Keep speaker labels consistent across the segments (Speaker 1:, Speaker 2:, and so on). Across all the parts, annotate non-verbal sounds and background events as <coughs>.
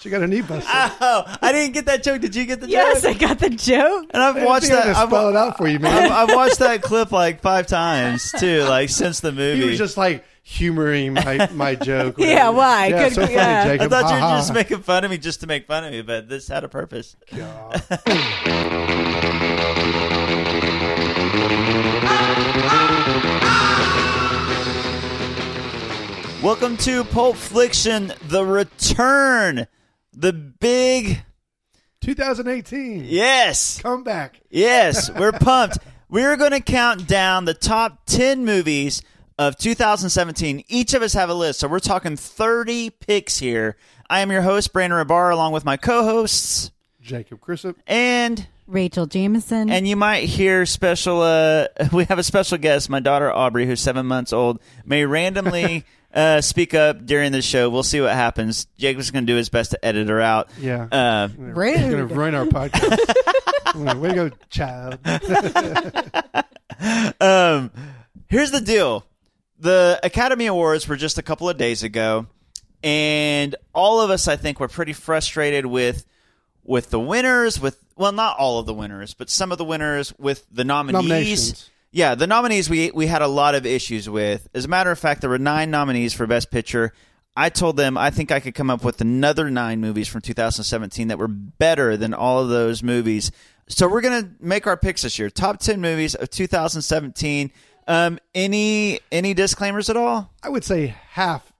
Speaker 1: She got a knee busted.
Speaker 2: <laughs> Oh, I didn't get that joke. Did you get the
Speaker 3: Yes,
Speaker 2: joke?
Speaker 3: I <laughs> got the joke.
Speaker 2: And I've watched that.
Speaker 1: i
Speaker 2: I've,
Speaker 1: spell it out for you, man.
Speaker 2: I've, I've watched that clip like five times too, like since the movie.
Speaker 1: He was just like humoring my,
Speaker 2: <laughs>
Speaker 1: my joke. or
Speaker 3: <laughs> Yeah,
Speaker 1: whatever.
Speaker 3: why?
Speaker 1: Yeah,
Speaker 3: Good-
Speaker 1: so funny,
Speaker 3: yeah.
Speaker 2: I
Speaker 1: Jacob.
Speaker 2: thought you
Speaker 1: Ha,
Speaker 2: were just
Speaker 1: ha.
Speaker 2: making fun of me just to make fun of me, but this had
Speaker 1: <laughs>
Speaker 2: a purpose. Welcome to Pulp Fiction: The Return, the big
Speaker 1: 2018.
Speaker 2: yes,
Speaker 1: Comeback.
Speaker 2: yes. We're pumped. We're going to count down the top ten movies of 2017. Each of us have a list, so we're talking 30 picks here. I am your host Brandon Rabar, along with my co-hosts
Speaker 1: Jacob Chrisop.
Speaker 2: and
Speaker 3: Rachel Jameson.
Speaker 2: and you might hear special. Uh, <laughs> we have a special guest, my daughter Aubrey, who's seven months old,
Speaker 3: <laughs>
Speaker 2: may randomly uh, speak up during the show. We'll see what happens. Jacob's going to do his best to edit her out.
Speaker 1: Yeah.
Speaker 2: Uh,
Speaker 3: Rude.
Speaker 1: He's going to ruin our podcast. Way to go, child.
Speaker 2: <laughs> um, here's the deal: the Academy Awards were just a couple of days ago, and all of us, I think, were pretty frustrated with with the winners. With well, not all of the winners, but some of the winners with the nominees.
Speaker 1: Nominations.
Speaker 2: Yeah, the nominees we we had a lot of issues with. As a matter of fact, there were nine nominees for Best Picture. I told them I think I could come up with another nine movies from 2017 that were better than all of those movies. So we're gonna make our picks this year. Top 10 movies of 2017. Um, any any disclaimers at all?
Speaker 1: I would say half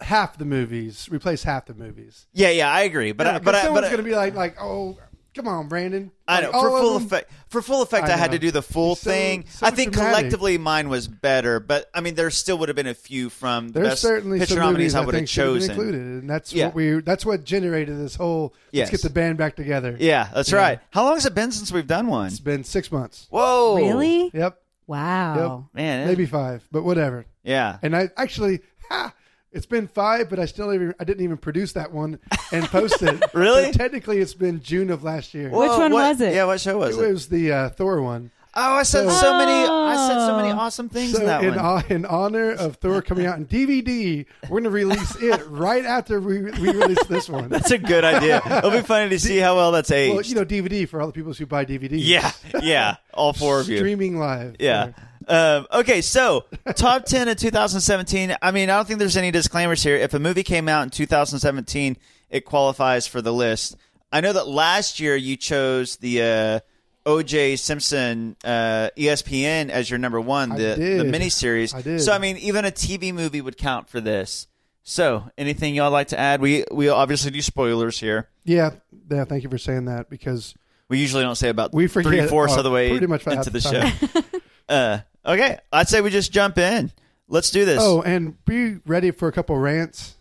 Speaker 1: half the movies, replace half the movies.
Speaker 2: Yeah, yeah, I agree. But I,
Speaker 1: Yeah, 'cause
Speaker 2: but I,
Speaker 1: someone's
Speaker 2: but I-
Speaker 1: going to be like, like, oh, come on, Brandon.
Speaker 2: I know
Speaker 1: Like,
Speaker 2: for
Speaker 1: all of
Speaker 2: full
Speaker 1: them?
Speaker 2: effect. For full effect, I,
Speaker 1: I
Speaker 2: had to
Speaker 1: know.
Speaker 2: do the full
Speaker 1: So-
Speaker 2: thing.
Speaker 1: so
Speaker 2: I think
Speaker 1: dramatic.
Speaker 2: collectively mine was better, but I mean there still would have been a few from the
Speaker 1: There's
Speaker 2: best
Speaker 1: certainly
Speaker 2: picture
Speaker 1: some
Speaker 2: nominees
Speaker 1: movies
Speaker 2: I
Speaker 1: I
Speaker 2: would have
Speaker 1: think should have been
Speaker 2: chosen.
Speaker 1: included, and that's
Speaker 2: Yeah.
Speaker 1: what we that's what generated this whole.
Speaker 2: Yes.
Speaker 1: Let's get the band back together.
Speaker 2: Yeah, that's right. How long has it been since we've done one?
Speaker 1: It's been six months.
Speaker 2: Whoa,
Speaker 3: really?
Speaker 1: Yep,
Speaker 3: Wow.
Speaker 2: man? it-
Speaker 1: maybe five, but whatever.
Speaker 2: Yeah,
Speaker 1: And I actually, ha, it's been five, but I still even I didn't even produce that one and post
Speaker 2: <laughs>
Speaker 1: it.
Speaker 2: Really?
Speaker 1: So technically, it's been June of last year.
Speaker 2: Whoa,
Speaker 3: one
Speaker 2: what-
Speaker 3: was it?
Speaker 2: Yeah, what show was
Speaker 1: It
Speaker 2: it?
Speaker 1: was the uh, Thor one.
Speaker 2: Oh, I said so many. I said so many
Speaker 3: Oh.
Speaker 2: awesome things
Speaker 1: So
Speaker 2: in that
Speaker 1: in,
Speaker 2: one.
Speaker 1: ho- in honor of Thor coming out in DVD, we're going to release it right after we, we release this one.
Speaker 2: that's a
Speaker 1: <laughs>
Speaker 2: good idea. It'll be funny to see how well that's aged.
Speaker 1: Well, you know, DVD for all the people who buy DVDs. <laughs>
Speaker 2: yeah, yeah, all four of you.
Speaker 1: Streaming live.
Speaker 2: Yeah. Um, okay, so top <laughs> 10 of 2017. I mean, I don't think there's any disclaimers here. If a movie came out in 2017, it qualifies for the list. I know that last year you chose the uh, O.J. Simpson uh, ESPN as your number one,
Speaker 1: I
Speaker 2: the,
Speaker 1: did.
Speaker 2: the miniseries.
Speaker 1: I did.
Speaker 2: So, I mean, even a TV movie would count for this. So, anything y'all like to add? We, we obviously do spoilers here.
Speaker 1: Yeah. Yeah. Thank you for saying that because
Speaker 2: We usually don't say about
Speaker 1: We forget,
Speaker 2: three fourths
Speaker 1: uh,
Speaker 2: of the way
Speaker 1: pretty much about
Speaker 2: into the
Speaker 1: half the
Speaker 2: show. <laughs> uh, okay, I'd say we just jump in. Let's do this.
Speaker 1: Oh, and be ready for a couple rants.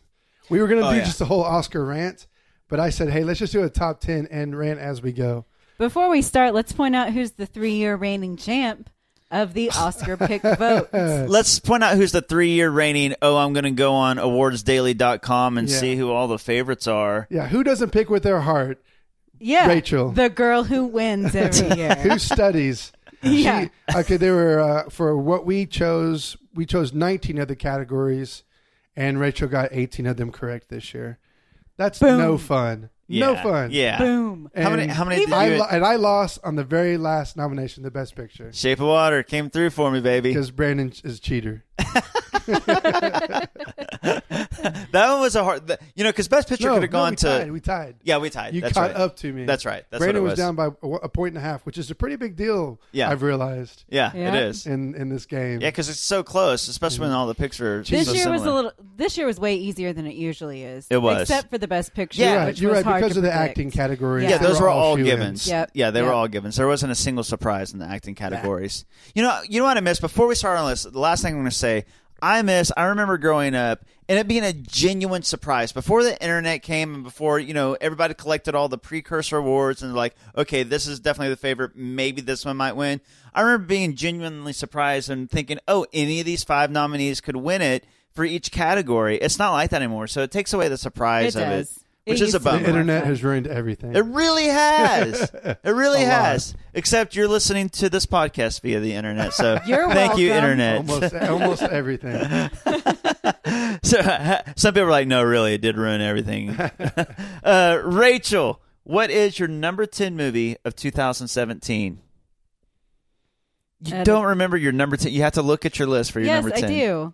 Speaker 1: We were going to
Speaker 2: Oh,
Speaker 1: do
Speaker 2: yeah.
Speaker 1: just a whole Oscar rant, but I said, hey, let's just do a top 10 and rant as we go.
Speaker 3: Before we start, let's point out who's the three-year reigning champ of the Oscar
Speaker 2: <laughs>
Speaker 3: pick
Speaker 1: uh,
Speaker 3: votes.
Speaker 2: Let's point out who's the three-year reigning. Oh, I'm going to go on awardsdaily.com and
Speaker 1: Yeah.
Speaker 2: see who all the favorites are.
Speaker 1: Yeah. Who doesn't pick with their heart?
Speaker 3: Yeah,
Speaker 1: Rachel.
Speaker 3: the girl who
Speaker 1: <laughs>
Speaker 3: wins every year.
Speaker 1: Who studies?
Speaker 3: <laughs> yeah,
Speaker 1: She- okay, there were uh, for what we chose. We chose 19 of the categories, and Rachel got 18 of them correct this year. That's
Speaker 3: Boom.
Speaker 1: no fun. No
Speaker 2: Yeah.
Speaker 1: fun.
Speaker 2: Yeah.
Speaker 3: boom.
Speaker 1: And
Speaker 2: How many? How many? Did
Speaker 1: I
Speaker 2: you,
Speaker 1: lo- and I lost on the very last nomination, the best picture,
Speaker 2: Shape of Water came through for me, baby.
Speaker 1: because Brandon is a cheater.
Speaker 2: <laughs>
Speaker 1: <laughs>
Speaker 2: That one was a hard. th- You know, because Best Picture
Speaker 1: no,
Speaker 2: could have
Speaker 1: no,
Speaker 2: gone
Speaker 1: we
Speaker 2: to.
Speaker 1: tied. We tied.
Speaker 2: Yeah, we tied.
Speaker 1: You
Speaker 2: That's
Speaker 1: caught
Speaker 2: right.
Speaker 1: up to me.
Speaker 2: That's right. That's
Speaker 1: Brandon
Speaker 2: what it was.
Speaker 1: down by a, a point and a half, which is a pretty big deal.
Speaker 2: Yeah.
Speaker 1: I've realized
Speaker 2: Yeah,
Speaker 3: Yeah.
Speaker 2: it is. Yeah,
Speaker 1: in in this game.
Speaker 2: because it's so close, especially when all the pictures. are
Speaker 3: This
Speaker 2: so
Speaker 3: year was a
Speaker 2: similar.
Speaker 3: little. This year was way easier than it usually is.
Speaker 2: It was.
Speaker 3: except for the best picture.
Speaker 2: You're
Speaker 1: Right,
Speaker 3: which
Speaker 1: you're
Speaker 3: was
Speaker 1: right
Speaker 3: hard
Speaker 1: because
Speaker 3: to
Speaker 1: of the
Speaker 3: predict.
Speaker 1: acting categories.
Speaker 3: Yeah.
Speaker 2: Yeah,
Speaker 1: they
Speaker 2: those were all
Speaker 1: shoe-ins.
Speaker 2: givens.
Speaker 3: Yep.
Speaker 2: Yeah, they were
Speaker 3: Yep.
Speaker 2: all givens. There wasn't a single surprise in the acting categories. You know, you know what I miss before we start on this. The last thing I'm going to say, I miss. I remember growing up and it being a genuine surprise before the internet came and before you know everybody collected all the precursor awards and like, okay, this is definitely the favorite. Maybe this one might win. I remember being genuinely surprised and thinking, oh, any of these five nominees could win it for each category. It's not like that anymore. So it takes away the surprise
Speaker 3: It
Speaker 2: of
Speaker 3: does.
Speaker 2: it,
Speaker 3: It
Speaker 2: which is
Speaker 3: used to
Speaker 2: a
Speaker 3: be
Speaker 1: The
Speaker 2: bummer.
Speaker 3: Bummer.
Speaker 1: internet has ruined everything.
Speaker 2: It
Speaker 3: <laughs>
Speaker 2: really has. It really
Speaker 1: A lot.
Speaker 2: has. Except you're listening to this podcast via the internet. So
Speaker 3: <laughs> You're
Speaker 2: thank you,
Speaker 3: welcome.
Speaker 2: internet.
Speaker 1: almost almost everything.
Speaker 2: <laughs> so, <laughs> some people are like, no, really, it did ruin everything. <laughs> uh, Rachel, what is your number 10 movie of 2017? You
Speaker 3: Uh,
Speaker 2: don't remember your number 10. You have to look at your list for your
Speaker 3: yes,
Speaker 2: number
Speaker 3: I
Speaker 2: 10.
Speaker 3: do.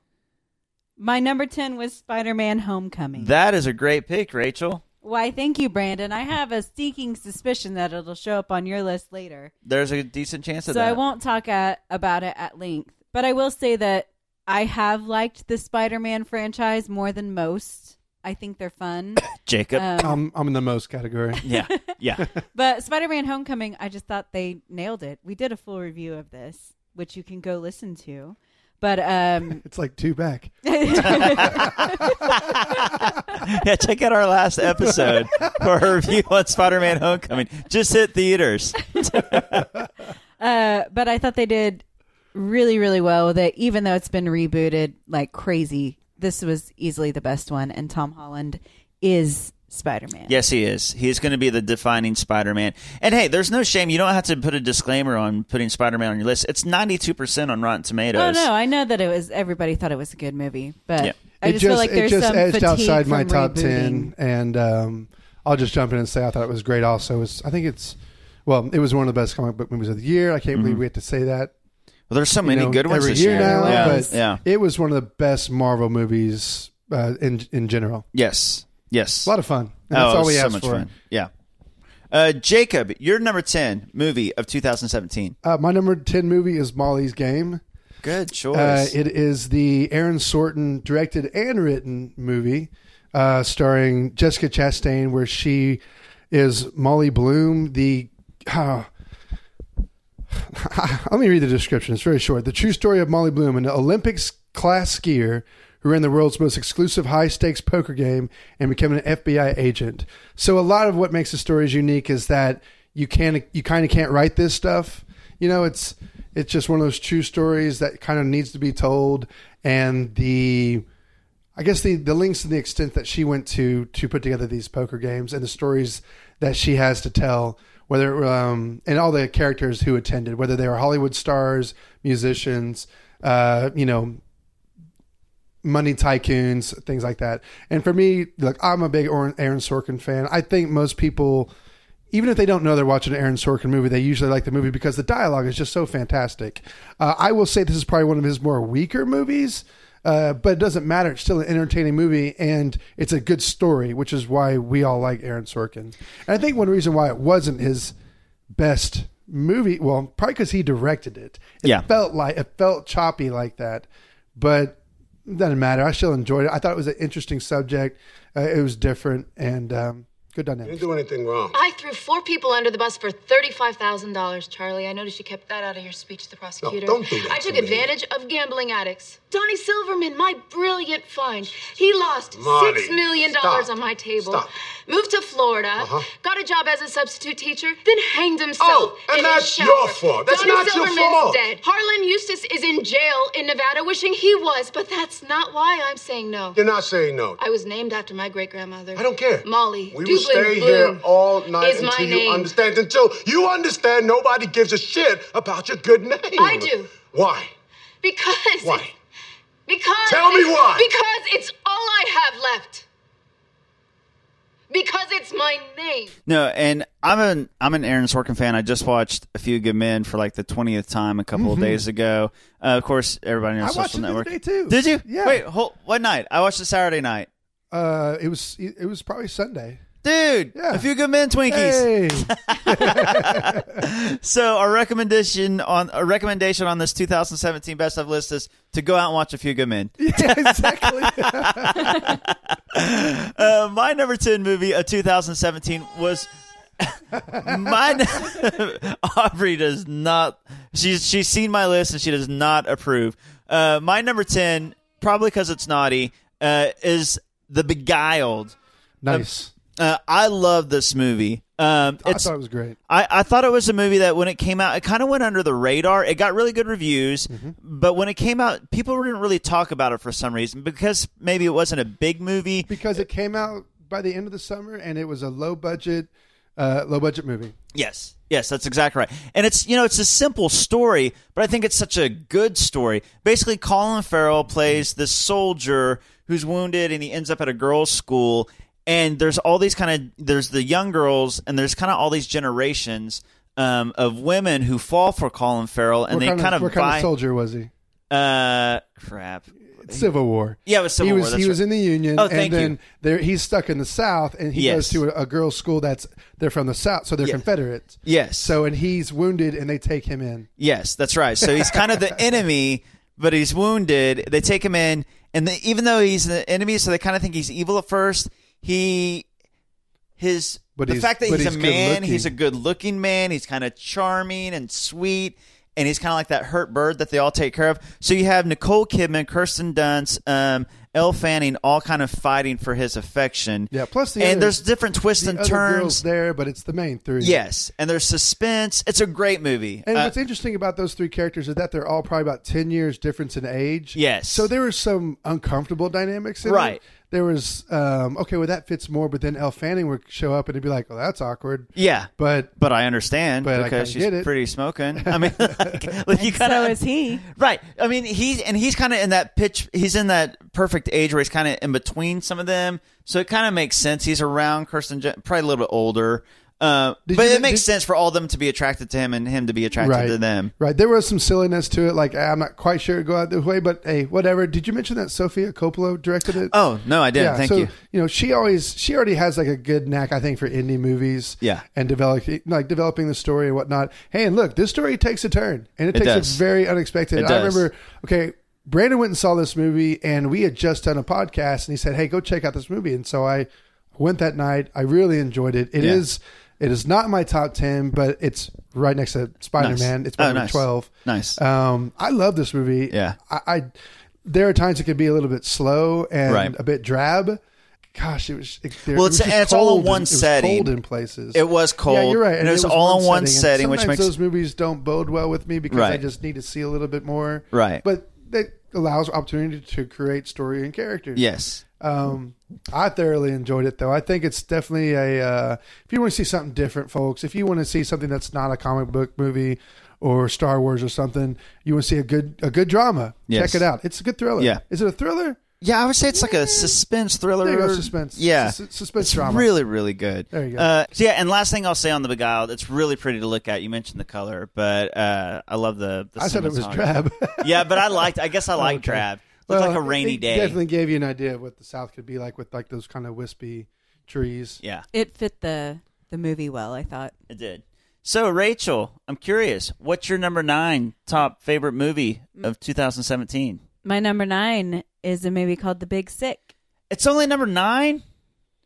Speaker 3: My number 10 was Spider Man Homecoming.
Speaker 2: That is a great pick, Rachel.
Speaker 3: Why, thank you, Brandon. I have a sneaking suspicion that it'll show up on your list later.
Speaker 2: There's a decent chance of
Speaker 3: so
Speaker 2: that.
Speaker 3: I won't talk at, about it at length. But I will say that I have liked the Spider Man franchise more than most. I think they're fun.
Speaker 2: <coughs> Jacob.
Speaker 3: Um,
Speaker 1: I'm, I'm in the most category.
Speaker 2: yeah.
Speaker 1: <laughs>
Speaker 2: Yeah.
Speaker 3: but Spider Man Homecoming, I just thought they nailed it. We did a full review of this, which you can go listen
Speaker 2: <laughs>
Speaker 3: to. But um,
Speaker 1: It's like two
Speaker 3: <laughs>
Speaker 1: back.
Speaker 2: <laughs> yeah, check out our last episode for a review on Spider Man Homecoming. Just hit theaters. <laughs>
Speaker 3: Uh, but I thought they did really, really well with it, even though it's been rebooted like crazy. This was easily the best one, and Tom Holland is Spider Man.
Speaker 2: Yes, he is. He is going to be the defining Spider Man. And hey, there's no shame. You don't have to put a disclaimer on putting Spider Man on your list. It's 92% on Rotten
Speaker 3: Oh
Speaker 2: Tomatoes.
Speaker 3: no, I know that it was. Everybody thought it was a good movie, but
Speaker 2: Yeah.
Speaker 3: I just, feel like there's
Speaker 1: it just
Speaker 3: some
Speaker 1: edged
Speaker 3: fatigue
Speaker 1: outside my
Speaker 3: from
Speaker 1: top ten,
Speaker 3: rebooting.
Speaker 1: and um, I'll just jump in and say I thought it was great. Also, it's I think it's well, it was one of the best comic book movies of the year. I can't believe we had to say that.
Speaker 2: Mm-hmm. Well, there's so
Speaker 1: you
Speaker 2: many
Speaker 1: know,
Speaker 2: good ones
Speaker 1: every
Speaker 2: this
Speaker 1: year,
Speaker 2: year.
Speaker 1: now,
Speaker 2: yeah.
Speaker 1: but
Speaker 2: yeah.
Speaker 1: it was one of the best Marvel movies uh, in in general.
Speaker 2: Yes. Yes.
Speaker 1: A lot of fun. And that's
Speaker 2: oh,
Speaker 1: all we
Speaker 2: so
Speaker 1: asked
Speaker 2: much
Speaker 1: for.
Speaker 2: fun. Yeah. Uh, Jacob, your number 10 movie of 2017.
Speaker 1: Uh, my number ten movie is Molly's Game.
Speaker 2: Good choice.
Speaker 1: Uh, it is the Aaron Sorkin directed and written movie uh, starring Jessica Chastain, where she is Molly Bloom. The uh, <laughs> let me read the description. It's very short. The true story of Molly Bloom, an Olympics class skier who ran the world's most exclusive high stakes poker game and became an FBI agent. So a lot of what makes the stories unique is that you can you kind of can't write this stuff. You know, it's it's just one of those true stories that kind of needs to be told and the I guess the the links and the extent that she went to to put together these poker games and the stories that she has to tell, whether um, and all the characters who attended, whether they were Hollywood stars, musicians, uh, you know, money tycoons, things like that. And for me, look, I'm a big Aaron Aaron Sorkin fan. I think most people, even if they don't know they're watching an Aaron Sorkin movie, they usually like the movie because the dialogue is just so fantastic. Uh, I will say this is probably one of his more weaker movies. Uh, but it doesn't matter. It's still an entertaining movie, and it's a good story, which is why we all like Aaron Sorkin. And I think one reason why it wasn't his best movie, well, probably because he directed it. It
Speaker 2: Yeah.
Speaker 1: felt like it felt choppy like that, but doesn't matter. I still enjoyed it. I thought it was an interesting subject. Uh, it was different and um, good
Speaker 4: You didn't
Speaker 1: dynamic.
Speaker 4: do <laughs> anything wrong.
Speaker 5: I threw four people under the bus for $35,000, Charlie. I noticed you kept that out of your speech to the prosecutor.
Speaker 4: don't do that
Speaker 5: I took
Speaker 4: to me.
Speaker 5: advantage of gambling addicts. Donnie Silverman, my brilliant find. He lost
Speaker 4: Molly,
Speaker 5: $6 million
Speaker 4: stop.
Speaker 5: on my table,
Speaker 4: Stop. Uh-huh.
Speaker 5: moved to Florida, got a job as a substitute teacher, then hanged himself.
Speaker 4: Oh, and
Speaker 5: in his
Speaker 4: that's your
Speaker 5: shower.
Speaker 4: fault. That's
Speaker 5: Donnie
Speaker 4: not your
Speaker 5: Silverman's
Speaker 4: fault.
Speaker 5: dead. Harlan Eustace is in jail in Nevada, wishing he was, but that's not why I'm saying no.
Speaker 4: You're not saying no.
Speaker 5: I was named after my great grandmother.
Speaker 4: I don't care.
Speaker 5: Molly.
Speaker 4: We will
Speaker 5: Dublin
Speaker 4: stay
Speaker 5: Bloom
Speaker 4: here all night
Speaker 5: is
Speaker 4: until
Speaker 5: my
Speaker 4: you
Speaker 5: name.
Speaker 4: understand. Until you understand, nobody gives a shit about your good name.
Speaker 5: I do.
Speaker 4: Why?
Speaker 5: Because.
Speaker 4: Why?
Speaker 5: Because.
Speaker 4: Tell me why.
Speaker 5: Because it's all I have left. Because it's my name.
Speaker 2: No, and I'm an I'm an Aaron Sorkin fan. I just watched A Few Good Men for like the twentieth time a couple of days ago. Uh, of course, everybody
Speaker 1: Mm-hmm. I
Speaker 2: on Social
Speaker 1: watched it the other
Speaker 2: Network.
Speaker 1: day, too.
Speaker 2: Did you?
Speaker 1: Yeah.
Speaker 2: Wait, hold, what night? I watched it Saturday night.
Speaker 1: Uh, it was it was probably Sunday.
Speaker 2: Dude,
Speaker 1: Yeah.
Speaker 2: A Few Good Men Twinkies.
Speaker 1: Hey,
Speaker 2: So our recommendation on a recommendation on this 2017 best of list is to go out and watch A Few Good Men.
Speaker 1: <laughs> yeah, <laughs> exactly.
Speaker 2: Uh, my number 10 movie of 2017 was my <laughs> Aubrey does not she's she's seen my list and she does not approve. Uh, my number 10 probably cuz it's naughty uh, is The Beguiled.
Speaker 1: nice.
Speaker 2: Uh, I love this movie. Um,
Speaker 1: I
Speaker 2: it's
Speaker 1: thought it was great.
Speaker 2: I, I thought it was a movie that when it came out, it kind of went under the radar. It got really good reviews,
Speaker 1: Mm-hmm.
Speaker 2: but when it came out, people didn't really talk about it for some reason because maybe it wasn't a big movie.
Speaker 1: because it came out by the end of the summer and it was a low budget uh, low budget movie.
Speaker 2: Yes, yes, that's exactly right. And it's you know it's a simple story, but I think it's such a good story. Basically, Colin Farrell plays this soldier who's wounded and he ends up at a girls' school. And there's all these kind of there's the young girls and there's kind of all these generations um, of women who fall for Colin Farrell and
Speaker 1: what
Speaker 2: they
Speaker 1: kind,
Speaker 2: kind of,
Speaker 1: what kind
Speaker 2: buy
Speaker 1: of soldier was he?
Speaker 2: uh crap.
Speaker 1: Civil War.
Speaker 2: Yeah, it was Civil
Speaker 1: he
Speaker 2: War,
Speaker 1: was,
Speaker 2: that's
Speaker 1: He was
Speaker 2: right.
Speaker 1: in the Union,
Speaker 2: Oh,
Speaker 1: and
Speaker 2: thank you.
Speaker 1: then there, he's stuck in the South, and he
Speaker 2: Yes.
Speaker 1: goes to a, a girls' school that's they're from the South, so they're
Speaker 2: Yeah.
Speaker 1: Confederates.
Speaker 2: Yes.
Speaker 1: So and he's wounded, and they take him in.
Speaker 2: Yes, that's right. So he's kind
Speaker 1: <laughs>
Speaker 2: of the enemy, but he's wounded. They take him in, and they, even though he's the enemy, so they kind of think he's evil at first. He, his,
Speaker 1: But
Speaker 2: the
Speaker 1: he's-
Speaker 2: fact that
Speaker 1: but
Speaker 2: he's,
Speaker 1: he's
Speaker 2: a
Speaker 1: good
Speaker 2: man,
Speaker 1: looking.
Speaker 2: he's a good-looking man. He's kind of charming and sweet, and he's kind of like that hurt bird that they all take care of. So you have Nicole Kidman, Kirsten Dunst, um, Elle Fanning, all kind of fighting for his affection.
Speaker 1: Yeah, plus the
Speaker 2: and
Speaker 1: other-
Speaker 2: there's different twists
Speaker 1: The
Speaker 2: and
Speaker 1: other girls
Speaker 2: turns.
Speaker 1: there, but it's the main three.
Speaker 2: Yes, and there's suspense. It's a great movie.
Speaker 1: And
Speaker 2: Uh,
Speaker 1: what's interesting about those three characters is that they're all probably about ten years difference in age.
Speaker 2: Yes.
Speaker 1: So there was some uncomfortable dynamics. in
Speaker 2: Right.
Speaker 1: It. There was um, okay, well that fits more, but then Elle Fanning would show up and it'd be like, well, that's awkward.
Speaker 2: yeah.
Speaker 1: But
Speaker 2: But I understand
Speaker 1: But I kinda
Speaker 2: because she's
Speaker 1: get it. <laughs>
Speaker 2: pretty smoking. I mean, <laughs> like, like you kind
Speaker 3: so
Speaker 2: of
Speaker 3: is he.
Speaker 2: right. I mean, he's and he's kind of in that pitch. He's in that perfect age where he's kind of in between some of them. So it kind of makes sense. He's around Kirsten, Jen- probably a little bit older. Uh,
Speaker 1: Did
Speaker 2: but
Speaker 1: you-
Speaker 2: it makes
Speaker 1: did-
Speaker 2: sense for all of them to be attracted to him and him to be attracted
Speaker 1: right
Speaker 2: to them.
Speaker 1: right, there was some silliness to it. Like I'm not quite sure it go out the way, but hey, whatever. Did you mention that Sophia Coppola directed it?
Speaker 2: Oh no, I didn't. Thank
Speaker 1: so,
Speaker 2: you.
Speaker 1: know, she always she already has like a good knack, I think, for indie movies.
Speaker 2: Yeah.
Speaker 1: and developing like developing the story and whatnot. Hey, and look, this story takes a turn, and it, takes
Speaker 2: does.
Speaker 1: a very unexpected.
Speaker 2: It
Speaker 1: I
Speaker 2: does.
Speaker 1: remember, okay, Brandon went and saw this movie, and we had just done a podcast, and he said, "Hey, go check out this movie," and so I went that night. I really enjoyed it. It is
Speaker 2: Yeah.
Speaker 1: It is not in my top ten, but it's right next to Spider Man.
Speaker 2: Nice.
Speaker 1: It's my
Speaker 2: Oh,
Speaker 1: number
Speaker 2: nice.
Speaker 1: twelve.
Speaker 2: Nice.
Speaker 1: Um, I love this movie.
Speaker 2: Yeah.
Speaker 1: I, I there are times it can be a little bit slow and
Speaker 2: Right.
Speaker 1: a bit drab. Gosh, it was. It, there-
Speaker 2: Well,
Speaker 1: it was
Speaker 2: it's-
Speaker 1: just
Speaker 2: and it's all in
Speaker 1: cold
Speaker 2: one
Speaker 1: and- it was
Speaker 2: setting.
Speaker 1: cold in places.
Speaker 2: It was cold.
Speaker 1: Yeah, you're right.
Speaker 2: And it was all in one setting,
Speaker 1: And
Speaker 2: which
Speaker 1: sometimes
Speaker 2: makes-
Speaker 1: those movies don't bode well with me because I
Speaker 2: Right.
Speaker 1: just need to see a little bit more.
Speaker 2: Right.
Speaker 1: But that allows opportunity to create story and character.
Speaker 2: Yes.
Speaker 1: Um, I thoroughly enjoyed it though. I think it's definitely a uh, if you want to see something different, folks. If you want to see something that's not a comic book movie or Star Wars or something, you want to see a good a good drama.
Speaker 2: Yes.
Speaker 1: Check it out. It's a good thriller.
Speaker 2: Yeah.
Speaker 1: Is it a thriller?
Speaker 2: Yeah, I would say it's like a suspense thriller.
Speaker 1: There you go, suspense.
Speaker 2: Yeah,
Speaker 1: Sus- suspense
Speaker 2: It's
Speaker 1: drama.
Speaker 2: Really, really good.
Speaker 1: There you go.
Speaker 2: Uh, so yeah, and last thing I'll say on the Beguiled, it's really pretty to look at. You mentioned the color, but uh, I love the. the
Speaker 1: I said it was
Speaker 2: cinematography.
Speaker 1: drab.
Speaker 2: <laughs> yeah, but I liked. I guess I liked
Speaker 1: Okay.
Speaker 2: drab. It looked like a rainy
Speaker 1: it
Speaker 2: day.
Speaker 1: Definitely gave you an idea of what the South could be like with like those kind of wispy
Speaker 2: <laughs>
Speaker 1: trees.
Speaker 2: Yeah,
Speaker 3: It fit the the movie well, I thought.
Speaker 2: it did. So Rachel, I'm curious, what's your number nine top favorite movie
Speaker 3: Mm.
Speaker 2: of 2017?
Speaker 3: My number nine is a movie called The Big Sick.
Speaker 2: It's only number nine.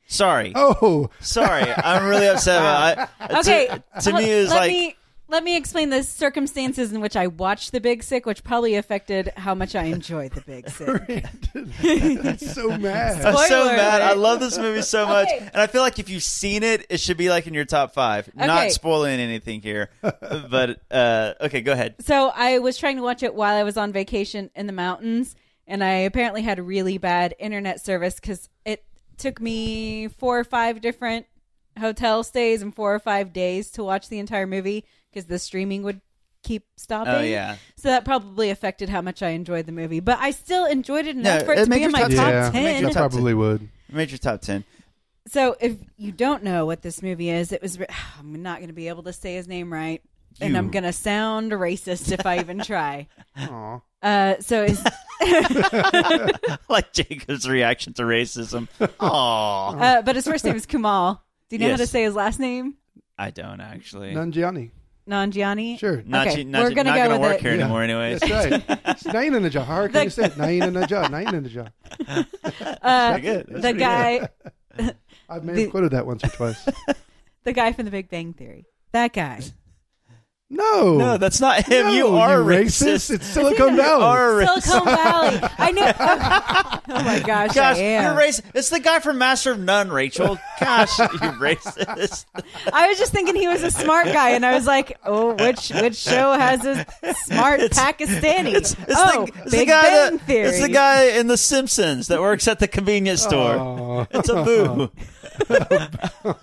Speaker 2: Sorry,
Speaker 1: Oh,
Speaker 2: sorry, I'm really upset. About
Speaker 3: <laughs>
Speaker 2: it.
Speaker 3: Okay,
Speaker 2: to, to me is
Speaker 3: let
Speaker 2: like
Speaker 3: me let me explain the circumstances in which I watched The Big Sick, which probably affected how much I enjoyed The Big Sick.
Speaker 1: so mad.
Speaker 2: I'm so
Speaker 3: Spoiler
Speaker 2: mad. I
Speaker 3: alert.
Speaker 2: love this movie so much.
Speaker 3: Okay.
Speaker 2: And I feel like if you've seen it, it should be like in your top five.
Speaker 3: Okay.
Speaker 2: Not spoiling
Speaker 1: <laughs>
Speaker 2: anything here. But uh, okay, go ahead.
Speaker 3: so I was trying to watch it while I was on vacation in the mountains, and I apparently had really bad internet service because it took me four or five different hotel stays and four or five days to watch the entire movie because the streaming would keep stopping.
Speaker 2: Oh, yeah.
Speaker 3: So that probably affected how much I enjoyed the movie, but I still enjoyed it enough
Speaker 2: No,
Speaker 3: for it,
Speaker 2: it
Speaker 3: to be
Speaker 2: makes
Speaker 3: in
Speaker 2: your
Speaker 3: my top
Speaker 2: top ten. Yeah. It makes
Speaker 3: ten.
Speaker 2: your top
Speaker 1: probably would.
Speaker 2: Major top 10.
Speaker 3: So if you don't know what this movie is, it was. <sighs> I'm not going to be able to say his name right, and I'm going to sound racist if I even try. Uh, so it's,
Speaker 2: <laughs> like Jacob's reaction
Speaker 1: <laughs>
Speaker 2: to racism. Aw.
Speaker 3: <laughs> uh, but his first name is Kamal. Do you know how to
Speaker 2: Yes.
Speaker 3: say his last name?
Speaker 2: <laughs> I don't actually.
Speaker 1: Nanjiani.
Speaker 3: Nanjiani.
Speaker 1: Sure.
Speaker 2: Not,
Speaker 3: Okay,
Speaker 2: you- not,
Speaker 3: we're
Speaker 2: you-
Speaker 3: gonna
Speaker 2: not
Speaker 3: go
Speaker 2: gonna
Speaker 3: with
Speaker 2: work
Speaker 3: it.
Speaker 2: here
Speaker 1: Yeah.
Speaker 2: anymore, anyways.
Speaker 1: That's right. It's Naina Najah. How can you say it? Naina Najah. Naina Najah.
Speaker 2: <laughs>
Speaker 3: Uh,
Speaker 2: Pretty good. <laughs>
Speaker 3: the
Speaker 2: That's pretty
Speaker 3: guy,
Speaker 2: <laughs>
Speaker 1: I may have
Speaker 3: The-
Speaker 1: quoted that once or twice.
Speaker 3: the guy from The Big Bang Theory. That guy.
Speaker 1: No,
Speaker 2: good. No, that's not <laughs> him.
Speaker 1: No,
Speaker 2: you are racist.
Speaker 1: It's
Speaker 3: <laughs>
Speaker 1: Silicon Valley.
Speaker 2: Are a racist.
Speaker 3: Silicon Valley. I
Speaker 2: <laughs>
Speaker 3: know. Oh my gosh,
Speaker 2: Gosh,
Speaker 3: I
Speaker 2: you're
Speaker 3: am.
Speaker 2: racist. It's the guy from Master of
Speaker 3: <laughs>
Speaker 2: None, Rachel. Gosh, you racist.
Speaker 3: I was just thinking he was a smart guy, and I was like, "Oh, which which show has a
Speaker 2: <laughs>
Speaker 3: smart Pakistani?"
Speaker 2: It's
Speaker 3: oh,
Speaker 2: the, it's the
Speaker 3: Big
Speaker 2: guy
Speaker 3: Bang
Speaker 2: that-
Speaker 3: Theory.
Speaker 2: It's the guy in The Simpsons that works at the convenience store.
Speaker 1: Oh. <laughs>
Speaker 2: It's a boo.
Speaker 3: Keep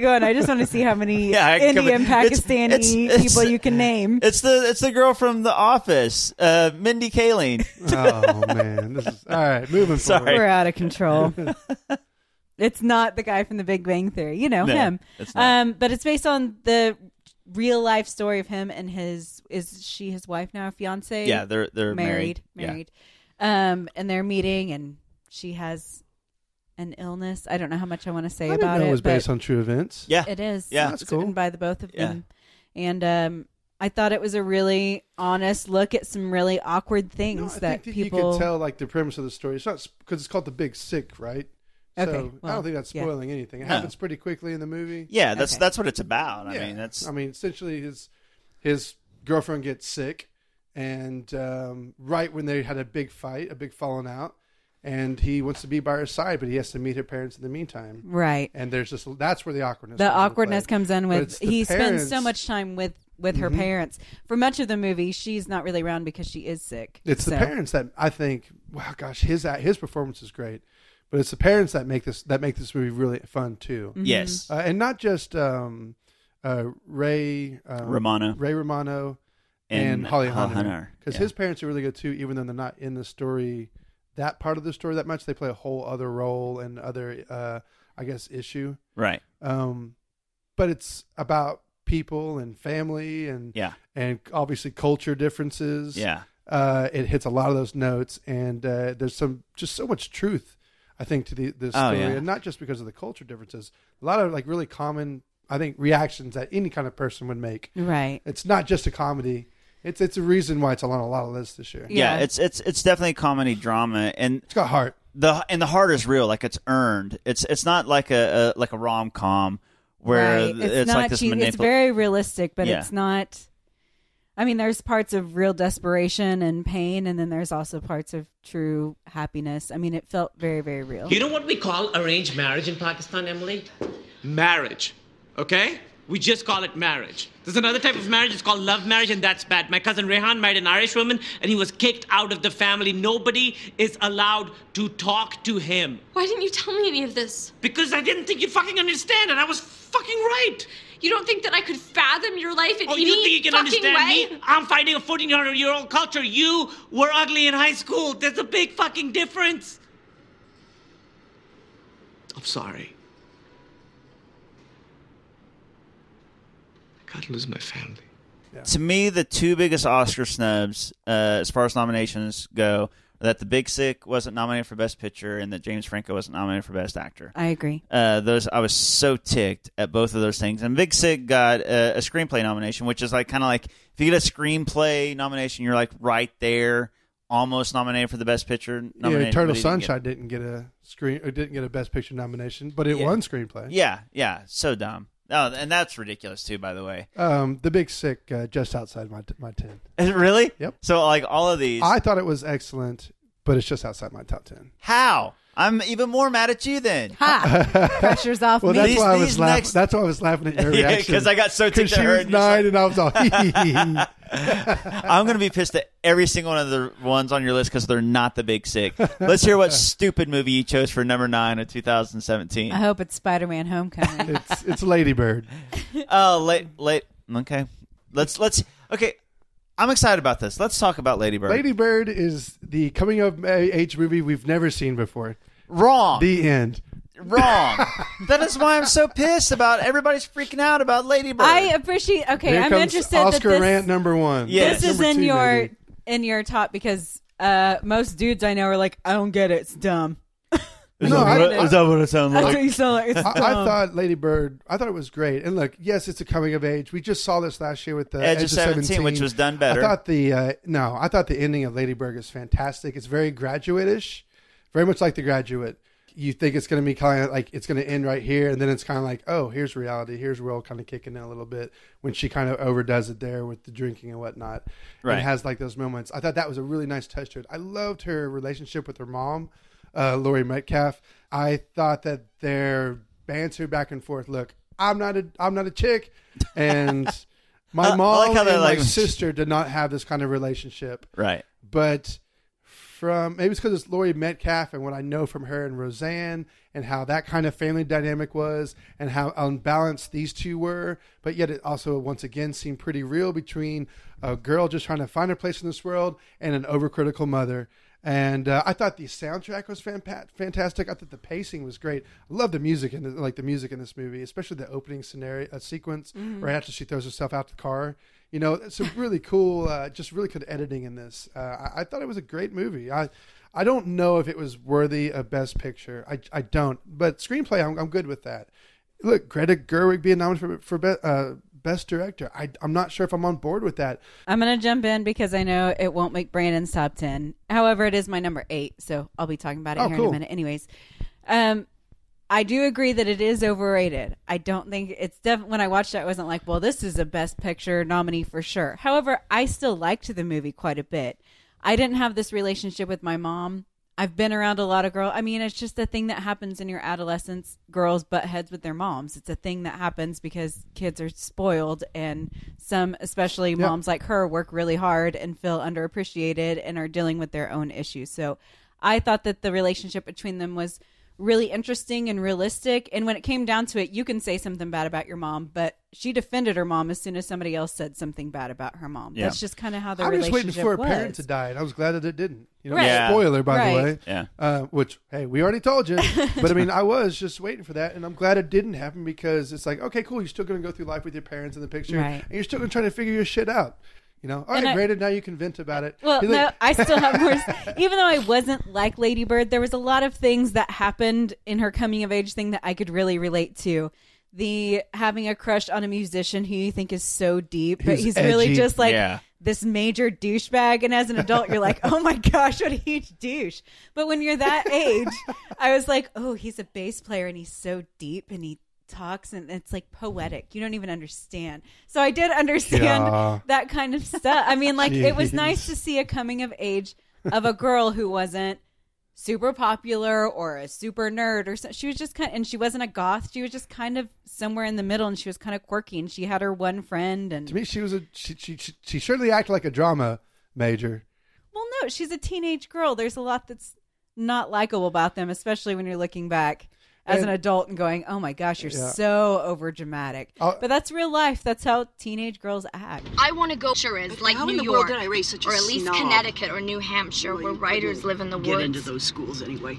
Speaker 3: going. I just want to see how many
Speaker 2: <laughs> Yeah, I can come
Speaker 3: Indian,
Speaker 2: in- it's-
Speaker 3: Pakistani
Speaker 2: it's- it's-
Speaker 3: people you
Speaker 2: <laughs>
Speaker 3: can name.
Speaker 2: It's the it's the girl from The Office, uh, Mindy Kaling.
Speaker 1: oh man, this is all right. Moving
Speaker 2: <laughs> Sorry.
Speaker 1: forward.
Speaker 3: We're out
Speaker 1: <laughs>
Speaker 3: of control. it's not the guy from The Big Bang Theory. You know
Speaker 2: No,
Speaker 3: him.
Speaker 2: it's not.
Speaker 3: Um, but it's based on the real life story of him and his is she his wife now, fiance?
Speaker 2: yeah, they're they're married.
Speaker 3: married,
Speaker 2: Yeah.
Speaker 3: married. Um, and they're meeting, and she has an illness. I don't know how much I want to say
Speaker 1: I didn't
Speaker 3: about
Speaker 1: know
Speaker 3: it.
Speaker 1: it was
Speaker 3: but
Speaker 1: based on true events.
Speaker 2: Yeah.
Speaker 3: It is.
Speaker 2: Yeah.
Speaker 1: That's
Speaker 3: it's
Speaker 1: cool.
Speaker 3: written by the both of
Speaker 2: Yeah.
Speaker 3: them, and um, I thought it was a really honest look at some really awkward
Speaker 1: No, I
Speaker 3: things
Speaker 1: think
Speaker 3: that
Speaker 1: that
Speaker 3: people.
Speaker 1: you could tell like the premise of the story. It's not because it's called the Big Sick, right?
Speaker 3: Okay,
Speaker 1: so I
Speaker 3: well,
Speaker 1: don't think that's
Speaker 3: yeah.
Speaker 1: spoiling anything. It
Speaker 2: No.
Speaker 1: happens pretty quickly in the movie.
Speaker 2: Yeah, that's
Speaker 3: Okay.
Speaker 2: that's what it's about. I
Speaker 1: Yeah.
Speaker 2: mean, that's
Speaker 1: I mean, essentially his his girlfriend gets sick, and um, right when they had a big fight, a big falling out, and he wants to be by her side, but he has to meet her parents in the meantime.
Speaker 3: Right.
Speaker 1: And there's just that's where the awkwardness.
Speaker 3: the
Speaker 1: comes into
Speaker 3: awkwardness
Speaker 1: play.
Speaker 3: comes in
Speaker 1: But
Speaker 3: with
Speaker 1: it's the
Speaker 3: he spends so
Speaker 1: parents- Mm-hmm.
Speaker 3: much time with with her parents for much of the movie she's not really around because she is sick
Speaker 1: It's the
Speaker 3: So-
Speaker 1: parents that I think. Wow, gosh, his his performance is great, but it's the parents that make this that make this movie really fun too.
Speaker 2: yes,
Speaker 1: uh, and not just um, uh, Ray um,
Speaker 2: Romano
Speaker 1: Ray Romano, and,
Speaker 2: and,
Speaker 1: Holly
Speaker 2: Ha-
Speaker 1: Hunter because
Speaker 2: Yeah.
Speaker 1: his parents are really good too, even though they're not in the story that part of the story that much. They play a whole other role and other, uh, I guess, issue.
Speaker 2: right.
Speaker 1: Um, but it's about people and family and
Speaker 2: Yeah,
Speaker 1: and obviously culture differences.
Speaker 2: yeah,
Speaker 1: uh, it hits a lot of those notes, and uh, there's some just so much truth, I think, to the, this
Speaker 2: Oh,
Speaker 1: story,
Speaker 2: yeah.
Speaker 1: and not just because of the culture differences. A lot of like really common, I think, reactions that any kind of person would make.
Speaker 3: right
Speaker 1: It's not just a comedy. It's it's a reason why it's on a lot of lists this year.
Speaker 2: yeah.
Speaker 3: Yeah.
Speaker 2: It's it's it's definitely a comedy drama, and
Speaker 1: It's got heart.
Speaker 2: the and the heart is real. Like it's earned. It's it's not like a, a like a rom com where
Speaker 3: right.
Speaker 2: th-
Speaker 3: it's,
Speaker 2: it's,
Speaker 3: not
Speaker 2: like this
Speaker 3: cheap. it's
Speaker 2: manipulative.
Speaker 3: very realistic but
Speaker 2: Yeah.
Speaker 3: it's not i mean there's parts of real desperation and pain and then there's also parts of true happiness i mean it felt very very real
Speaker 6: You know what we call arranged marriage in Pakistan, Emily? Marriage. Okay? We just call it marriage. There's another type of marriage, it's called love marriage, and that's bad. My cousin Rehan married an Irish woman, and he was kicked out of the family. Nobody is allowed to talk to him.
Speaker 7: Why didn't you tell me any of this?
Speaker 6: Because I didn't think you'd fucking understand, and I was fucking right.
Speaker 7: You don't think that I could fathom your life in
Speaker 6: Oh,
Speaker 7: any
Speaker 6: you think you can
Speaker 7: fucking
Speaker 6: understand
Speaker 7: way?
Speaker 6: me? I'm fighting a 1400 year old culture. You were ugly in high school. There's a big fucking
Speaker 2: <laughs>
Speaker 6: difference. I'm sorry. I can't lose my family.
Speaker 2: to me, the two biggest Oscar snubs, uh, as far as nominations go, are that The Big Sick wasn't nominated for Best Picture and that James Franco wasn't nominated for Best Actor.
Speaker 3: i agree
Speaker 2: Uh, those I was so ticked at both of those things. And Big Sick got a, a screenplay nomination, which is like kind of like if you get a screenplay nomination, you're like right there, almost nominated for the Best Picture. Nominated,
Speaker 1: yeah,
Speaker 2: but
Speaker 1: Turtle
Speaker 2: you didn't get it.
Speaker 1: Sunshine didn't get a screen or didn't get a Best Picture nomination, but it won screenplay.
Speaker 2: Yeah, yeah, so dumb. Oh, and that's ridiculous too. By the way,
Speaker 1: Um, the Big Sick, uh, just outside my my ten.
Speaker 2: really?
Speaker 1: Yep.
Speaker 2: So like all of these,
Speaker 1: I thought it was excellent, but it's just outside my top ten.
Speaker 2: how? I'm even more mad at you then. <laughs>
Speaker 3: ha pressure's off
Speaker 1: Well,
Speaker 3: me
Speaker 1: that's
Speaker 2: These-
Speaker 1: why I
Speaker 2: these
Speaker 1: was laughing.
Speaker 2: next-
Speaker 1: That's why I was laughing at your
Speaker 2: <laughs> Yeah,
Speaker 1: reaction
Speaker 2: 'cause I got
Speaker 1: <laughs>
Speaker 2: so ticked
Speaker 1: Because
Speaker 2: at
Speaker 1: she
Speaker 2: her
Speaker 1: was
Speaker 2: and just
Speaker 1: nine, and I was
Speaker 2: <laughs>
Speaker 1: all. <laughs>
Speaker 2: I'm going to be pissed at every single one of the ones on your list because they're not the big sick. Let's
Speaker 1: <laughs>
Speaker 2: hear what stupid movie you chose for number nine of 2017.
Speaker 3: i <laughs> hope it's spider-man
Speaker 1: <laughs>
Speaker 3: homecoming
Speaker 1: it's it's Ladybird.
Speaker 2: Oh, late, late. Okay, let's let's. Okay, I'm excited about this. Let's talk about Lady Bird.
Speaker 1: Ladybird is the coming of age movie we've never seen before.
Speaker 2: wrong,
Speaker 1: The end.
Speaker 2: wrong.
Speaker 1: <laughs>
Speaker 2: that is why I'm so pissed about everybody's freaking out about Lady Bird.
Speaker 3: I <laughs> appreciate. Okay,
Speaker 1: Here
Speaker 3: I'm
Speaker 1: comes
Speaker 3: interested
Speaker 1: Oscar
Speaker 3: that this,
Speaker 1: rant number one.
Speaker 2: Yes.
Speaker 3: this is
Speaker 1: Number
Speaker 3: in
Speaker 1: two,
Speaker 3: your
Speaker 1: maybe.
Speaker 3: in your top because uh, most dudes I know are like, I don't get it. It's dumb.
Speaker 1: No, I, I-
Speaker 2: that what it sounds
Speaker 3: That's what you Um, sound like. It's
Speaker 1: I-
Speaker 3: dumb.
Speaker 1: I thought Lady Bird. I thought it was great. And look, yes, it's a coming of age. We just saw this last year with the
Speaker 2: Edge of 17, which was done
Speaker 1: I
Speaker 2: better.
Speaker 1: thought the uh, no, I thought the ending of Lady Bird is fantastic. It's very graduate-ish, very much like The Graduate. You think it's going to be kind of like it's going to end right here, and then it's kind of like, oh, here's reality. Here's world kind of kicking in a little bit when she kind of overdoes it there with the drinking and whatnot.
Speaker 2: Right.
Speaker 1: and has like those moments. I thought that was a really nice touch to it. I loved her relationship with her mom, uh, Lori Metcalf. I thought that their banter back and forth. Look, I'm not a I'm not a chick,
Speaker 2: <laughs>
Speaker 1: and my
Speaker 2: I- I
Speaker 1: mom
Speaker 2: like how
Speaker 1: and
Speaker 2: they're
Speaker 1: my
Speaker 2: like-
Speaker 1: sister did not have this kind of relationship.
Speaker 2: Right.
Speaker 1: But from maybe it's because it's Laurie Metcalf and what I know from her and Roseanne and how that kind of family dynamic was and how unbalanced these two were. But yet it also once again seemed pretty real between a girl just trying to find her place in this world and an overcritical mother. And uh, I thought the soundtrack was fanta- fantastic. I thought the pacing was great. I love the music and like the music in this movie, especially the opening scenario uh, sequence
Speaker 3: Mm-hmm.
Speaker 1: right after she throws herself out the car. You know, it's
Speaker 3: <laughs>
Speaker 1: a really cool, uh, just really good editing in this. Uh, I, I thought it was a great movie. I, I don't know if it was worthy of Best Picture. I, I don't, but screenplay, I'm, I'm good with that. Look, Greta Gerwig being nominated for, for be, uh, Best Director. I, I'm not sure if I'm on board with that.
Speaker 3: I'm going to jump in because I know it won't make Brandon's top 10. However, it is my number eight, so I'll be talking about it
Speaker 1: Oh,
Speaker 3: here in
Speaker 1: cool.
Speaker 3: a minute. Anyways, um, I do agree that it is overrated. I don't think it's def- when I watched it, I wasn't like, well, this is a Best Picture nominee for sure. However, I still liked the movie quite a bit. I didn't have this relationship with my mom. I've been around a lot of girls. I mean, it's just a thing that happens in your adolescence. Girls butt heads with their moms. It's a thing that happens because kids are spoiled, and some, especially moms like her, work really hard and feel underappreciated and are dealing with their own issues. So I thought that the relationship between them was really interesting and realistic. And when it came down to it, you can say something bad about your mom, but she defended her mom as soon as somebody else said something bad about her mom.
Speaker 2: Yeah.
Speaker 3: That's just kind of how the
Speaker 1: I was just
Speaker 3: relationship
Speaker 1: waiting for a
Speaker 3: was.
Speaker 1: parent to die, and I was glad that it didn't. You know,
Speaker 3: Right.
Speaker 2: Yeah.
Speaker 1: spoiler by the
Speaker 3: Right.
Speaker 1: way.
Speaker 2: Yeah.
Speaker 1: Uh, which hey, we already told
Speaker 3: <laughs>
Speaker 1: you, but I mean, I was just waiting for that, and I'm glad it didn't happen because it's like, okay, cool, you're still going to go through life with your parents in the picture,
Speaker 3: Right.
Speaker 1: and you're still going to try to figure your shit out. You know, all right,
Speaker 3: And I-
Speaker 1: graded. Now you can vent about it.
Speaker 3: Well,
Speaker 1: You
Speaker 3: no,
Speaker 1: think-
Speaker 3: I still have
Speaker 1: <laughs>
Speaker 3: more. even though I wasn't like Lady Bird, there was a lot of things that happened in her coming of age thing that I could really relate to. The having a crush on a musician who you think is so deep, but
Speaker 1: Who's
Speaker 3: he's really
Speaker 1: edgy.
Speaker 3: just like
Speaker 2: Yeah.
Speaker 3: this major douchebag. And as an adult, you're like, oh my gosh, what a huge douche. But when you're that age, I was like, oh, he's a bass player and he's so deep and he talks and it's like poetic. You don't even understand. So I did understand
Speaker 1: Yeah.
Speaker 3: that kind of stuff. I mean, like it was
Speaker 1: Jeez.
Speaker 3: nice to see a coming of age of a girl who wasn't super popular or a super nerd or so. she was just kind and she wasn't a goth. She was just kind of somewhere in the middle and she was kind of quirky and she had her one friend and
Speaker 1: to me, she was a she. She, she, she surely acted like a drama major.
Speaker 3: well, no, she's a teenage girl. There's a lot that's not likable about them, especially when you're looking back as
Speaker 1: And-
Speaker 3: an adult and going, "Oh my gosh, you're
Speaker 1: Yeah. Uh,
Speaker 3: so over dramatic."
Speaker 1: I'll-
Speaker 3: But that's real life. That's how teenage girls act.
Speaker 5: I want to go sure is like
Speaker 8: how
Speaker 5: New
Speaker 8: in the
Speaker 5: York
Speaker 8: world did I raise such a
Speaker 5: or at least
Speaker 8: snob?
Speaker 5: Connecticut or New Hampshire where writers live in the
Speaker 8: Get into
Speaker 5: woods.
Speaker 8: those schools anyway.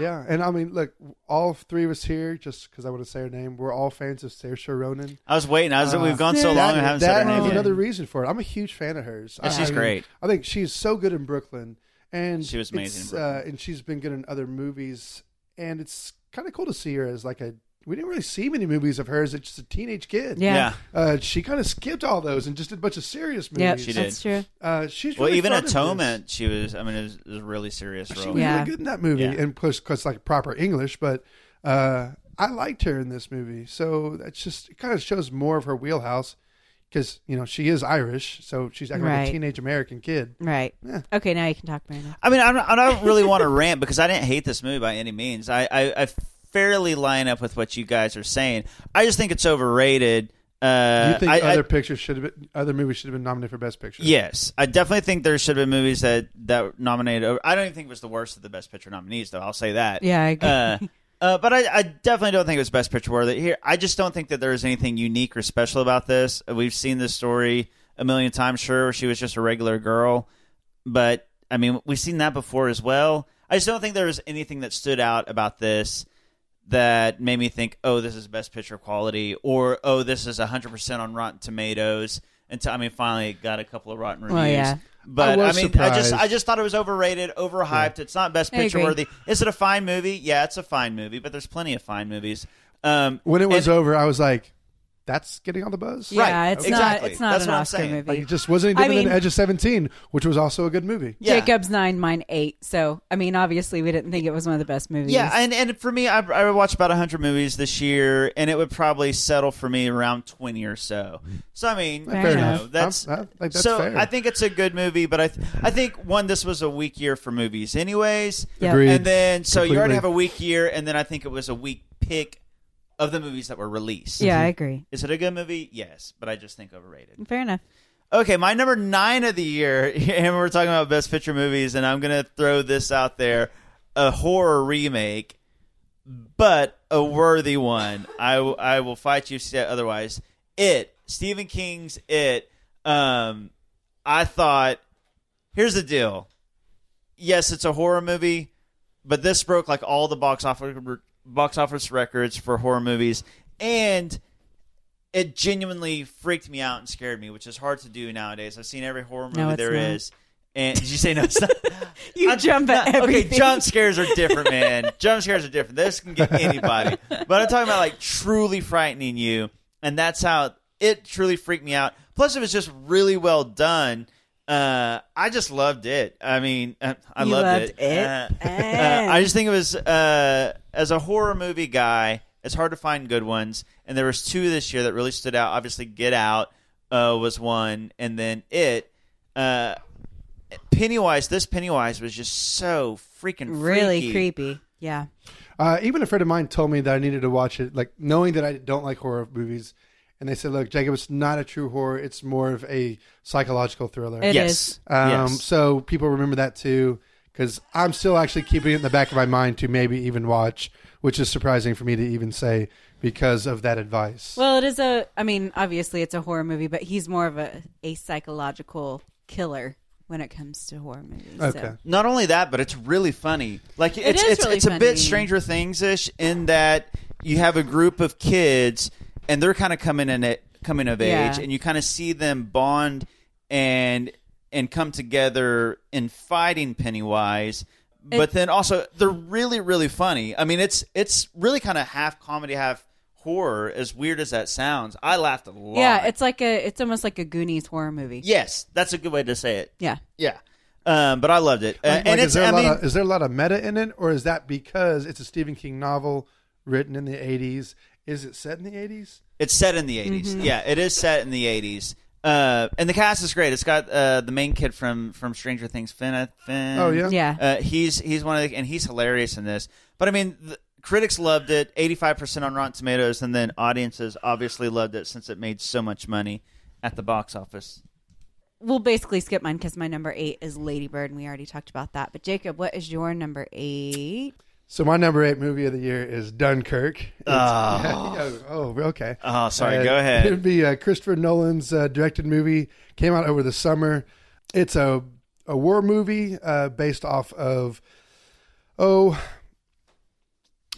Speaker 1: Yeah, and I mean, look, all three of us here, just because I want to say her name, we're all fans of Saoirse Ronan.
Speaker 2: I was waiting. I was, we've gone so
Speaker 3: That-
Speaker 2: long. I haven't said her
Speaker 1: That
Speaker 2: name
Speaker 1: is
Speaker 2: yet.
Speaker 1: another reason for it. I'm a huge fan of hers.
Speaker 2: Yeah,
Speaker 1: I-
Speaker 2: she's
Speaker 1: I mean,
Speaker 2: great.
Speaker 1: I think she's so good in Brooklyn, and
Speaker 2: She was amazing
Speaker 1: it's,
Speaker 2: in Brooklyn.
Speaker 1: Uh, and she's been good in other movies, and it's kind of cool to see her as like a. We didn't really see many movies of hers. It's just a teenage kid.
Speaker 3: Yeah.
Speaker 2: yeah.
Speaker 1: Uh, she kind of skipped all those and just did a bunch of serious movies.
Speaker 3: Yeah,
Speaker 2: She did.
Speaker 3: that's true.
Speaker 1: Uh, she's
Speaker 2: Well,
Speaker 1: really
Speaker 2: even
Speaker 1: fun in this.
Speaker 2: Atonement, she was. I mean, it was, it was a really serious
Speaker 1: She
Speaker 2: role.
Speaker 1: was
Speaker 3: Yeah.
Speaker 1: really good in that movie,
Speaker 2: Yeah.
Speaker 1: and of course, 'cause, like proper English. But uh, I liked her in this movie, so that's just it. Kind of shows more of her wheelhouse because you know she is Irish, so she's acting like
Speaker 3: Right.
Speaker 1: a teenage American kid.
Speaker 3: Right. Okay, now you can talk, Brandon.
Speaker 2: I mean, I don't, I don't really want to rant because I didn't hate this movie by any means. I, I, I fairly line up with what you guys are saying. I just think it's overrated. Uh,
Speaker 1: you think
Speaker 2: I- I-
Speaker 1: other pictures should have been other movies should have been nominated for best picture?
Speaker 2: Yes, I definitely think there should have been movies that that nominated. over- I don't even think it was the worst of the best picture nominees, though. I'll say that.
Speaker 3: Yeah, I agree. <laughs>
Speaker 2: Uh, uh, but I, I definitely don't think it was best picture worthy. Here, I just don't think that there is anything unique or special about this. We've seen this story a million times. Sure, she was just a regular girl, but I mean, we've seen that before as well. I just don't think there was anything that stood out about this that made me think, oh, this is best picture quality, or oh, this is 100% on Rotten Tomatoes. Until I mean, finally it got a couple of rotten reviews.
Speaker 3: Well, yeah.
Speaker 2: But
Speaker 1: I
Speaker 2: I,
Speaker 1: was
Speaker 2: mean, I just
Speaker 1: surprised.
Speaker 2: I just thought it was overrated, overhyped. It's not best
Speaker 3: I agree.
Speaker 2: picture worthy. Is it a fine movie? Yeah, it's a fine movie, but there's plenty of fine movies. Um,
Speaker 1: When it was
Speaker 2: and-
Speaker 1: over, I was like, that's getting all the buzz.
Speaker 2: Right.
Speaker 3: Yeah, it's
Speaker 2: Exactly.
Speaker 3: not. It's not
Speaker 2: That's
Speaker 3: an
Speaker 2: what I'm
Speaker 3: Oscar
Speaker 2: saying.
Speaker 3: movie.
Speaker 1: Like, it just wasn't any
Speaker 3: I
Speaker 1: different than
Speaker 3: mean-
Speaker 1: Edge of Seventeen, which was also a good movie.
Speaker 2: Yeah.
Speaker 3: Jacob's nine, mine eight. So I mean, obviously, we didn't think it was one of the best movies.
Speaker 2: Yeah, and, and for me, I, I watched about 100 movies this year, and it would probably settle for me around 20 or so. So, I mean,
Speaker 3: Fair
Speaker 2: you
Speaker 3: enough.
Speaker 2: know, that's,
Speaker 1: I'm- I think that's
Speaker 2: so
Speaker 1: fair.
Speaker 2: I think it's a good movie, but I, th- I think, one, this was a weak year for movies, anyways.
Speaker 3: Yep.
Speaker 1: Agreed.
Speaker 2: And then, so you
Speaker 1: Completely.
Speaker 2: already have a weak year, and then I think it was a weak pick of the movies that were released.
Speaker 3: yeah, I agree.
Speaker 2: Is it a good movie? Yes, but I just think overrated.
Speaker 3: Fair enough.
Speaker 2: Okay, my number nine of the year, <laughs> and we're talking about best picture movies, and I'm gonna throw this out there: a horror remake, but a worthy one. I w- I will fight you sa- otherwise. It Stephen King's It. Um, I thought. Here's the deal. Yes, it's a horror movie, but this broke like all the box office box office records for horror movies, and it genuinely freaked me out and scared me, which is hard to do nowadays. I've seen every horror
Speaker 3: No,
Speaker 2: movie
Speaker 3: it's
Speaker 2: there is,
Speaker 3: not.
Speaker 2: and did you say no? It's
Speaker 3: <laughs>
Speaker 2: not?
Speaker 3: You
Speaker 2: I-
Speaker 3: jump at
Speaker 2: no, Okay,
Speaker 3: everything.
Speaker 2: jump scares are
Speaker 3: <laughs>
Speaker 2: different, man. jump scares are different. This can get anybody, but I'm talking about like truly frightening you, and that's how it truly freaked me out. Plus, it was just really well done. Uh, I just loved it. I mean, uh, I
Speaker 3: You
Speaker 2: loved,
Speaker 3: loved
Speaker 2: it.
Speaker 3: it?
Speaker 2: Uh,
Speaker 3: Eh.
Speaker 2: uh, I just think it was uh, as a horror movie guy, it's hard to find good ones, and there was two this year that really stood out. Obviously, Get Out uh, was one, and then it. Uh, Pennywise, this Pennywise was just so freaking
Speaker 3: Really
Speaker 2: freaky.
Speaker 3: creepy. Yeah.
Speaker 1: Uh, even a friend of mine told me that I needed to watch it, like knowing that I don't like horror movies. And they said, "Look, Jacob, it's not a true horror. It's more of a psychological thriller."
Speaker 3: It
Speaker 2: yes.
Speaker 3: is.
Speaker 1: Um,
Speaker 2: yes.
Speaker 1: So people remember that too, because I'm still actually keeping it in the back of my mind to maybe even watch, which is surprising for me to even say because of that advice.
Speaker 3: Well, it is a. I mean, obviously, it's a horror movie, but he's more of a a psychological killer when it comes to horror movies. so.
Speaker 1: okay.
Speaker 2: Not only that, but it's really funny. Like it's
Speaker 3: is
Speaker 2: it's,
Speaker 3: really
Speaker 2: it's a bit
Speaker 3: funny.
Speaker 2: Stranger Things ish in that you have a group of kids and they're kind of coming in it coming of
Speaker 3: Yeah.
Speaker 2: age, and you kind of see them bond and and come together in fighting Pennywise. But then also they're really really funny. I mean, it's it's really kind of half comedy, half horror. As weird as that sounds, I laughed a lot.
Speaker 3: Yeah, it's like a. It's almost like a Goonies horror movie.
Speaker 2: yes, that's a good way to say it.
Speaker 3: Yeah.
Speaker 2: Yeah. Um, but I loved it. Uh,
Speaker 1: Like-
Speaker 2: and
Speaker 1: like,
Speaker 2: it's,
Speaker 1: is, there a
Speaker 2: I
Speaker 1: lot
Speaker 2: mean,
Speaker 1: of, is there a lot of meta in it, or is that because it's a Stephen King novel written in the 80s? Is it set in the 80s?
Speaker 2: it's set in the 80s.
Speaker 3: Mm-hmm.
Speaker 2: Yeah, it is set in the 80s. Uh, and the cast is great. It's got uh, the main kid from from Stranger Things, Finn. Finn.
Speaker 1: Oh, yeah?
Speaker 3: Yeah.
Speaker 2: Uh, he's he's one of the, and he's hilarious in this. But I mean, the, critics loved it, eighty five percent on Rotten Tomatoes, and then audiences obviously loved it since it made so much money at the box office.
Speaker 3: We'll basically skip mine because my number eight is Ladybird, and we already talked about that. But Jacob, what is your number eight?
Speaker 1: So my number eight movie of the year is Dunkirk. It's- <laughs> oh, okay.
Speaker 2: Oh, Ah. sorry.
Speaker 1: Uh,
Speaker 2: Go
Speaker 1: It
Speaker 2: ahead.
Speaker 1: would be uh, Christopher Nolan's uh, directed movie. Came out over the summer. It's a a war movie uh, based off of oh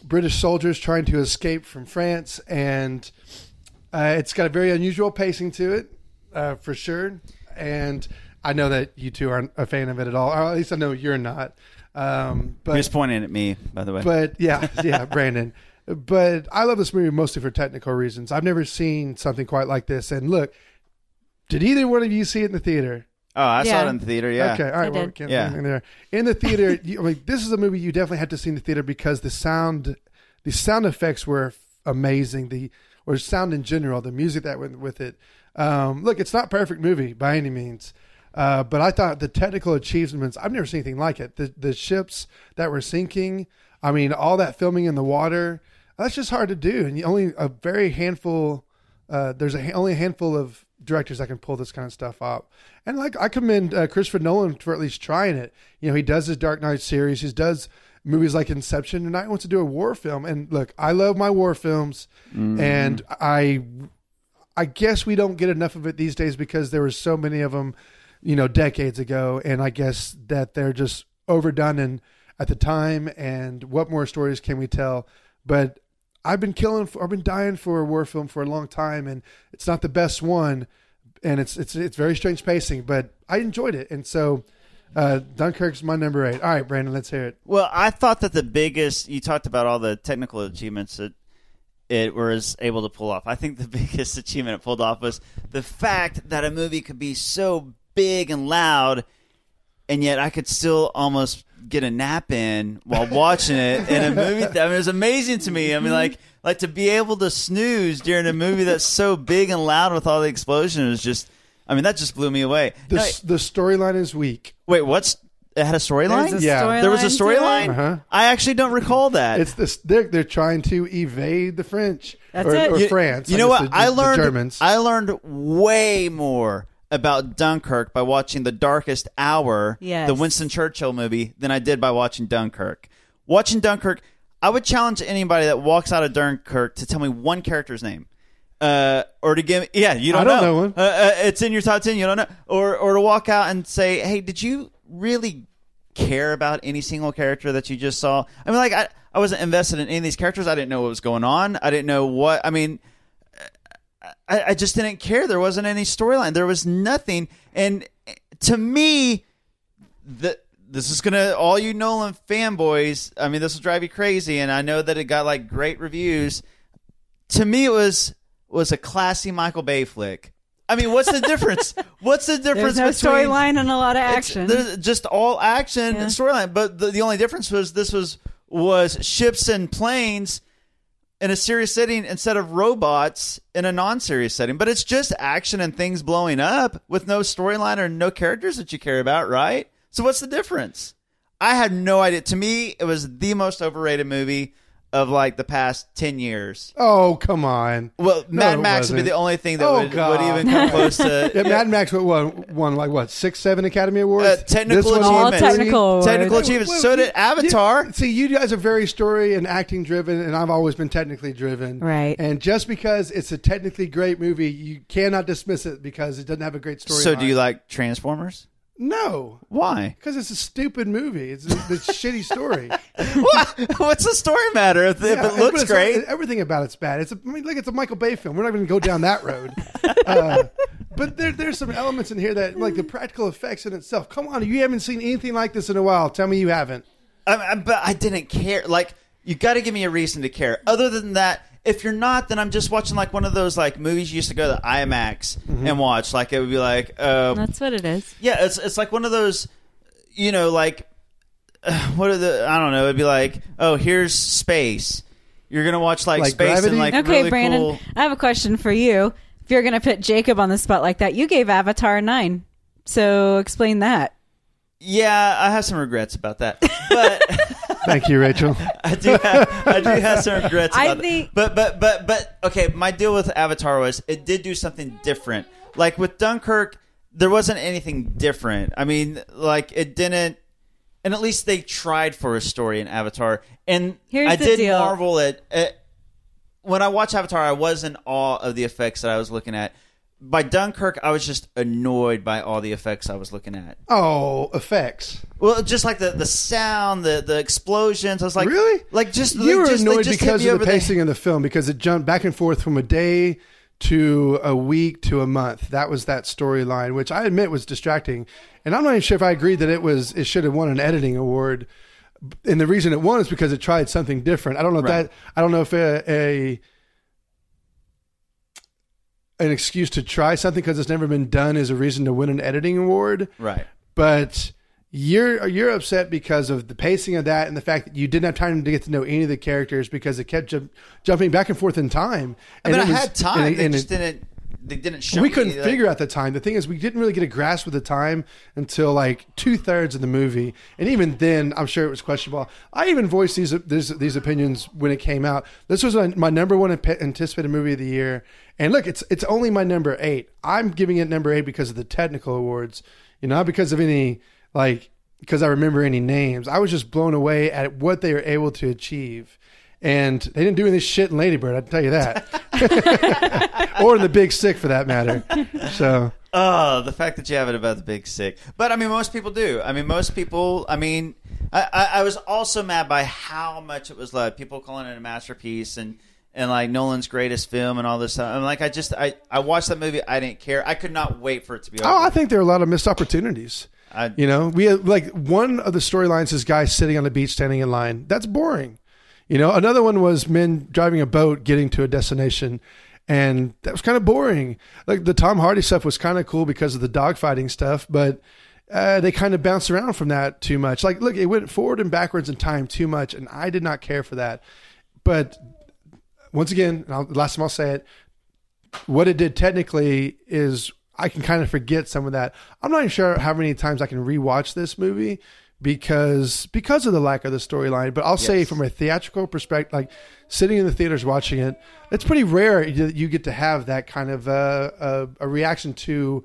Speaker 1: British soldiers trying to escape from France, and uh, it's got a very unusual pacing to it uh, for sure. And I know that you two aren't a fan of it at all, or at least I know you're not. Um,
Speaker 2: He
Speaker 1: but
Speaker 2: was pointing at me, by the way.
Speaker 1: but yeah, yeah, <laughs> Brandon. But I love this movie mostly for technical reasons. I've never seen something quite like this. And look, did either one of you see it in the theater?
Speaker 2: oh, I saw
Speaker 3: Yeah.
Speaker 2: it in the theater. Yeah.
Speaker 1: Okay. All right.
Speaker 3: I
Speaker 1: Well,
Speaker 3: did.
Speaker 1: we can't
Speaker 2: Yeah.
Speaker 1: yeah. there. In the theater, <laughs> you, I mean, this is a movie you definitely had to see in the theater because the sound, the sound effects were f- amazing. The or sound in general, the music that went with it. Um, look, it's not a perfect movie by any means, uh, but I thought the technical achievements. I've never seen anything like it. The the ships that were sinking. I mean, all that filming in the water. That's just hard to do, and you only a very handful uh, there's a, ha- only a handful of directors that can pull this kind of stuff up. And like I commend uh, Christopher Nolan for at least trying it. You know, he does his Dark Knight series, he does movies like Inception, and now he wants to do a war film. And look, I love my war films, and I I guess we don't get enough of it these days because there were so many of them, you know, decades ago, and I guess that they're just overdone and at the time. And what more stories can we tell? But I've been killing, for, I've been dying for a war film for a long time, and it's not the best one, and it's it's it's very strange pacing, but I enjoyed it, and so uh, Dunkirk's my number eight. All right, Brandon, let's hear it.
Speaker 2: Well, I thought that the biggest you talked about all the technical achievements that it was able to pull off. I think the <laughs> biggest achievement it pulled off was the fact that a movie could be so big and loud, and yet I could still almost get a nap in
Speaker 1: <laughs>
Speaker 2: while watching it in a movie. th- I mean, it was amazing to me. I mean, like like to be able to snooze during a movie that's so big and loud with all the explosion was just. I mean, that just blew me away.
Speaker 1: The,
Speaker 2: No,
Speaker 1: s- the storyline is weak.
Speaker 2: wait, what's it had a storyline?
Speaker 3: There's a
Speaker 1: Yeah.
Speaker 3: storyline
Speaker 2: There was a
Speaker 3: to it.
Speaker 2: storyline.
Speaker 1: Uh-huh.
Speaker 2: I actually don't recall that.
Speaker 1: It's this. They're, they're trying to evade the French
Speaker 3: That's
Speaker 1: or,
Speaker 3: it.
Speaker 1: or
Speaker 3: You-
Speaker 1: France.
Speaker 2: You know
Speaker 1: guess
Speaker 2: what?
Speaker 1: the-
Speaker 2: I
Speaker 1: the
Speaker 2: learned.
Speaker 1: Germans.
Speaker 2: I learned way more about Dunkirk by watching The Darkest Hour,
Speaker 3: Yes.
Speaker 2: the Winston Churchill movie, than I did by watching Dunkirk. Watching Dunkirk, I would challenge anybody that walks out of Dunkirk to tell me one character's name. Uh, or to give, yeah, you don't,
Speaker 1: I don't know one.
Speaker 2: Uh, uh, it's in your top ten. You don't know, or or to walk out and say, "Hey, did you really care about any single character that you just saw?" I mean, like I, I wasn't invested in any of these characters. I didn't know what was going on. I didn't know what. I mean, I, I just didn't care. There wasn't any storyline. There was nothing. And eh, to me, the this is gonna all you Nolan fanboys. I mean, this will drive you crazy. And I know that it got like great reviews. To me, it was was a classy Michael Bay flick. I mean, what's the
Speaker 3: <laughs>
Speaker 2: difference? what's the difference
Speaker 3: There's no
Speaker 2: between
Speaker 3: storyline <laughs> and a lot of
Speaker 2: it's-
Speaker 3: action.
Speaker 2: there's just all action
Speaker 3: Yeah.
Speaker 2: and storyline. But the, the only difference was this was was ships and planes in a serious setting instead of robots in a non-serious setting. But it's just action and things blowing up with no storyline or no characters that you care about, right? So what's the difference? I had no idea. To me, it was the most overrated movie of like the past ten years.
Speaker 1: oh come on!
Speaker 2: Well,
Speaker 1: No,
Speaker 2: Mad
Speaker 1: it
Speaker 2: Max would be
Speaker 1: wasn't.
Speaker 2: the only thing that
Speaker 1: Oh,
Speaker 2: would, would
Speaker 1: God.
Speaker 2: even come close to
Speaker 1: <laughs> Yeah, Mad Max won, won like what six, seven Academy Awards.
Speaker 2: Uh, technical
Speaker 1: This one won
Speaker 2: achievements.
Speaker 3: All
Speaker 1: three.
Speaker 3: technical awards.
Speaker 2: Technical achievements.
Speaker 1: Well,
Speaker 2: so
Speaker 1: you-
Speaker 2: did Avatar.
Speaker 1: you- see, you guys are very story and acting driven, and I've always been technically driven.
Speaker 3: Right.
Speaker 1: And just because it's a technically great movie, you cannot dismiss it because it doesn't have a great story.
Speaker 2: So do you like Transformers?
Speaker 1: No,
Speaker 2: Why?
Speaker 1: because it's a stupid movie. It's a, it's a shitty
Speaker 2: <laughs>
Speaker 1: story.
Speaker 2: What? What's the story matter if,
Speaker 1: Yeah,
Speaker 2: if
Speaker 1: but
Speaker 2: it looks
Speaker 1: it's-
Speaker 2: great?
Speaker 1: everything about it's bad. It's a, I mean, like it's a Michael Bay film. We're not even going to go down that road.
Speaker 2: <laughs>
Speaker 1: uh, but there, there's some elements in here that, like the practical effects in itself. Come on, you haven't seen anything like this in a while. Tell me you haven't.
Speaker 2: I, I, but I didn't care. Like you got to give me a reason to care. Other than that, if you're not, then I'm just watching like one of those like movies you used to go to IMAX
Speaker 1: Mm-hmm.
Speaker 2: and watch. Like it would be like, uh,
Speaker 3: That's what it is.
Speaker 2: yeah, it's it's like one of those, you know, like <sighs> uh, what are the I don't know. It'd be like, oh, here's space. You're gonna watch like,
Speaker 1: Like
Speaker 2: space
Speaker 1: Gravity?
Speaker 2: and like
Speaker 3: Okay,
Speaker 2: really
Speaker 3: Brandon,
Speaker 2: cool.
Speaker 3: I have a question for you. If you're going to put Jacob on the spot like that, you gave Avatar a nine. So explain that.
Speaker 2: Yeah, I have some regrets about that, but.
Speaker 1: <laughs> Thank you, Rachel.
Speaker 2: <laughs> I do have, I do have some regrets.
Speaker 3: I
Speaker 2: About I
Speaker 3: think-
Speaker 2: but but but but okay. My deal with Avatar was it did do something different. Like with Dunkirk, there wasn't anything different. I mean, like it didn't. And at least they tried for a story in Avatar. And
Speaker 3: Here's
Speaker 2: I
Speaker 3: the
Speaker 2: did
Speaker 3: deal.
Speaker 2: marvel at, at when I watched Avatar. I was in awe of the effects that I was looking at. By Dunkirk, I was just annoyed by all the effects I was looking at.
Speaker 1: Oh, effects.
Speaker 2: Well, just like the, the sound, the the explosions. I was like,
Speaker 1: Really?
Speaker 2: Like just
Speaker 1: you were
Speaker 2: just, they
Speaker 1: annoyed
Speaker 2: just hit
Speaker 1: because
Speaker 2: me
Speaker 1: of
Speaker 2: over
Speaker 1: the pacing of the film because it jumped back and forth from a day to a week to a month. That was that storyline, which I admit was distracting, and I'm not even sure if I agree that it was. It should have won an editing award, and the reason it won is because it tried something different. I don't know if
Speaker 2: Right.
Speaker 1: that. I don't know if a. a an excuse to try something because it's never been done is a reason to win an editing award
Speaker 2: Right.
Speaker 1: but you're you're upset because of the pacing of that and the fact that you didn't have time to get to know any of the characters because it kept jump, jumping back and forth in time.
Speaker 2: I
Speaker 1: And
Speaker 2: mean, I
Speaker 1: it was-
Speaker 2: had time.
Speaker 1: and it-
Speaker 2: they
Speaker 1: and
Speaker 2: just
Speaker 1: it-
Speaker 2: didn't. They didn't show.
Speaker 1: we
Speaker 2: me,
Speaker 1: couldn't
Speaker 2: like-
Speaker 1: figure out the time. The thing is, we didn't really get a grasp of the time until like two thirds of the movie, and even then, I'm sure it was questionable. I even voiced these these, these opinions when it came out. This was my, my number one ap- anticipated movie of the year, and look, it's it's only my number eight. I'm giving it number eight because of the technical awards, you know, not because of any like because I remember any names. I was just blown away at what they were able to achieve. And they didn't do any shit in Ladybird, I can tell you that or in the Big Sick for that matter. So
Speaker 2: Oh, the fact that you have it about the big sick. But I mean, most people do. I mean, most people. I mean, I, I, I was also mad by how much it was loved. People calling it a masterpiece and and like Nolan's greatest film and all this stuff. I'm like, I just I I watched that movie. I didn't care. I could not wait for it to be over.
Speaker 1: oh, I think there are a lot of missed opportunities.
Speaker 2: I-
Speaker 1: you know, we had like one of the storylines is guys sitting on the beach standing in line. That's boring. You know, another one was men driving a boat getting to a destination, and that was kind of boring. Like the Tom Hardy stuff was kind of cool because of the dogfighting stuff, but uh, they kind of bounced around from that too much. Like, look, it went forward and backwards in time too much, and I did not care for that. But once again, and I'll, last time I'll say it, what it did technically is I can kind of forget some of that. I'm not even sure how many times I can rewatch this movie because because of the lack of the storyline. But I'll say from a theatrical perspective, like sitting in the theaters watching it, it's pretty rare that you get to have that kind of uh, a, a reaction to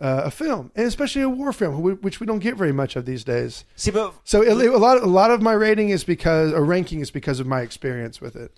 Speaker 1: uh, a film, and especially a war film, wh- which we don't get very much of these days.
Speaker 2: See, but
Speaker 1: So it, a lot a lot of my rating is because or ranking is because of my experience with it.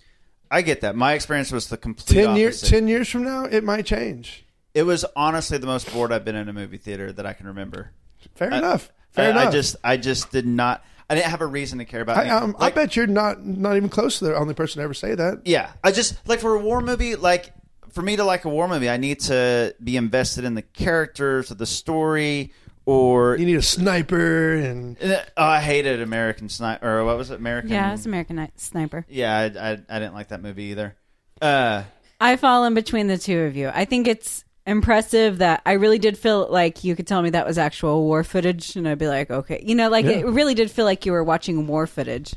Speaker 2: I get that. My experience was the complete
Speaker 1: Ten
Speaker 2: opposite.
Speaker 1: years ten years from now, it might change.
Speaker 2: It was honestly the most bored I've been in a movie theater that I can remember.
Speaker 1: Fair
Speaker 2: I-
Speaker 1: enough. Fair
Speaker 2: I,
Speaker 1: enough.
Speaker 2: I just, I just did not. I didn't have a reason to care about.
Speaker 1: I,
Speaker 2: anything.
Speaker 1: um,
Speaker 2: Like-
Speaker 1: I bet you're not not even close to the only person to ever say that.
Speaker 2: Yeah, I just like for a war movie, like for me to like a war movie, I need to be invested in the characters or the story. Or
Speaker 1: You need a sniper, and
Speaker 2: oh, I hated American Sniper. Or what was it, American?
Speaker 3: Yeah, it's American Ni- Sniper.
Speaker 2: Yeah, I, I, I didn't like that movie either. Uh,
Speaker 3: I fall in between the two of you. I think it's impressive that I really did feel like you could tell me that was actual war footage, and I'd be like, okay, you know, like
Speaker 1: Yeah.
Speaker 3: it really did feel like you were watching war footage.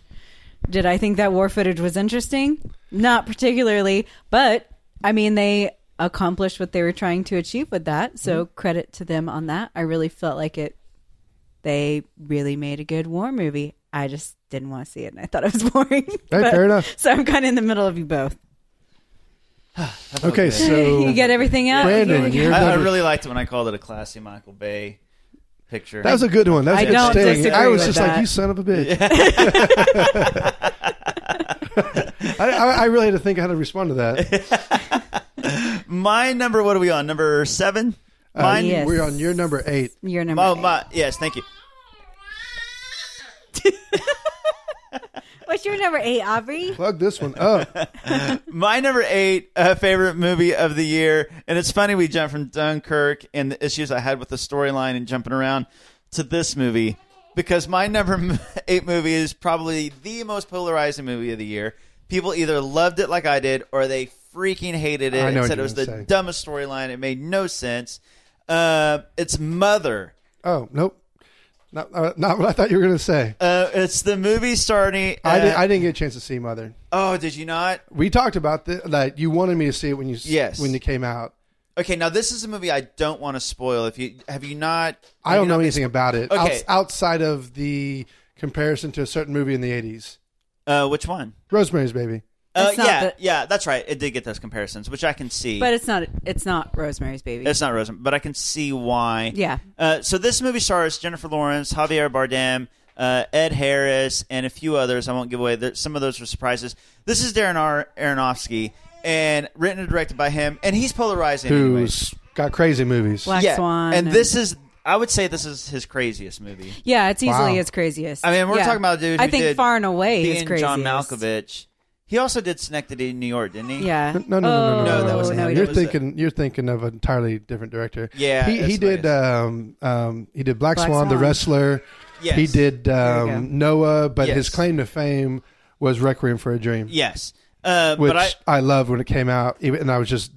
Speaker 3: Did I think that war footage was interesting? Not particularly, but I mean, they accomplished what they were trying to achieve with that. So
Speaker 1: Mm-hmm.
Speaker 3: credit to them on that. I really felt like it. They really made a good war movie. I just didn't want to see it, and I thought it was <laughs> boring.
Speaker 1: Hey,
Speaker 3: But-
Speaker 1: fair enough.
Speaker 3: So I'm kind of in the middle of you both.
Speaker 1: Okay,
Speaker 3: <laughs> You
Speaker 1: so
Speaker 3: get everything out.
Speaker 1: Brandon,
Speaker 3: You-
Speaker 1: you're
Speaker 2: I, I
Speaker 1: done.
Speaker 2: really liked it when I called it a classy Michael Bay picture.
Speaker 1: that was a good one. That was
Speaker 3: I
Speaker 1: a good
Speaker 3: don't
Speaker 1: sting.
Speaker 3: disagree
Speaker 1: I was
Speaker 3: with
Speaker 1: just like,
Speaker 3: that.
Speaker 1: you son of a bitch. <laughs> I, I, I really had to think how to respond to that.
Speaker 2: <laughs> my number. What are we on? Number seven. Mine.
Speaker 3: yes.
Speaker 1: Uh, We're on your number eight.
Speaker 3: Your number.
Speaker 2: Oh
Speaker 3: eight.
Speaker 2: my. Yes, thank you.
Speaker 3: What's your number eight, Aubrey?
Speaker 1: Plug this one up.
Speaker 2: <laughs> My number eight uh, favorite movie of the year, and it's funny we jumped from Dunkirk and the issues I had with the storyline and jumping around to this movie because my number m- <laughs> eight movie is probably the most polarizing movie of the year. People either loved it like I did, or they freaking hated it
Speaker 1: I know
Speaker 2: and
Speaker 1: what
Speaker 2: said it
Speaker 1: you're
Speaker 2: was the
Speaker 1: gonna say.
Speaker 2: dumbest storyline. It made no sense. Uh, it's Mother.
Speaker 1: Oh nope, not uh, not what I thought you were going to say.
Speaker 2: Uh, it's the movie starting.
Speaker 1: I, did,
Speaker 2: uh,
Speaker 1: I didn't get a chance to see Mother.
Speaker 2: oh, did you not?
Speaker 1: We talked about that. Like you wanted me to see it when you s-
Speaker 2: Yes.
Speaker 1: when it came out.
Speaker 2: Okay, now this is a movie I don't want to spoil. If you have you not,
Speaker 1: I don't know anything about it.
Speaker 2: Okay.
Speaker 1: Outs- outside of the comparison to a certain movie in the eighties,
Speaker 2: Uh, which one?
Speaker 1: Rosemary's Baby.
Speaker 2: Uh,
Speaker 3: It's not
Speaker 2: yeah,
Speaker 3: the-
Speaker 2: yeah, that's right. It did get those comparisons, which I can see.
Speaker 3: But it's not. It's not Rosemary's Baby.
Speaker 2: it's not Rosen, but I can see why.
Speaker 3: Yeah.
Speaker 2: Uh, so this movie stars Jennifer Lawrence, Javier Bardem, uh, Ed Harris, and a few others. I won't give away. There, some of those were surprises. This is Darren Ar- Aronofsky, and written and directed by him, and he's polarizing. anyways.
Speaker 1: Who's got crazy movies?
Speaker 3: Black
Speaker 2: yeah,
Speaker 3: Swan.
Speaker 2: and this is. I would say this is his craziest movie.
Speaker 3: Yeah, it's easily
Speaker 1: Wow.
Speaker 3: his craziest.
Speaker 2: I mean, we're
Speaker 3: Yeah.
Speaker 2: talking about a dude.
Speaker 3: I
Speaker 2: who
Speaker 3: think
Speaker 2: did
Speaker 3: far and away his
Speaker 2: being
Speaker 3: craziest.
Speaker 2: John Malkovich. He also did Schenectady, New York, didn't he?
Speaker 3: Yeah. Oh,
Speaker 1: No, no, no, no, no,
Speaker 2: Oh, No,
Speaker 1: no,
Speaker 2: that
Speaker 1: no,
Speaker 2: wasn't
Speaker 1: no,
Speaker 2: him.
Speaker 1: no.
Speaker 2: That
Speaker 1: You're
Speaker 2: was the-
Speaker 1: thinking, you're thinking of an entirely different director.
Speaker 2: Yeah,
Speaker 1: he, he
Speaker 2: that's what I
Speaker 1: did.
Speaker 2: guess.
Speaker 1: Um, um, he did Black,
Speaker 3: Black
Speaker 1: Swan, The
Speaker 3: Swan.
Speaker 1: Wrestler.
Speaker 2: Yes.
Speaker 1: He did
Speaker 3: go.
Speaker 1: um, Noah, but his
Speaker 2: Yes.
Speaker 1: claim to fame was Requiem for a Dream,
Speaker 2: Yes. Uh,
Speaker 1: which
Speaker 2: but I,
Speaker 1: I, loved when it came out. Even, and I was just,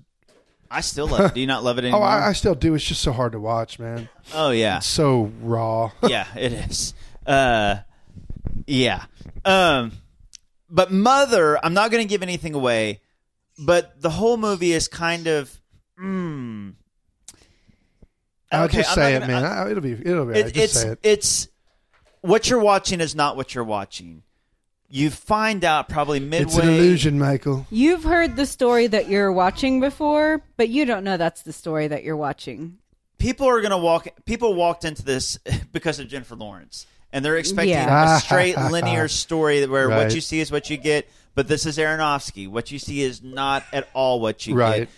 Speaker 2: I still love it. Do you not love it
Speaker 1: oh,
Speaker 2: anymore?
Speaker 1: I, I still do. It's just so hard to watch, man.
Speaker 2: oh yeah.
Speaker 1: So raw. <laughs>
Speaker 2: yeah, it is. Uh, yeah. Um, but Mother, I'm not going to give anything away, but the whole movie is kind of. Mm,
Speaker 1: I'll
Speaker 2: Okay,
Speaker 1: Uh, just
Speaker 2: I'm
Speaker 1: say
Speaker 2: not
Speaker 1: it,
Speaker 2: gonna-
Speaker 1: man. I- it'll be, it'll be. all right.
Speaker 2: it,
Speaker 1: just
Speaker 2: it's
Speaker 1: say it.
Speaker 2: it's what you're watching is not what you're watching. You find out probably midway.
Speaker 1: It's an illusion, Michael.
Speaker 3: You've heard the story that you're watching before, but you don't know that's the story that you're watching.
Speaker 2: people are going to walk people walked into this <laughs> because of jennifer lawrence and they're expecting
Speaker 3: Yeah.
Speaker 2: a straight
Speaker 1: <laughs>
Speaker 2: linear story where
Speaker 1: Right.
Speaker 2: what you see is what you get but this is aronofsky what you see is not at all what you
Speaker 1: Right.
Speaker 2: get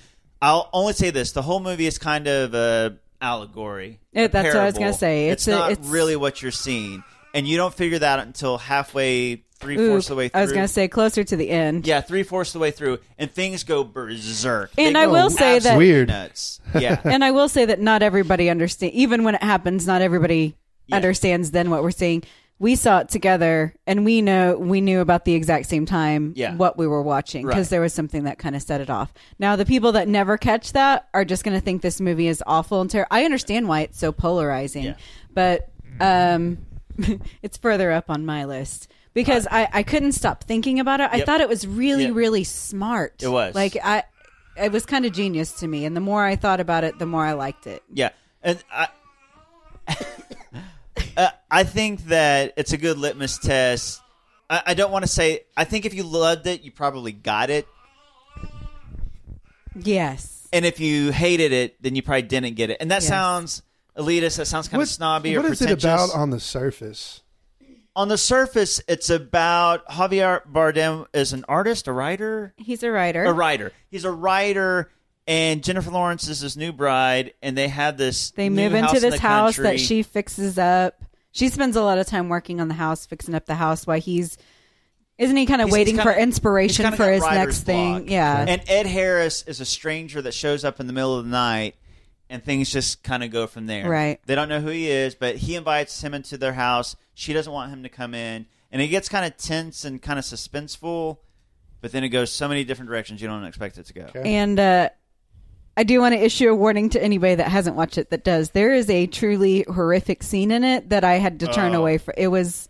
Speaker 2: i'll only say this the whole movie is kind of a allegory
Speaker 3: Yeah,
Speaker 2: a
Speaker 3: that's what I was
Speaker 2: parable.
Speaker 3: gonna say.
Speaker 2: it's,
Speaker 3: It's a-
Speaker 2: not
Speaker 3: it's-
Speaker 2: really what you're seeing and you don't figure that out until halfway
Speaker 3: Ooh,
Speaker 2: three-fourths of the way through
Speaker 3: I was gonna say closer to the end.
Speaker 2: yeah three-fourths of the way through and things go berserk
Speaker 3: And
Speaker 2: They
Speaker 3: I
Speaker 2: go
Speaker 3: will say that-
Speaker 2: absolutely
Speaker 1: Weird.
Speaker 2: nuts yeah
Speaker 3: <laughs> and I will say that not everybody understands. Even when it happens, not everybody understands then what we're seeing. we saw it together and we know we knew about the exact same time
Speaker 2: Yeah.
Speaker 3: what we were watching because
Speaker 2: Right.
Speaker 3: there was something that kind of set it off. Now the people that never catch that are just going to think this movie is awful and terrible. I understand why it's so polarizing,
Speaker 2: Yeah.
Speaker 3: but um, <laughs> it's further up on my list because I, I couldn't stop thinking about it. I
Speaker 2: Yep.
Speaker 3: thought it was really
Speaker 2: Yeah.
Speaker 3: really smart. It
Speaker 2: was.
Speaker 3: like I it was kind of genius to me, and the more I thought about it, the more I liked it.
Speaker 2: Yeah, and I, <laughs> uh, I think that it's a good litmus test. I, I don't want to say. I think if you loved it, you probably got it,
Speaker 3: Yes.
Speaker 2: and if you hated it, then you probably didn't get it. And that
Speaker 3: Yes.
Speaker 2: sounds elitist. That sounds kind
Speaker 1: What-
Speaker 2: of snobby or
Speaker 1: what is it
Speaker 2: pretentious.
Speaker 1: about on the surface?
Speaker 2: on the surface, it's about Javier Bardem is an artist, a writer,
Speaker 3: He's a writer.
Speaker 2: a writer. He's a writer, and Jennifer Lawrence is his new bride, and they have this.
Speaker 3: They
Speaker 2: new
Speaker 3: move
Speaker 2: house
Speaker 3: into
Speaker 2: in
Speaker 3: this
Speaker 2: the
Speaker 3: house
Speaker 2: country.
Speaker 3: that she fixes up. She spends a lot of time working on the house, fixing up the house while he's isn't he kind of
Speaker 2: He's-
Speaker 3: waiting
Speaker 2: he's kinda-
Speaker 3: for
Speaker 2: he's
Speaker 3: inspiration
Speaker 2: kinda
Speaker 3: for
Speaker 2: got
Speaker 3: his
Speaker 2: writer's
Speaker 3: next thing?
Speaker 2: block.
Speaker 3: Yeah.
Speaker 2: And Ed Harris is a stranger that shows up in the middle of the night, and things just kind of go from there.
Speaker 3: Right.
Speaker 2: They don't know who he is, but he invites him into their house. She doesn't want him to come in, and it gets kind of tense and kind of suspenseful. But then it goes so many different directions you don't expect it to go.
Speaker 3: And uh, I do want to issue a warning to anybody that hasn't watched it that does. There is a truly horrific scene in it that I had to turn
Speaker 2: Uh.
Speaker 3: away from. It was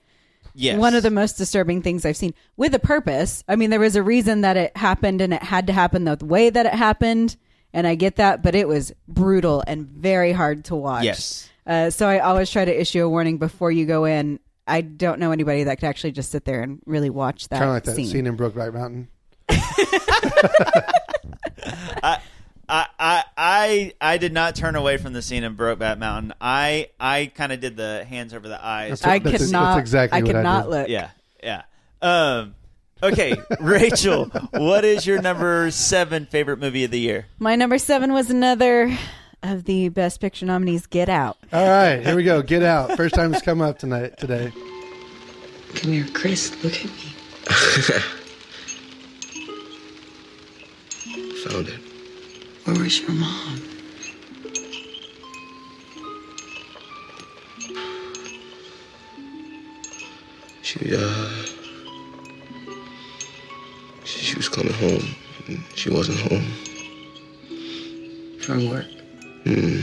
Speaker 2: Yes.
Speaker 3: one of the most disturbing things I've seen with a purpose. I mean, there was a reason that it happened and it had to happen the way that it happened. And I get that, but it was brutal and very hard to watch.
Speaker 2: Yes.
Speaker 3: Uh, so I always try to issue a warning before you go in. I don't know anybody that could actually just sit there and really watch that,
Speaker 1: Kind of like that
Speaker 3: scene.
Speaker 1: scene, in Brokeback Mountain.
Speaker 2: I, I I I did not turn away from the scene in Brokeback Mountain. I I kind of did the hands over the eyes.
Speaker 3: I
Speaker 1: That's-
Speaker 3: could
Speaker 1: that's
Speaker 3: not.
Speaker 1: exactly
Speaker 3: I
Speaker 1: what
Speaker 3: could
Speaker 1: I
Speaker 3: not
Speaker 1: did.
Speaker 3: look.
Speaker 2: yeah, yeah. Um,
Speaker 1: <laughs>
Speaker 2: okay, Rachel, what is your number seven favorite movie of the year?
Speaker 3: My number seven was another of the Best Picture nominees, Get Out.
Speaker 1: All right, here we go. Get out. First time it's come up tonight today.
Speaker 9: Come here, Chris. Look at me.
Speaker 4: Found it.
Speaker 9: Where was your mom?
Speaker 4: She, uh. She, she was coming home. and She wasn't home.
Speaker 9: From work. Hmm.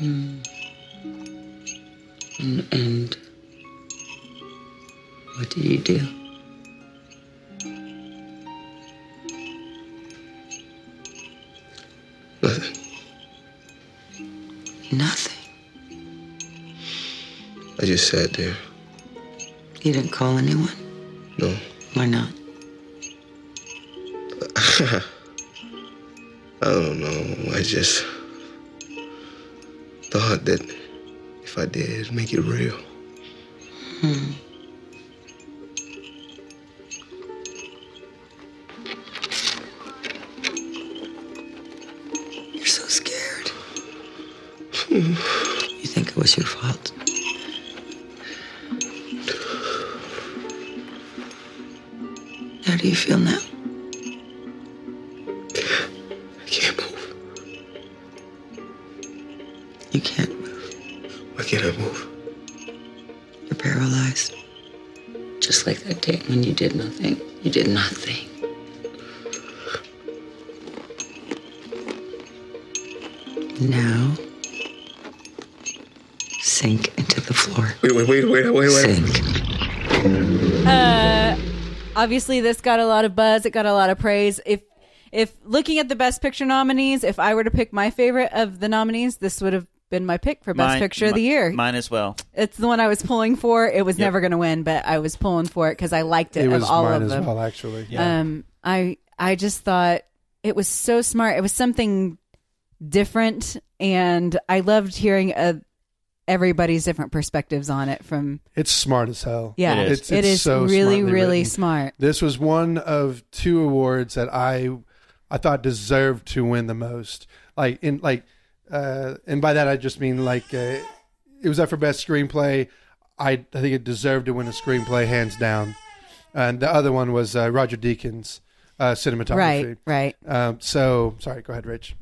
Speaker 9: Mm. And what do you do?
Speaker 4: Nothing.
Speaker 9: Nothing.
Speaker 4: I just sat there.
Speaker 9: You didn't call anyone?
Speaker 4: No.
Speaker 9: Why not?
Speaker 4: <laughs> I don't know. I just thought that if I did, it'd make it <laughs> real.
Speaker 9: You're so scared. you think it was your fault? How do you feel now?
Speaker 4: I can't move.
Speaker 9: You can't move.
Speaker 4: Why can't I move?
Speaker 9: You're paralyzed. Just like that day when you did nothing. You did nothing. Now, sink into the floor.
Speaker 4: Wait, wait, wait, wait, wait, wait.
Speaker 9: Sink.
Speaker 3: Uh, Obviously, this got a lot of buzz. It got a lot of praise. If if looking at the Best Picture nominees, if I were to pick my favorite of the nominees, this would have been my pick for Best
Speaker 2: Mine-
Speaker 3: Picture of the
Speaker 2: mi-
Speaker 3: year.
Speaker 2: Mine as well.
Speaker 3: It's the one I was pulling for. It was never going to win, but I was pulling for it because I liked
Speaker 1: <laughs>
Speaker 3: it,
Speaker 1: It
Speaker 3: of
Speaker 1: was
Speaker 3: all
Speaker 1: mine
Speaker 3: of
Speaker 1: as
Speaker 3: them.
Speaker 1: well, actually.
Speaker 3: Um, I I just thought it was so smart. It was something different, and I loved hearing uh everybody's different perspectives on it. From
Speaker 1: It's smart as hell.
Speaker 3: yeah,
Speaker 2: It is.
Speaker 1: It's,
Speaker 3: it
Speaker 1: it's
Speaker 3: is
Speaker 1: so
Speaker 3: really
Speaker 1: smartly
Speaker 3: really
Speaker 1: written.
Speaker 3: smart.
Speaker 1: This was one of two awards that I I thought deserved to win the most. Like in like uh and by that I just mean like uh, it was up for best screenplay. I I think it deserved to win a screenplay hands down. And the other one was uh, Roger Deakins uh cinematography.
Speaker 3: Right, right.
Speaker 1: Um so sorry, go ahead, Rich.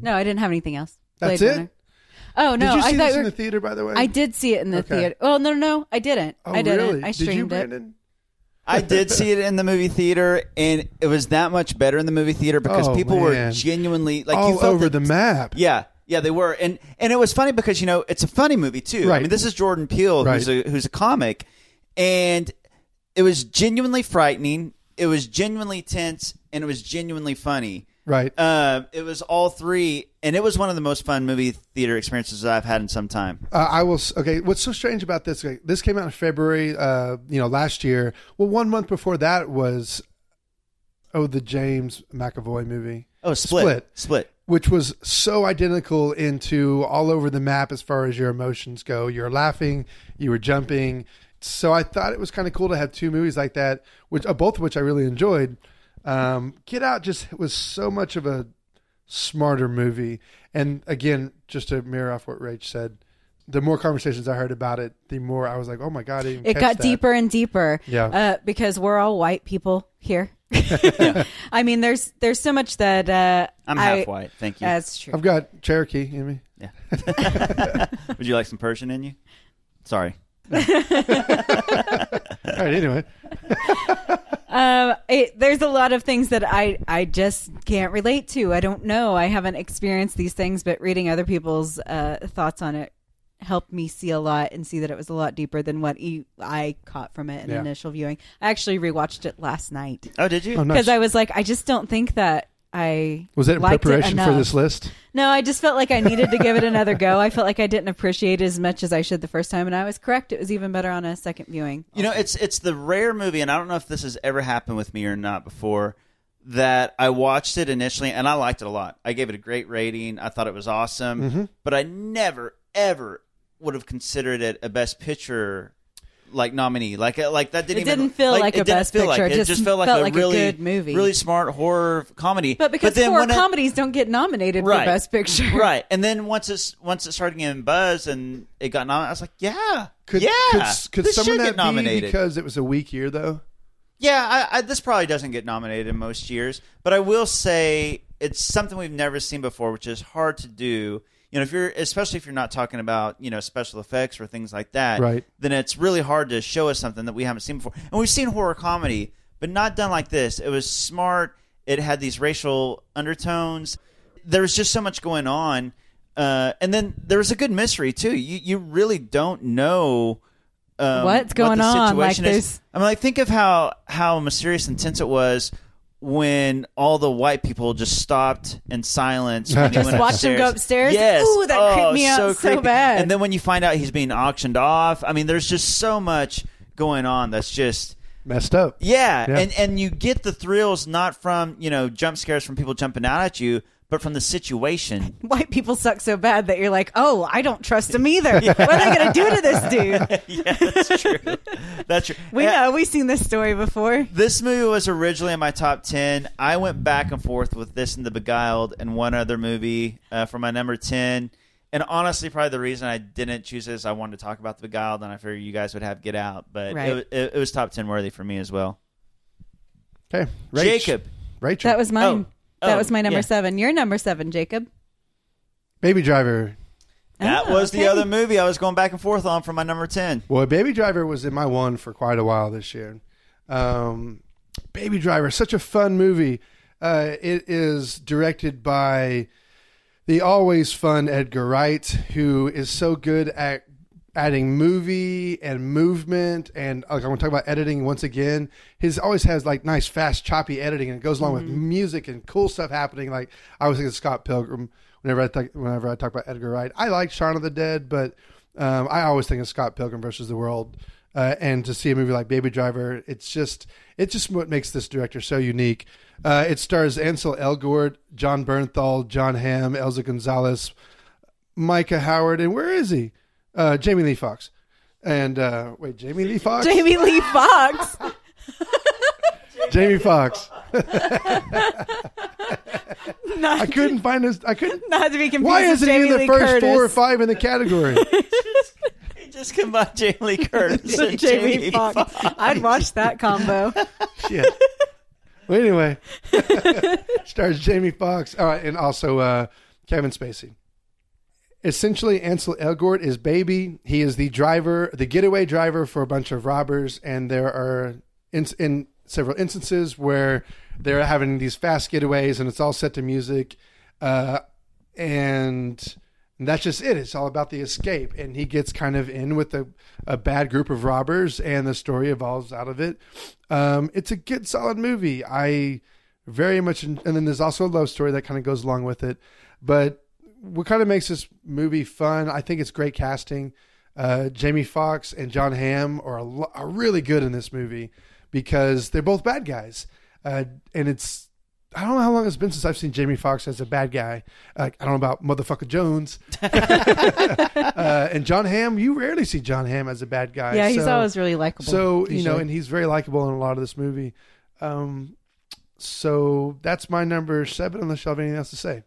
Speaker 3: No, I didn't have anything else.
Speaker 1: That's
Speaker 3: Blade
Speaker 1: it?
Speaker 3: Runner. Oh
Speaker 1: Did
Speaker 3: no,
Speaker 1: you see
Speaker 3: I thought
Speaker 1: this
Speaker 3: you
Speaker 1: in
Speaker 3: were-
Speaker 1: the theater, by the way?
Speaker 3: I did see it in the
Speaker 1: Okay.
Speaker 3: theater. Well, no, no, no, I didn't.
Speaker 1: Oh,
Speaker 3: I didn't.
Speaker 1: really?
Speaker 3: I
Speaker 1: did you,
Speaker 3: streamed it.
Speaker 1: Brandon?
Speaker 2: I did see it in the movie theater, and it was that much better in the movie theater because
Speaker 1: Oh,
Speaker 2: people were
Speaker 1: man. Oh,
Speaker 2: genuinely like you
Speaker 1: All
Speaker 2: felt
Speaker 1: over
Speaker 2: that-
Speaker 1: the map.
Speaker 2: Yeah, yeah, they were, and and it was funny because you know it's a funny movie too. I
Speaker 1: Right.
Speaker 2: mean, this is Jordan Peele, who's a
Speaker 1: Right.
Speaker 2: who's a comic, and it was genuinely frightening. It was genuinely tense, and it was genuinely funny.
Speaker 1: Right.
Speaker 2: Uh, it was all three, and it was one of the most fun movie theater experiences I've had in some
Speaker 1: <laughs>
Speaker 2: time.
Speaker 1: Uh, I will. s- Okay. What's so strange about this? okay, This came out in February, uh, you know, last year. Well, one month before that was, oh, the James McAvoy movie.
Speaker 2: Oh, split, split,
Speaker 1: Split. Which was so identical into all over the map as far as your emotions go. You're laughing, you were jumping. So I thought it was kind of cool to have two movies like that, which uh, both of which I really enjoyed. Um, Get Out just was so much of a smarter movie. And again, just to mirror off what Rach said, the more conversations I heard about it, the more I was like, "Oh my god!" I didn't
Speaker 3: It
Speaker 1: catch
Speaker 3: got
Speaker 1: that.
Speaker 3: deeper and deeper.
Speaker 1: Yeah.
Speaker 3: Uh, because we're all white people
Speaker 1: <laughs>
Speaker 3: here. <laughs> I mean, there's there's so much that uh,
Speaker 2: I'm
Speaker 3: I-
Speaker 2: half white. Thank you.
Speaker 3: That's true.
Speaker 1: I've got Cherokee in me.
Speaker 2: Would you like some Persian in you?
Speaker 1: <laughs>
Speaker 2: Sorry.
Speaker 1: All right, anyway,
Speaker 3: Um, it, there's a lot of things that I, I just can't relate to. I don't know. I haven't experienced these things, but reading other people's uh, thoughts on it helped me see a lot and see that it was a lot deeper than what e- I caught from it in
Speaker 1: Yeah.
Speaker 3: initial viewing. I actually rewatched it last night
Speaker 2: Oh, did you?
Speaker 1: oh, nice.
Speaker 3: because I was like, I just don't think that I
Speaker 1: <laughs> was that in
Speaker 3: liked it
Speaker 1: preparation for
Speaker 3: enough.
Speaker 1: this list?
Speaker 3: No, I just felt like I needed to give it another go. I felt like I didn't appreciate it as much as I should the first time, and I was correct. It was even better on a second viewing.
Speaker 2: You know, it's it's the rare movie, and I don't know if this has ever happened with me or not before. That I watched it initially, and I liked it a lot. I gave it a great rating. I thought it was awesome,
Speaker 1: Mm-hmm.
Speaker 2: but I never ever would have considered it a Best Picture like nominee. Like uh, like that
Speaker 3: It
Speaker 2: didn't even-
Speaker 3: didn't feel like
Speaker 2: it
Speaker 3: a
Speaker 2: didn't
Speaker 3: Best
Speaker 2: feel
Speaker 3: Picture.
Speaker 2: Like,
Speaker 3: It
Speaker 2: it.
Speaker 3: just
Speaker 2: just felt like
Speaker 3: felt
Speaker 2: a
Speaker 3: like a
Speaker 2: really
Speaker 3: good movie.
Speaker 2: really smart horror comedy.
Speaker 3: But because
Speaker 2: then
Speaker 3: horror
Speaker 2: when it-
Speaker 3: comedies don't get nominated for Best Picture, <laughs>
Speaker 2: <laughs> right? And then once it's once it started getting buzz and it got nominated, I was like, yeah,
Speaker 1: Could,
Speaker 2: yeah,
Speaker 1: could, could
Speaker 2: this
Speaker 1: some of
Speaker 2: should
Speaker 1: that
Speaker 2: get nominated.
Speaker 1: be because it was a weak year though?
Speaker 2: Yeah, I, I, this probably doesn't get nominated in most years, but I will say it's something we've never seen before, which is hard to do. You know, if you're especially if you're not talking about you know special effects or things like that,
Speaker 1: Right.
Speaker 2: Then it's really hard to show us something that we haven't seen before, and we've seen horror comedy, but not done like this. It was smart. It had these racial undertones. There was just so much going on, uh, and then there was a good mystery too. You you really don't know um,
Speaker 3: What's
Speaker 2: what
Speaker 3: going
Speaker 2: the
Speaker 3: on?
Speaker 2: situation
Speaker 3: Like,
Speaker 2: is.
Speaker 3: there's-
Speaker 2: I mean, like think of how how mysterious and tense it was when all the white people just stopped in
Speaker 1: <laughs>
Speaker 2: silence. When
Speaker 3: Just
Speaker 2: watch
Speaker 3: watched them go upstairs?
Speaker 2: Yes.
Speaker 3: Ooh, that
Speaker 2: Oh,
Speaker 3: creeped me out so
Speaker 2: creepy.
Speaker 3: bad.
Speaker 2: And then when you find out he's being auctioned off, I mean, there's just so much going on that's just.
Speaker 1: Messed up.
Speaker 2: Yeah,
Speaker 1: Yeah.
Speaker 2: and and you get the thrills not from you know jump scares from people jumping out at you, but from the situation.
Speaker 3: white people suck so bad that you're like, oh, I don't trust him
Speaker 2: <laughs>
Speaker 3: either. What are they going to do to this dude?
Speaker 2: yeah, that's true. that's true.
Speaker 3: We
Speaker 2: And-
Speaker 3: know we've seen this story before.
Speaker 2: This movie was originally in my top ten. I went back and forth with this and The Beguiled and one other movie uh, for my number ten. And honestly, probably the reason I didn't choose this, I wanted to talk about The Beguiled, and I figured you guys would have Get Out, but
Speaker 3: Right.
Speaker 2: it, it, it was top ten worthy for me as well.
Speaker 1: Okay, Rach.
Speaker 2: Jacob,
Speaker 1: Rachel,
Speaker 3: That was mine.
Speaker 2: Oh,
Speaker 3: that
Speaker 2: oh,
Speaker 3: was my number
Speaker 2: yeah.
Speaker 3: seven. Your number seven, Jacob.
Speaker 1: Baby Driver.
Speaker 2: that
Speaker 3: Oh,
Speaker 2: was
Speaker 3: okay.
Speaker 2: the other movie I was going back and forth on for my number ten.
Speaker 1: Well, Baby Driver was in my one for quite a while this year. Um, Baby Driver, such a fun movie. Uh, it is directed by the always fun Edgar Wright, who is so good at adding movie and movement and like I'm gonna talk about editing once again. His always has like nice fast choppy editing and it goes along with music and cool stuff happening. Like I was thinking of Scott Pilgrim whenever I talk whenever I talk about Edgar Wright. I like Shaun of the Dead, but um, I always think of Scott Pilgrim versus the World. Uh, and to see a movie like Baby Driver, it's just it's just what makes this director so unique. Uh, it stars Ansel Elgort, John Bernthal, John Hamm, Elza Gonzalez, Micah Howard, and where is he? Uh, Jamie Lee Fox. And uh, wait, Jamie Lee Fox?
Speaker 2: <laughs>
Speaker 3: Jamie Lee Fox.
Speaker 1: <laughs> Jamie
Speaker 3: <laughs>
Speaker 1: Fox.
Speaker 3: Not,
Speaker 1: I couldn't find his. I couldn't.
Speaker 3: not to be confused
Speaker 1: Why
Speaker 3: with
Speaker 1: isn't he
Speaker 3: Jamie
Speaker 1: in the
Speaker 3: Lee
Speaker 1: first
Speaker 3: Curtis.
Speaker 1: four or five in the
Speaker 3: <laughs>
Speaker 1: category?
Speaker 2: He just combined Jamie Lee Curtis and
Speaker 3: Jamie,
Speaker 2: Jamie
Speaker 3: Foxx.
Speaker 2: Foxx.
Speaker 3: I'd watch that
Speaker 2: <laughs>
Speaker 3: combo.
Speaker 1: Shit. Well, anyway, <laughs> uh, stars Jamie Fox. All right, and also uh, Kevin Spacey. Essentially, Ansel Elgort is baby. He is the driver, the getaway driver for a bunch of robbers, and there are in, in several instances where they're having these fast getaways, and it's all set to music, uh, and that's just it. It's all about the escape, and he gets kind of in with a, a bad group of robbers, and the story evolves out of it. Um, it's a good, solid movie. I very much, and then there's also a love story that kind of goes along with it, but what kind of makes this movie fun, I think it's great casting. Uh, Jamie Foxx and John Hamm are a lo- are really good in this movie because they're both bad guys, uh, and it's I don't know how long it's been since I've seen Jamie Foxx as a bad guy. Like I don't know about motherfucker
Speaker 10: <laughs>
Speaker 1: Jones, uh, and John Hamm. You rarely see John Hamm as a bad guy.
Speaker 10: Yeah, he's
Speaker 1: so-
Speaker 10: always really likable.
Speaker 1: so you know,
Speaker 10: usually.
Speaker 1: and he's very likable in a lot of this movie. Um, so that's my number seven. Unless you have anything else to say,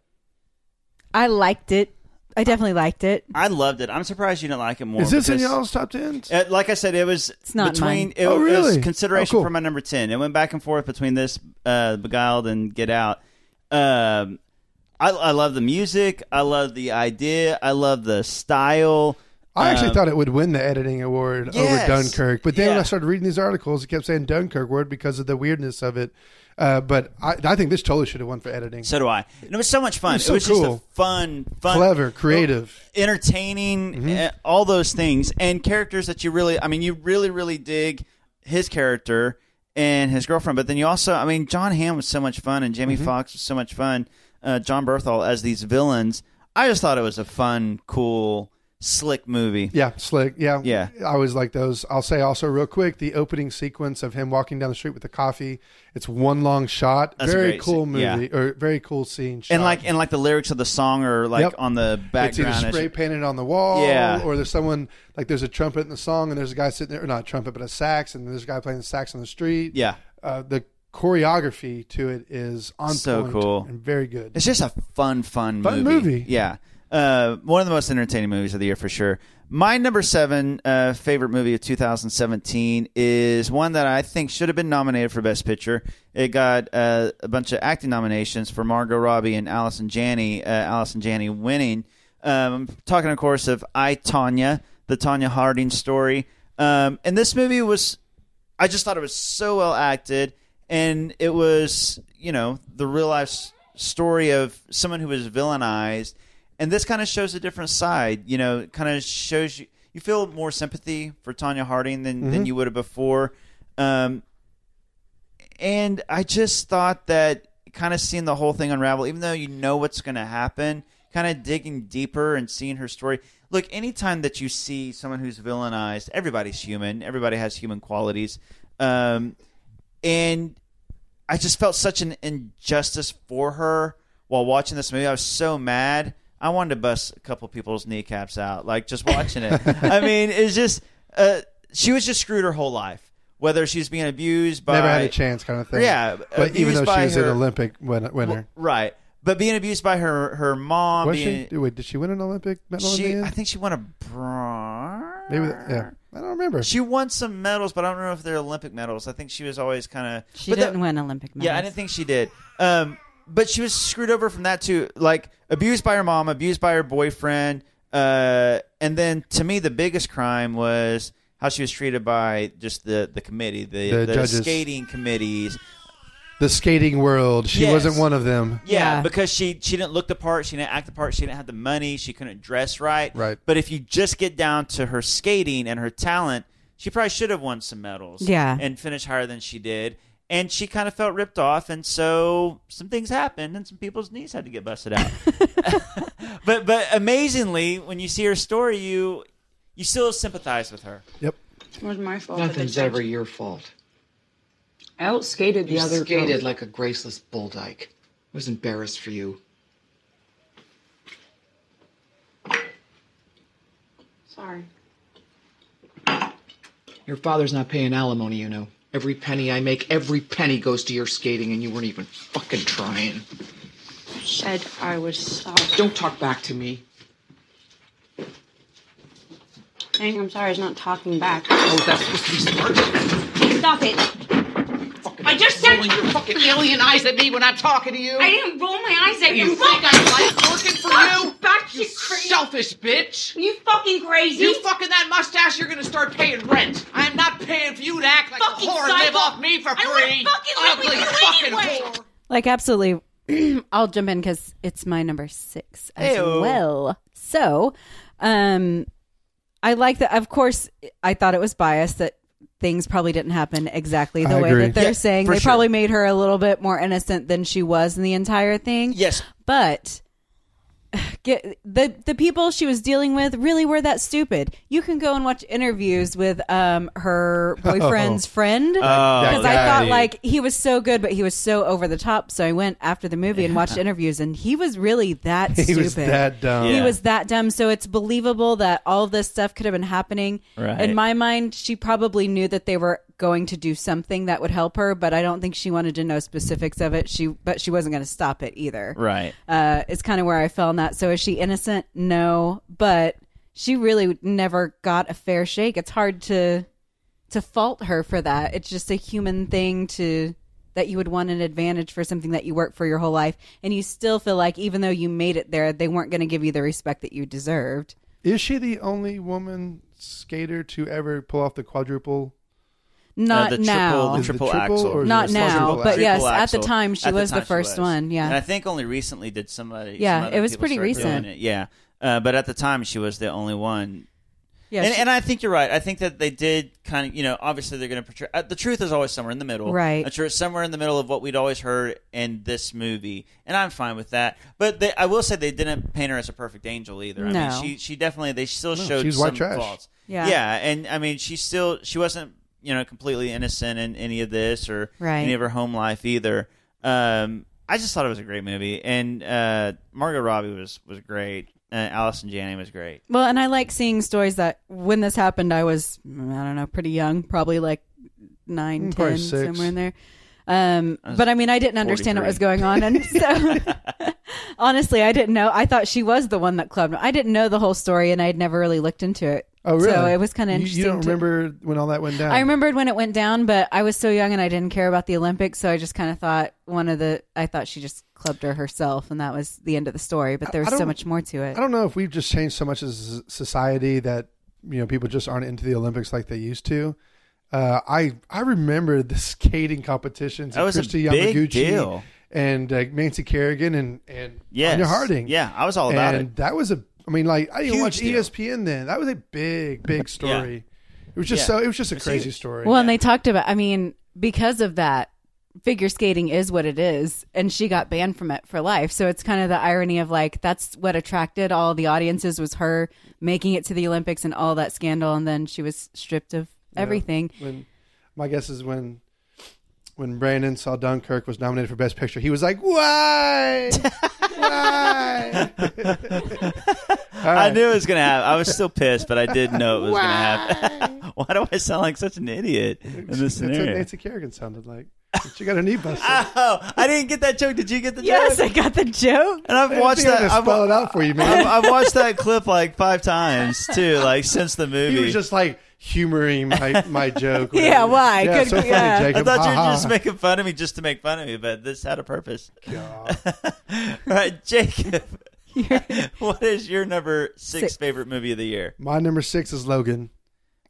Speaker 3: I liked it. I definitely liked it.
Speaker 2: I loved it. I'm surprised you didn't like it more.
Speaker 1: is this in
Speaker 2: because-
Speaker 1: y'all's top tens?
Speaker 2: Uh, like I said, it was
Speaker 3: It's not
Speaker 2: between.
Speaker 3: mine.
Speaker 2: It,
Speaker 1: Oh,
Speaker 2: it was
Speaker 1: really?
Speaker 2: consideration
Speaker 1: Oh, cool.
Speaker 2: for my number ten. It went back and forth between this, uh, Beguiled, and Get Out. Um, I, I love the music. I love the idea. I love the style.
Speaker 1: I actually
Speaker 2: Um,
Speaker 1: thought it would win the editing award
Speaker 2: Yes.
Speaker 1: over Dunkirk, but then when
Speaker 2: Yeah.
Speaker 1: I started reading these articles, it kept saying Dunkirk word because of the weirdness of it. Uh, but I, I think this totally should have won for editing.
Speaker 2: So do I. And it was so much fun. It was,
Speaker 1: was so
Speaker 2: just
Speaker 1: cool.
Speaker 2: a fun, fun, Oh.
Speaker 1: Clever, creative.
Speaker 2: entertaining,
Speaker 1: Mm-hmm.
Speaker 2: eh, all those things, and characters that you really, I mean, you really, really dig his character and his girlfriend. But then you also, I mean, John Hamm was so much fun, and
Speaker 1: Mm-hmm.
Speaker 2: Jamie Foxx was so much fun. Uh, John Berthal as these villains. I just thought it was a fun, cool, slick movie.
Speaker 1: Yeah, slick. Yeah,
Speaker 2: Yeah.
Speaker 1: I always like those. I'll say also real quick the opening sequence of him walking down the street with the coffee. It's one long shot.
Speaker 2: That's a
Speaker 1: very
Speaker 2: great
Speaker 1: cool
Speaker 2: scene. Yeah.
Speaker 1: movie or very cool scene. Shot.
Speaker 2: And like, and like the lyrics of the song are like
Speaker 1: Yep.
Speaker 2: on the
Speaker 1: it's either
Speaker 2: background. as
Speaker 1: spray
Speaker 2: you-
Speaker 1: painted on the wall,
Speaker 2: Yeah.
Speaker 1: or there's someone like there's a trumpet in the song, and there's a guy sitting there, or not a trumpet, but a sax, and there's a guy playing the sax on the street.
Speaker 2: Yeah.
Speaker 1: uh, the choreography to it is on
Speaker 2: So
Speaker 1: point
Speaker 2: cool.
Speaker 1: and very good.
Speaker 2: It's just a fun, fun,
Speaker 1: Fun movie.
Speaker 2: Yeah, uh, one of the most entertaining movies of the year for sure. My number seven uh, favorite movie of 2017 is one that I think should have been nominated for Best Picture. It got uh, a bunch of acting nominations for Margot Robbie and Allison Janney. Uh, Allison Janney winning. Um, I'm talking, of course, of I Tanya, the Tanya Harding story. Um, and this movie was I just thought it was so well acted, and it was you know the real life s- story of someone who was villainized, and this kind of shows a different side. You know, it kind of shows you you feel more sympathy for Tanya Harding than than you would have before. Um, and I just thought that kind of seeing the whole thing unravel, even though you know what's going to happen, kind of digging deeper and seeing her story. Look, anytime that you see someone who's villainized, everybody's human. Everybody has human qualities, um, and I just felt such an injustice for her while watching this movie. I was so mad. I wanted to bust a couple people's kneecaps out, like just watching it. I mean, it's just uh, she was just screwed her whole life. Whether she's being abused by
Speaker 1: Never had a chance, kind of thing.
Speaker 2: Yeah,
Speaker 1: but even
Speaker 2: abused
Speaker 1: though she
Speaker 2: by
Speaker 1: was an
Speaker 2: her-
Speaker 1: Olympic win- winner,
Speaker 2: Right. But being abused by her her mom,
Speaker 1: was she?
Speaker 2: being,
Speaker 1: Wait, did she win an Olympic medal? in
Speaker 2: she
Speaker 1: the end?
Speaker 2: I think she won a bronze.
Speaker 1: maybe. that- yeah, I don't remember.
Speaker 2: She won some medals, but I don't know if they're Olympic medals. I think she was always kind of
Speaker 3: She didn't win Olympic medals.
Speaker 2: yeah, I didn't think she did. Um, but she was screwed over from that too. Like abused by her mom, abused by her boyfriend, uh, and then to me the biggest crime was how she was treated by just the the committee, the,
Speaker 1: The
Speaker 2: the,
Speaker 1: judges.
Speaker 2: skating committees.
Speaker 1: the skating world. She
Speaker 2: Yes.
Speaker 1: wasn't one of them.
Speaker 2: Yeah,
Speaker 3: Yeah.
Speaker 2: because she she didn't look the part, she didn't act the part, she didn't have the money, she couldn't dress right.
Speaker 1: Right.
Speaker 2: But if you just get down to her skating and her talent, she probably should have won some medals.
Speaker 3: Yeah.
Speaker 2: And finished higher than she did. And she kind of felt ripped off, and so some things happened, and some people's knees had to get
Speaker 3: <laughs>
Speaker 2: busted out. <laughs> but but amazingly, when you see her story, you you still sympathize with her.
Speaker 1: Yep.
Speaker 9: It was my fault.
Speaker 11: Nothing's ever your fault.
Speaker 9: I outskated the
Speaker 11: You
Speaker 9: other
Speaker 11: skated
Speaker 9: girls.
Speaker 11: like a graceless bull dyke. I was embarrassed for you.
Speaker 9: Sorry.
Speaker 11: Your father's not paying alimony, you know. Every penny I make, every penny goes to your skating, and you weren't even fucking trying.
Speaker 9: Said I was sorry.
Speaker 11: Don't talk back to me.
Speaker 9: Saying I'm sorry is not talking back.
Speaker 11: Oh, that's supposed to be smart.
Speaker 9: Stop it.
Speaker 11: Fucking I just said rolling your fucking alien eyes at me when I'm talking to you.
Speaker 7: I didn't roll my eyes at you.
Speaker 11: You think I like working for you?
Speaker 7: Back you
Speaker 11: You selfish bitch.
Speaker 7: You fucking crazy.
Speaker 11: You fucking that mustache, you're gonna start paying rent. I'm not paying for you to act like
Speaker 7: Fucking
Speaker 11: a whore and
Speaker 7: psycho.
Speaker 11: live off me for
Speaker 7: I
Speaker 11: free.
Speaker 7: wouldn't fucking live with
Speaker 11: Ugly
Speaker 7: you
Speaker 11: fucking
Speaker 7: anyway.
Speaker 11: whore.
Speaker 3: Like, absolutely. <clears throat> I'll jump in because it's my number six as
Speaker 2: Ayo.
Speaker 3: well. So, um, I like that. Of course, I thought it was biased that things probably didn't happen exactly the
Speaker 1: I
Speaker 3: way
Speaker 1: agree.
Speaker 3: that they're
Speaker 2: Yeah,
Speaker 3: saying.
Speaker 2: for
Speaker 3: They
Speaker 2: sure.
Speaker 3: probably made her a little bit more innocent than she was in the entire thing.
Speaker 2: Yes.
Speaker 3: But get the the people she was dealing with really were that stupid. You can go and watch interviews with um
Speaker 1: <laughs>
Speaker 3: her
Speaker 1: Oh.
Speaker 3: boyfriend's friend
Speaker 2: Oh,
Speaker 3: because I
Speaker 1: guy.
Speaker 3: thought like he was so good, but he was so over the top. So I went after the movie and watched interviews, and he was really that
Speaker 1: <laughs> He
Speaker 3: stupid.
Speaker 1: was that dumb.
Speaker 3: He
Speaker 2: Yeah.
Speaker 3: was that dumb. So it's believable that all of this stuff could have been happening.
Speaker 2: Right.
Speaker 3: In my mind, she probably knew that they were going to do something that would help her, but I don't think she wanted to know specifics of it. She but she wasn't going to stop it either.
Speaker 2: Right.
Speaker 3: Uh, it's kind of where I fell on that. So is she innocent? No, but she really never got a fair shake. It's hard to to fault her for that. It's just a human thing to that you would want an advantage for something that you work for your whole life and you still feel like even though you made it there they weren't going to give you the respect that you deserved.
Speaker 1: Is she the only woman skater to ever pull off the quadruple?
Speaker 3: Not
Speaker 2: Uh, the
Speaker 3: now.
Speaker 2: Triple, the
Speaker 1: Is it
Speaker 2: triple,
Speaker 1: triple
Speaker 2: axle.
Speaker 1: or is
Speaker 3: Not
Speaker 1: it
Speaker 3: now,
Speaker 1: triple
Speaker 3: but
Speaker 1: axle?
Speaker 3: yes,
Speaker 2: Triple
Speaker 3: at the
Speaker 2: axle.
Speaker 3: time, she
Speaker 2: At
Speaker 3: was the
Speaker 2: time she
Speaker 3: first
Speaker 2: was.
Speaker 3: one, yeah.
Speaker 2: and I think only recently did somebody.
Speaker 3: Yeah,
Speaker 2: some other
Speaker 3: it was
Speaker 2: people
Speaker 3: pretty
Speaker 2: start doing
Speaker 3: recent.
Speaker 2: it. Yeah, uh, but at the time she was the only one.
Speaker 3: Yeah,
Speaker 2: and,
Speaker 3: she-
Speaker 2: and I think you're right. I think that they did kind of, you know, obviously they're going to portray. Uh, the truth is always somewhere in the middle,
Speaker 3: Right.
Speaker 2: I'm sure it's somewhere in the middle of what we'd always heard in this movie, and I'm fine with that. But they, I will say they didn't paint her as a perfect angel either. I
Speaker 3: No.
Speaker 2: mean, she she definitely they still showed
Speaker 1: she's
Speaker 2: some
Speaker 1: white trash.
Speaker 2: faults.
Speaker 3: Yeah.
Speaker 2: yeah, and I mean, she still she wasn't you know completely innocent in any of this or
Speaker 3: Right.
Speaker 2: any of her home life either. Um, I just thought it was a great movie, and uh, Margot Robbie was was great. Uh, Allison Janney was great.
Speaker 3: Well, and I like seeing stories that when this happened, I was mm, I don't know, pretty young, probably like nine, ten,
Speaker 1: Mm, Probably six.
Speaker 3: somewhere in there. Um, but I mean, I didn't understand what was
Speaker 2: 43.
Speaker 3: going on, and so <laughs> honestly, I didn't know. I thought she was the one that clubbed. him. I didn't know the whole story, and I had never really looked into it.
Speaker 1: Oh, really?
Speaker 3: So it was kind of
Speaker 1: You-
Speaker 3: interesting.
Speaker 1: You, don't
Speaker 3: to-
Speaker 1: remember when all that went down?
Speaker 3: I remembered when it went down, but I was so young and I didn't care about the Olympics, so I just kind of thought one of the. I thought she just clubbed her herself, and that was the end of the story. But there was
Speaker 1: I
Speaker 3: so
Speaker 1: don't-
Speaker 3: much more to it.
Speaker 1: I don't know if we've just changed so much as a society that you know people just aren't into the Olympics like they used to. Uh, I I remember <laughs> the skating competitions.
Speaker 2: That
Speaker 1: of
Speaker 2: was a
Speaker 1: Christy
Speaker 2: big
Speaker 1: Yamaguchi
Speaker 2: deal.
Speaker 1: And uh, Nancy Kerrigan and and
Speaker 2: Yes.
Speaker 1: Anya Harding.
Speaker 2: Yeah, I was all about
Speaker 1: and
Speaker 2: it.
Speaker 1: That was a. I mean, like I didn't
Speaker 2: Huge
Speaker 1: watch E
Speaker 2: deal.
Speaker 1: ESPN then. That was a big big story. It was just
Speaker 2: Yeah.
Speaker 1: so. It was just a crazy story.
Speaker 3: Well, and they talked about, I mean, because of that, figure skating is what it is. And she got banned from it for life. So it's kind of the irony of like, that's what attracted all the audiences was her making it to the Olympics and all that scandal. And then she was stripped of everything.
Speaker 1: when my guess is when when Brandon saw Dunkirk was nominated for Best Picture, he was like, "Why?
Speaker 2: <laughs>
Speaker 1: Why?"
Speaker 2: I knew it was gonna happen. I was
Speaker 1: <laughs>
Speaker 2: still pissed, but I did know it was gonna happen. <laughs> Why do I sound like such an idiot in this
Speaker 1: That's what
Speaker 2: scenario?
Speaker 1: Nancy Kerrigan sounded like. She got a knee busted.
Speaker 2: <laughs> oh, I didn't get that joke. Did you get the
Speaker 3: Yes,
Speaker 2: joke?
Speaker 3: I got the joke.
Speaker 2: And I've watched
Speaker 1: I think
Speaker 2: that.
Speaker 1: I'm gonna
Speaker 2: I've,
Speaker 1: spell it out for you, man.
Speaker 2: I've, I've watched that clip like five times too, like since the movie.
Speaker 1: he was just like humoring my,
Speaker 2: <laughs>
Speaker 1: my joke. or
Speaker 3: <laughs> Yeah,
Speaker 1: whatever.
Speaker 3: why?
Speaker 1: Yeah,
Speaker 3: Good-
Speaker 1: so funny,
Speaker 3: yeah.
Speaker 2: I
Speaker 1: Jacob.
Speaker 2: thought you were
Speaker 1: Ha,
Speaker 2: just
Speaker 1: ha.
Speaker 2: making fun of me just to make fun of me, but this had
Speaker 1: <laughs>
Speaker 2: a purpose. <laughs> All
Speaker 3: <laughs>
Speaker 2: right, Jacob. <laughs> what is your number six,
Speaker 3: Six.
Speaker 2: favorite movie of the year?
Speaker 1: My number six is
Speaker 2: <laughs>
Speaker 1: Logan.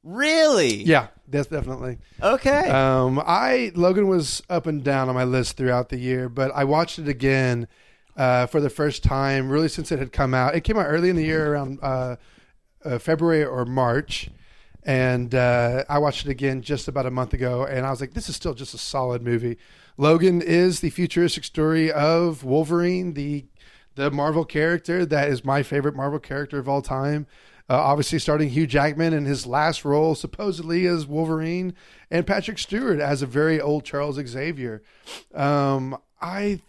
Speaker 2: Really?
Speaker 1: Yeah, that's definitely.
Speaker 2: Okay.
Speaker 1: Um, I Logan was up and down on my list throughout the year, but I watched it again uh, for the first time, really since it had come out. It came out early in the year, around uh, uh, February or March, and uh, I watched it again just about a month ago, and I was like, "This is still just a solid movie." Logan is the futuristic story of Wolverine, the the Marvel character that is my favorite Marvel character of all time. Uh, obviously, starting Hugh Jackman in his last role, supposedly as Wolverine, and Patrick Stewart as a very old Charles Xavier. Um, I,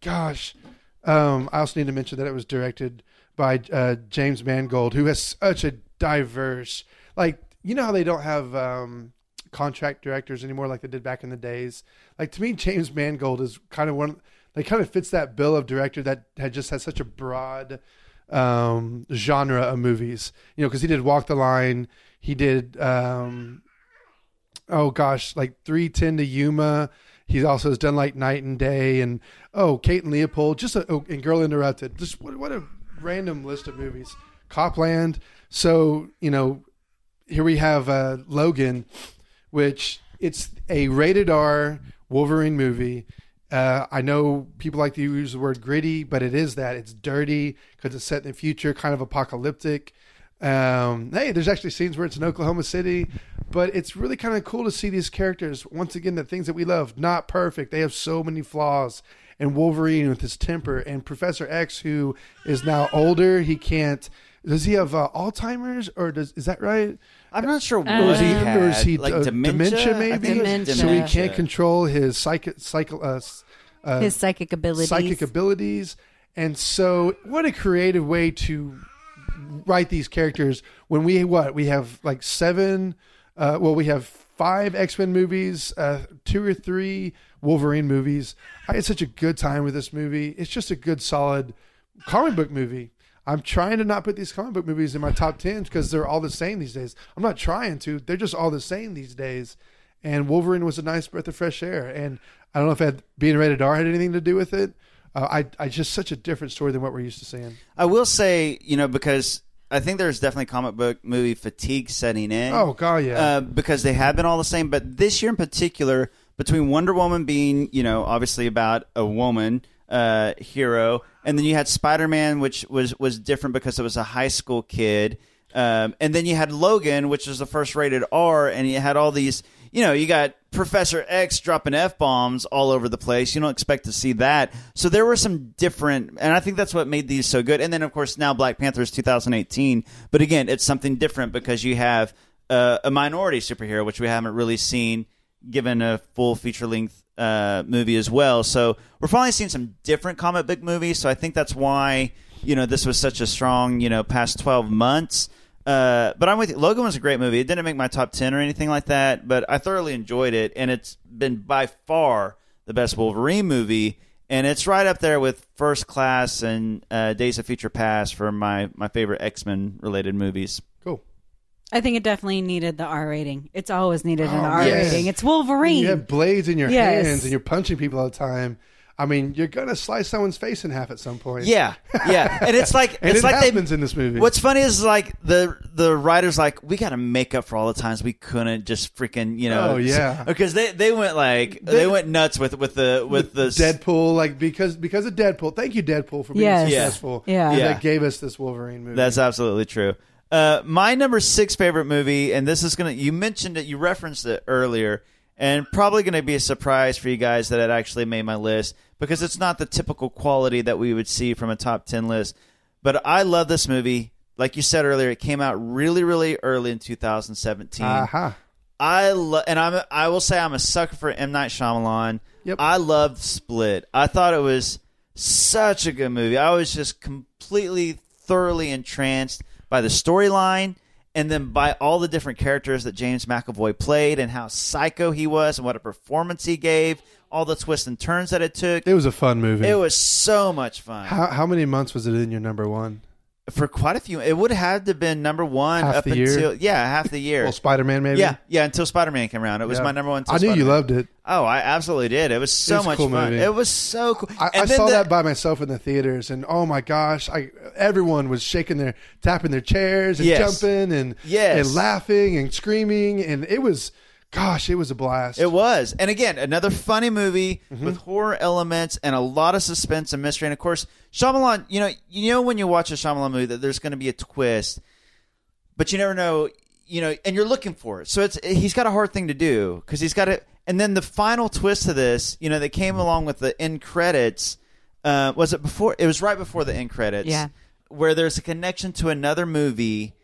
Speaker 1: gosh, um, I also need to mention that it was directed by uh, James Mangold, who has such a diverse, like you know how they don't have um, contract directors anymore, like they did back in the days. Like to me, James Mangold is kind of one. Like kind of fits that bill of director that had just has such a broad um, genre of movies. You know, because he did Walk the Line, he did um, oh gosh, like 310 to Yuma. He also has done like Night and Day and oh, Kate and Leopold, just a, oh, and Girl Interrupted. Just what, what a random list of movies. Copland. So you know, here we have uh, Logan, which it's a rated R Wolverine movie. Uh, I know people like to use the word gritty, but it is that. It's dirty because it's set in the future, kind of apocalyptic. Um, hey, there's actually scenes where it's in Oklahoma City, but it's really kind of cool to see these characters once again. The things that we love, not perfect. They have so many flaws. And Wolverine with his temper, and Professor X, who is now older, he can't. Does he have uh, Alzheimer's, or does is that right?
Speaker 2: I'm not sure. What
Speaker 1: or is he,
Speaker 2: he had.
Speaker 1: or is he
Speaker 2: like
Speaker 1: uh,
Speaker 2: dementia? I think
Speaker 1: maybe?
Speaker 2: it was
Speaker 3: Dementia.
Speaker 1: So he
Speaker 2: dementia.
Speaker 1: can't control his psychic, psycho, uh, s- uh,
Speaker 3: His psychic abilities.
Speaker 1: psychic abilities. And so, what a creative way to write these characters when we what we have like seven. Uh, well, we have five X Men movies, uh, two or three Wolverine movies. I had such a good time with this movie. It's just a good, solid comic book movie. I'm trying to not put these comic book movies in my top tens because they're all the same these days. I'm not trying to; they're just all the same these days and Wolverine was a nice breath of fresh air. And I don't know if that being rated R had anything to do with it. Uh, I, I just such a different story than what we're used to seeing.
Speaker 2: I will say, you know, because I think there's definitely comic book movie fatigue setting in.
Speaker 1: Oh, God, yeah.
Speaker 2: Uh, because they have been all the same, but this year in particular, between Wonder Woman being, you know, obviously about a woman uh, hero, and then you had Spider Man, which was was different because it was a high school kid, um, and then you had Logan, which was the first rated R, and you had all these, you know, you got Professor X dropping f bombs all over the place. You don't expect to see that. So there were some different, and I think that's what made these so good. And then of course now Black Panther is 2018, but again it's something different because you have uh, a minority superhero, which we haven't really seen given a full feature length uh, movie as well. So we're finally seeing some different comic book movies. So I think that's why you know this was such a strong you know past 12 months. Uh, but I'm with you. Logan was a great movie. It didn't make my top 10 or anything like that, but I thoroughly enjoyed it, and it's been by far the best Wolverine movie. And it's right up there with First Class and uh, Days of Future Past for my, my favorite X Men related movies.
Speaker 1: Cool.
Speaker 3: I think it definitely needed the R rating. It's always needed an R
Speaker 1: Oh, yes.
Speaker 3: rating. It's Wolverine.
Speaker 1: You have blades in your
Speaker 3: Yes.
Speaker 1: hands and you're punching people all the time. I mean, you're gonna slice someone's face in half at some point.
Speaker 2: Yeah, yeah, and it's like
Speaker 1: <laughs> and
Speaker 2: it's
Speaker 1: it
Speaker 2: like they-
Speaker 1: happens in this movie.
Speaker 2: What's funny is like the the writers like we got to make up for all the times we couldn't just freaking you know
Speaker 1: Oh,
Speaker 2: <laughs>
Speaker 1: yeah.
Speaker 2: because they they went like they, went nuts with with the with the s-
Speaker 1: Deadpool? Like because because of Deadpool. Thank you, Deadpool, for being
Speaker 3: Yes. Yeah.
Speaker 1: successful.
Speaker 3: Yeah.
Speaker 1: And
Speaker 2: Yeah.
Speaker 1: that gave us this Wolverine movie.
Speaker 2: That's absolutely true. Uh, my number six favorite movie, and this is gonna you mentioned it, you referenced it earlier, and probably gonna be a surprise for you guys that it actually made my list because it's not the typical quality that we would see from a top ten list. But I love this movie. Like you said earlier, it came out really, really early in 2017.
Speaker 1: Aha.
Speaker 2: I lo- and I'm a- I will say I'm a sucker for M Night Shyamalan.
Speaker 1: Yep.
Speaker 2: I loved Split. I thought it was such a good movie. I was just completely thoroughly entranced by the storyline and then by all the different characters that James McAvoy played and how psycho he was and what a performance he gave, all the twists and turns that it took.
Speaker 1: It was a fun movie.
Speaker 2: It was so much fun.
Speaker 1: how how many months was it in your number one?
Speaker 2: for quite a few it would have had to have been number 1
Speaker 1: Half
Speaker 2: up
Speaker 1: the year?
Speaker 2: until yeah, half the year.
Speaker 1: Well, Spider Man maybe.
Speaker 2: yeah, yeah, until Spider-Man came around. It was
Speaker 1: Yeah.
Speaker 2: my number one.
Speaker 1: I
Speaker 2: until
Speaker 1: knew you
Speaker 2: Spider-Man.
Speaker 1: loved it.
Speaker 2: Oh, I absolutely did. It was so
Speaker 1: It's a
Speaker 2: much
Speaker 1: cool
Speaker 2: fun.
Speaker 1: movie.
Speaker 2: It was so cool.
Speaker 1: I,
Speaker 2: And
Speaker 1: I
Speaker 2: then
Speaker 1: saw
Speaker 2: the-
Speaker 1: that by myself in the theaters, and oh my gosh, I everyone was shaking their, tapping their chairs and
Speaker 2: Yes.
Speaker 1: jumping and
Speaker 2: Yes.
Speaker 1: and laughing and screaming, and it was, gosh, it was a blast.
Speaker 2: It was. And again, another funny movie with horror elements and a lot of suspense and mystery. And of course, Shyamalan, you know, you know when you watch a Shyamalan movie that there's going to be a twist, but you never know, you know, and you're looking for it. So it's he's got a hard thing to do because he's got it. And then the final twist to this, you know, that came along with the end credits. Uh, was it before? It was right before the end credits.
Speaker 3: Yeah.
Speaker 2: Where there's a connection to another movie.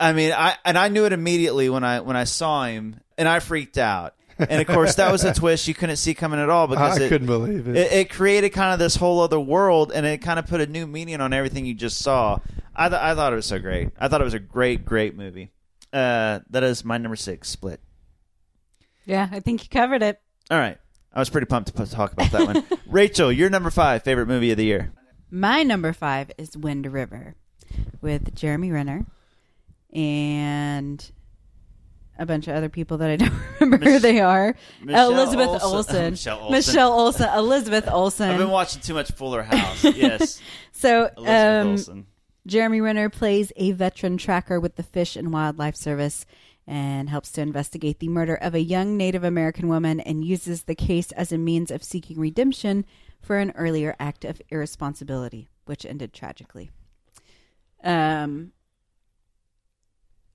Speaker 2: I mean, I and I knew it immediately when I when I saw him, and I freaked out. And of course,
Speaker 1: <laughs>
Speaker 2: that was a twist you couldn't see coming at all because
Speaker 1: I
Speaker 2: it,
Speaker 1: couldn't believe it.
Speaker 2: it, it created kind of this whole other world, and it kind of put a new meaning on everything you just saw. I th- I thought it was so great. I thought it was a great, great movie. Uh, that is my number six split.
Speaker 3: yeah, I think you covered it.
Speaker 2: All right, I was pretty pumped to p- talk about that one. Rachel, your number five favorite movie of the year.
Speaker 3: My number five is Wind River with Jeremy Renner and a bunch of other people that I don't <laughs> remember who they are.
Speaker 2: Michelle
Speaker 3: Elizabeth
Speaker 2: Olsen- <laughs>
Speaker 3: Olsen.
Speaker 2: Michelle Olsen.
Speaker 3: Michelle Olsen. Elizabeth Olsen.
Speaker 2: I've been watching too much Fuller House. Yes.
Speaker 3: So,
Speaker 2: Elizabeth
Speaker 3: um,
Speaker 2: Olsen.
Speaker 3: Jeremy Renner plays a veteran tracker with the Fish and Wildlife Service and helps to investigate the murder of a young Native American woman and uses the case as a means of seeking redemption for an earlier act of irresponsibility, which ended tragically. Um,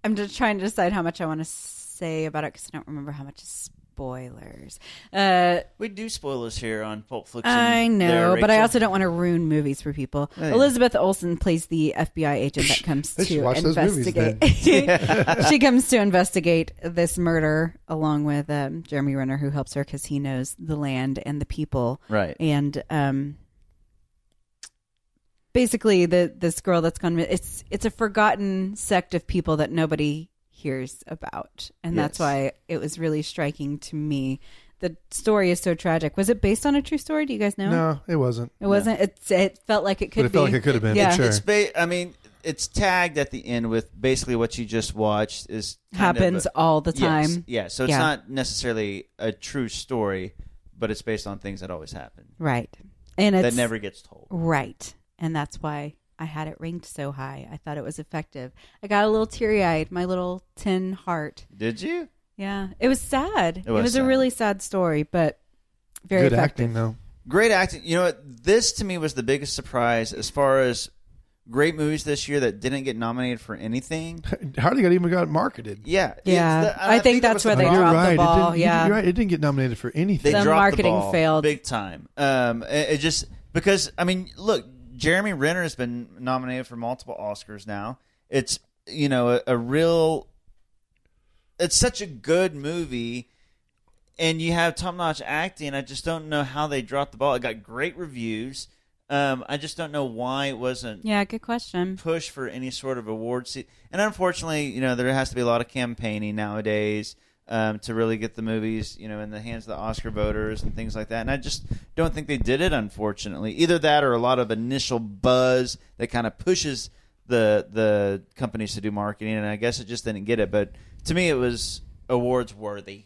Speaker 3: I'm just trying to decide how much I want to say about it because I don't remember how much is spoilers. <laughs> Uh,
Speaker 2: We do spoilers here on Pulp Fiction.
Speaker 3: I know,
Speaker 2: there,
Speaker 3: but I
Speaker 2: Rachel.
Speaker 3: also don't want to ruin movies for people.
Speaker 2: Yeah.
Speaker 3: Elizabeth Olsen plays the FBI agent that comes
Speaker 1: Oh, They should
Speaker 3: to
Speaker 1: watch those movies <laughs>
Speaker 3: investigate. <laughs> she comes to investigate this murder along with um, Jeremy Renner, who helps her because he knows the land and the people.
Speaker 2: Right.
Speaker 3: And um, basically, the this girl that's gone it's it's a forgotten sect of people that nobody hears about, and that's
Speaker 2: Yes.
Speaker 3: why it was really striking to me. The story is so tragic. Was it based on a true story? Do you guys know?
Speaker 1: No, it wasn't.
Speaker 3: It wasn't. It's It felt like it could.
Speaker 1: But it
Speaker 3: be.
Speaker 1: felt like it could have been, for
Speaker 3: Yeah.
Speaker 1: sure.
Speaker 2: It's ba- I mean, it's tagged at the end with basically what you just watched is kind of
Speaker 3: Happens
Speaker 2: a-
Speaker 3: all the
Speaker 2: Yes,
Speaker 3: time.
Speaker 2: yeah, so it's
Speaker 3: Yeah.
Speaker 2: not necessarily a true story, but it's based on things that always happen
Speaker 3: Right. And it's
Speaker 2: that never gets told.
Speaker 3: right, and that's why I had it ranked so high. I thought it was effective. I got a little teary eyed. My little tin heart.
Speaker 2: Did you?
Speaker 3: Yeah, it was sad. It
Speaker 2: was
Speaker 3: was, a
Speaker 2: sad.
Speaker 3: really sad story, but very
Speaker 1: Good
Speaker 3: effective.
Speaker 1: acting though.
Speaker 2: Great acting. You know what? This to me was the biggest surprise as far as great movies this year that didn't get nominated for anything.
Speaker 1: Hardly got even got marketed.
Speaker 2: Yeah.
Speaker 3: Yeah.
Speaker 2: It's the-
Speaker 3: I think
Speaker 2: that
Speaker 3: that's
Speaker 2: was
Speaker 3: where
Speaker 2: the
Speaker 3: they
Speaker 1: Oh,
Speaker 2: problem.
Speaker 1: you're
Speaker 3: dropped the
Speaker 1: right.
Speaker 3: ball,
Speaker 1: It didn't, you-
Speaker 3: yeah.
Speaker 1: you're right. It didn't get nominated for anything.
Speaker 2: they
Speaker 3: The
Speaker 2: dropped
Speaker 3: marketing
Speaker 2: the ball
Speaker 3: failed.
Speaker 2: big time. Um, it, it just because I mean, look, Jeremy Renner has been nominated for multiple Oscars now. It's you know a, a real. It's such a good movie, and you have top notch acting. I just don't know how they dropped the ball. It got great reviews. Um, I just don't know why it wasn't
Speaker 3: Yeah, good question.
Speaker 2: push for any sort of award se- And unfortunately, you know, there has to be a lot of campaigning nowadays um, to really get the movies, you know, in the hands of the Oscar voters and things like that. And I just don't think they did it, unfortunately. Either that or a lot of initial buzz that kind of pushes the the companies to do marketing. And I guess it just didn't get it. But to me, it was awards worthy.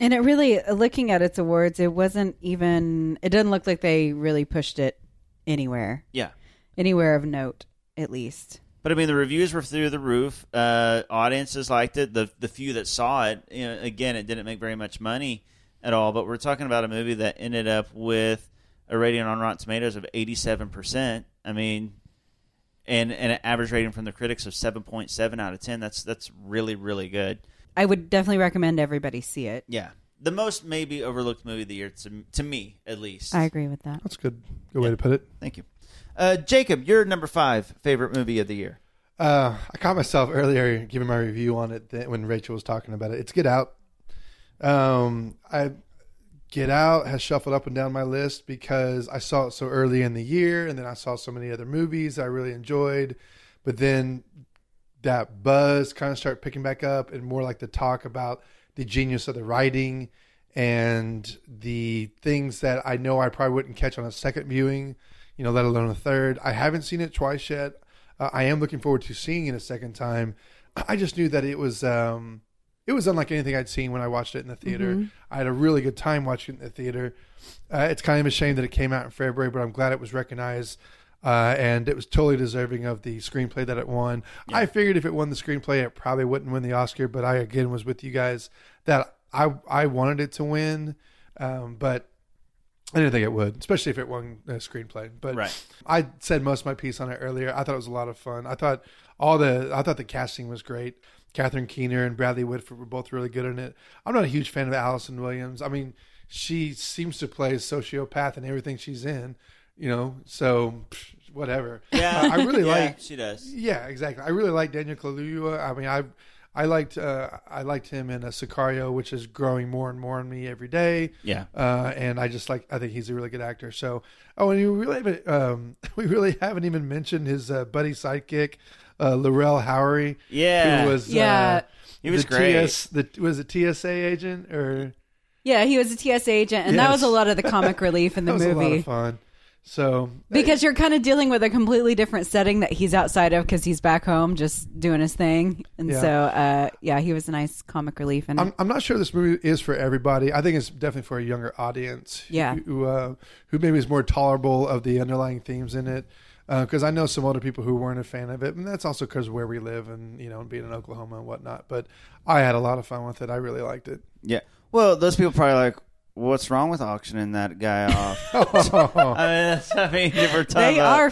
Speaker 3: And it really, uh, looking at its awards, it wasn't even. It didn't look like they really pushed it anywhere,
Speaker 2: Yeah.
Speaker 3: anywhere of note, at least.
Speaker 2: But I mean, the reviews were through the roof. Uh, audiences liked it. The the few that saw it, you know, again, it didn't make very much money at all. But we're talking about a movie that ended up with a rating on Rotten Tomatoes of eighty seven percent. I mean, and and an average rating from the critics of seven point seven out of ten. That's that's really really good.
Speaker 3: I would definitely recommend everybody see it.
Speaker 2: Yeah, the most maybe overlooked movie of the year to to me at least.
Speaker 3: I agree with that.
Speaker 1: That's a good. Good way to put it.
Speaker 2: Thank you, uh, Jacob. Your number five favorite movie of the year.
Speaker 1: Uh, I caught myself earlier giving my review on it that when Rachel was talking about it. It's Get Out. Um, I Get Out has shuffled up and down my list because I saw it so early in the year, and then I saw so many other movies I really enjoyed. But then that buzz kind of start picking back up, and more like the talk about the genius of the writing and the things that I know I probably wouldn't catch on a second viewing, you know, let alone a third. I haven't seen it twice yet. Uh, I am looking forward to seeing it a second time. <clears throat> I just knew that it was. Um, it was unlike anything I'd seen when I watched it in the theater. I had a really good time watching it in the theater. Uh, it's kind of a shame that it came out in February, but I'm glad it was recognized. Uh, and it was totally deserving of the screenplay that it won. I figured if it won the screenplay, it probably wouldn't win the Oscar. But I again was with you guys that I I wanted it to win, um, but I didn't think it would, especially if it won uh, a screenplay. But
Speaker 2: Right.
Speaker 1: I said most of my piece on it earlier. I thought it was a lot of fun. I thought all the I thought the casting was great. Catherine Keener and Bradley Whitford were both really good in it. I'm not a huge fan of Allison Williams. I mean, she seems to play a sociopath in everything she's in, you know. So pff, whatever. Uh, I really
Speaker 2: <laughs> Yeah,
Speaker 1: like
Speaker 2: she does.
Speaker 1: yeah, exactly. I really like Daniel Kaluuya. I mean, I I liked uh, I liked him in a Sicario, which is growing more and more on me every day.
Speaker 2: Yeah.
Speaker 1: Uh, and I just like I think he's a really good actor. So oh, and you really haven't, um, <laughs> we really haven't even mentioned his uh, buddy sidekick, uh, Laurel Howery.
Speaker 2: Yeah.
Speaker 1: Who was
Speaker 3: Yeah.
Speaker 1: Uh,
Speaker 2: He was
Speaker 1: the
Speaker 2: great.
Speaker 1: TS, the was it TSA agent or
Speaker 3: Yeah, he was a TSA agent, and that
Speaker 1: Yes. <laughs>
Speaker 3: was a lot of the comic relief in the
Speaker 1: that was a lot
Speaker 3: movie.
Speaker 1: of fun. So
Speaker 3: Because you're kind of dealing with a completely different setting that he's outside of because he's back home just doing his thing. And
Speaker 1: Yeah.
Speaker 3: so, uh, yeah, he was a nice comic relief. And
Speaker 1: I'm, I'm not sure this movie is for everybody. I think it's definitely for a younger audience. who-
Speaker 3: Yeah.
Speaker 1: Who, uh, who maybe is more tolerable of the underlying themes in it. Because I know some older people who weren't a fan of it, and that's also because where we live and you know being in Oklahoma and whatnot. But I had a lot of fun with it. I really liked it. <laughs>
Speaker 2: Yeah. Well, those people probably like, what's wrong with auctioning that guy off? <laughs> <laughs> I mean, that's, I mean, if we're
Speaker 3: they
Speaker 2: talking about-
Speaker 3: are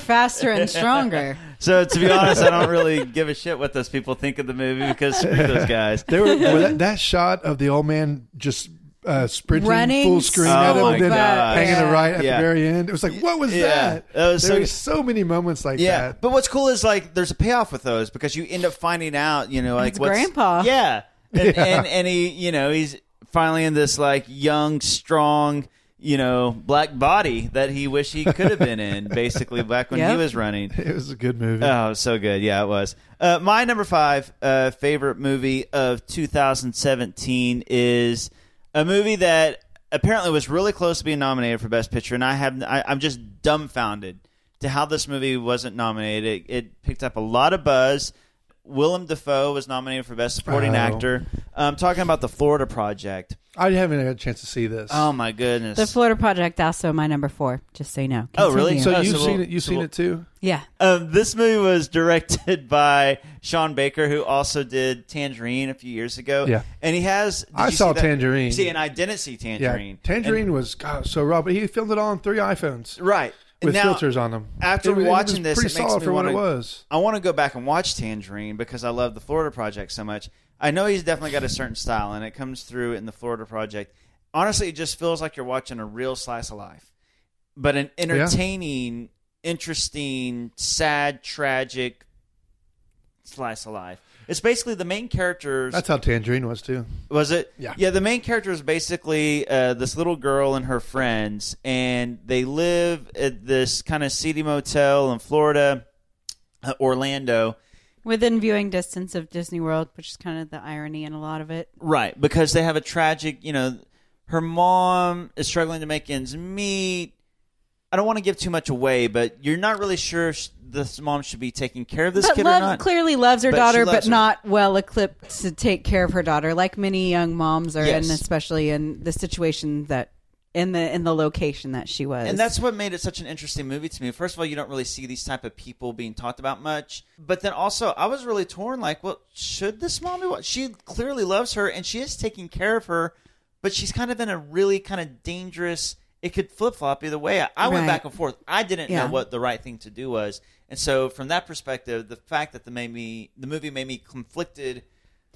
Speaker 1: <laughs>
Speaker 3: faster
Speaker 2: <laughs>
Speaker 3: and stronger.
Speaker 2: So to be honest, I don't really give a shit what those people think of the movie because screw those guys.
Speaker 1: They
Speaker 2: <laughs>
Speaker 1: were well, that, that shot of the old man just uh, sprinting
Speaker 2: Running
Speaker 1: full screen at
Speaker 2: so
Speaker 1: him, and then
Speaker 2: fast.
Speaker 1: hanging
Speaker 2: Yeah.
Speaker 1: the right at
Speaker 2: Yeah.
Speaker 1: the very end. It was like, what was
Speaker 2: Yeah.
Speaker 1: that?
Speaker 2: That was
Speaker 1: there
Speaker 2: so-
Speaker 1: were so many moments <laughs> like
Speaker 2: yeah,
Speaker 1: that.
Speaker 2: but what's cool is like there's a payoff with those because you end up finding out, you know, like
Speaker 3: It's
Speaker 2: what's,
Speaker 3: grandpa.
Speaker 2: Yeah,
Speaker 1: <laughs>
Speaker 2: and,
Speaker 1: Yeah.
Speaker 2: and and he, you know, he's finally in this like young, strong, you know, black body that he wished he could have been in, basically back when he
Speaker 3: Yep.
Speaker 2: was running.
Speaker 1: It was a good movie.
Speaker 2: Oh, so good. Yeah, it was. Uh, my number five uh, favorite movie of 2017 is a movie that apparently was really close to being nominated for Best Picture, and I have I, I'm just dumbfounded to how this movie wasn't nominated. It, it picked up a lot of buzz. Willem Dafoe was nominated for Best Supporting
Speaker 1: Oh.
Speaker 2: Actor. I'm talking about the Florida Project.
Speaker 1: I haven't had a chance to see this.
Speaker 2: Oh my goodness!
Speaker 3: The Florida Project, also my number four, just so you know.
Speaker 2: Oh, really?
Speaker 3: Continue.
Speaker 1: so
Speaker 2: Oh,
Speaker 1: you've
Speaker 2: so
Speaker 1: seen
Speaker 2: we'll-
Speaker 1: it? You've
Speaker 2: so
Speaker 1: seen
Speaker 2: we'll-
Speaker 1: it too?
Speaker 3: yeah.
Speaker 2: Um, this movie was directed <laughs> by Sean Baker, who also did Tangerine a few years ago.
Speaker 1: Yeah.
Speaker 2: and he has. did
Speaker 1: I
Speaker 2: you see
Speaker 1: saw
Speaker 2: that?
Speaker 1: Tangerine.
Speaker 2: See, and I didn't see Tangerine.
Speaker 1: Yeah, Tangerine was God, so raw, but he filmed it all on three iPhones
Speaker 2: And- right
Speaker 1: with
Speaker 2: Now,
Speaker 1: filters on them.
Speaker 2: After
Speaker 1: It was- it was
Speaker 2: watching this,
Speaker 1: pretty
Speaker 2: it makes
Speaker 1: solid
Speaker 2: me
Speaker 1: for what
Speaker 2: wanna,
Speaker 1: it was.
Speaker 2: I want to go back and watch Tangerine because I love the Florida Project so much. I know he's definitely got a certain style, and it comes through in the Florida Project. Honestly, it just feels like you're watching a real slice of life, but an entertaining, interesting, sad, tragic slice of life. It's basically the main characters.
Speaker 1: That's how Tangerine was too.
Speaker 2: Was it?
Speaker 1: Yeah.
Speaker 2: Yeah. The main character is basically uh, this little girl and her friends, and they live at this kind of seedy motel in Florida, uh, Orlando.
Speaker 3: Within viewing distance of Disney World, which is kind of the irony in a lot of it.
Speaker 2: Right. Because they have a tragic, you know, her mom is struggling to make ends meet. I don't want to give too much away, but you're not really sure if sh- this mom should be taking care of this
Speaker 3: but
Speaker 2: kid
Speaker 3: love,
Speaker 2: or not.
Speaker 3: clearly loves her
Speaker 2: But she
Speaker 3: daughter,
Speaker 2: loves
Speaker 3: but
Speaker 2: her.
Speaker 3: not well equipped to take care of her daughter, like many young moms are
Speaker 2: Yes.
Speaker 3: in, especially in the situation that in the in the location that she was.
Speaker 2: And that's what made it such an interesting movie to me. First of all, you don't really see these type of people being talked about much. But then also, I was really torn. Like, well, should this mom be? What she clearly loves her, and she is taking care of her, but she's kind of in a really kind of dangerous. It could flip flop either way. I, I went
Speaker 3: Right.
Speaker 2: back and forth. I didn't
Speaker 3: Yeah.
Speaker 2: know what the right thing to do was, and so from that perspective, the fact that the made me the movie made me conflicted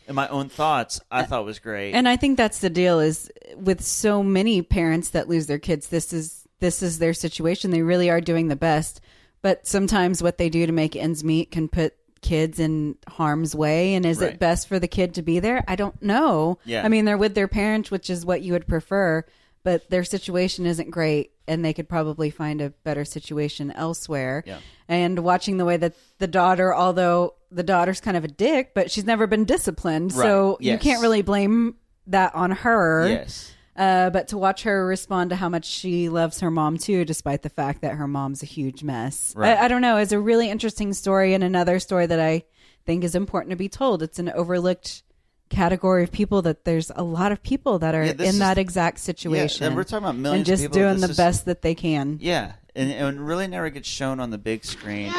Speaker 2: in my own thoughts, I thought was great.
Speaker 3: Uh, And I think that's the deal is with so many parents that lose their kids, this is this is their situation. They really are doing the best, but sometimes what they do to make ends meet can put kids in harm's way and is
Speaker 2: Right.
Speaker 3: it best for the kid to be there? I don't know.
Speaker 2: Yeah.
Speaker 3: I mean, they're with their parents, which is what you would prefer, but their situation isn't great and they could probably find a better situation elsewhere.
Speaker 2: Yeah.
Speaker 3: And watching the way that the daughter, although the daughter's kind of a dick, but she's never been disciplined. So
Speaker 2: Right. Yes.
Speaker 3: you can't really blame that on her.
Speaker 2: yes.
Speaker 3: Uh, but to watch her respond to how much she loves her mom too, despite the fact that her mom's a huge mess.
Speaker 2: Right.
Speaker 3: I, I don't know. It's a really interesting story and another story that I think is important to be told. It's an overlooked category of people that there's a lot of people that are
Speaker 2: Yeah,
Speaker 3: in
Speaker 2: this is-
Speaker 3: that exact situation.
Speaker 2: we're talking about millions of
Speaker 3: And just
Speaker 2: people.
Speaker 3: doing
Speaker 2: This
Speaker 3: the
Speaker 2: is-
Speaker 3: best that they can.
Speaker 2: Yeah, and, and really never gets shown on the big screen.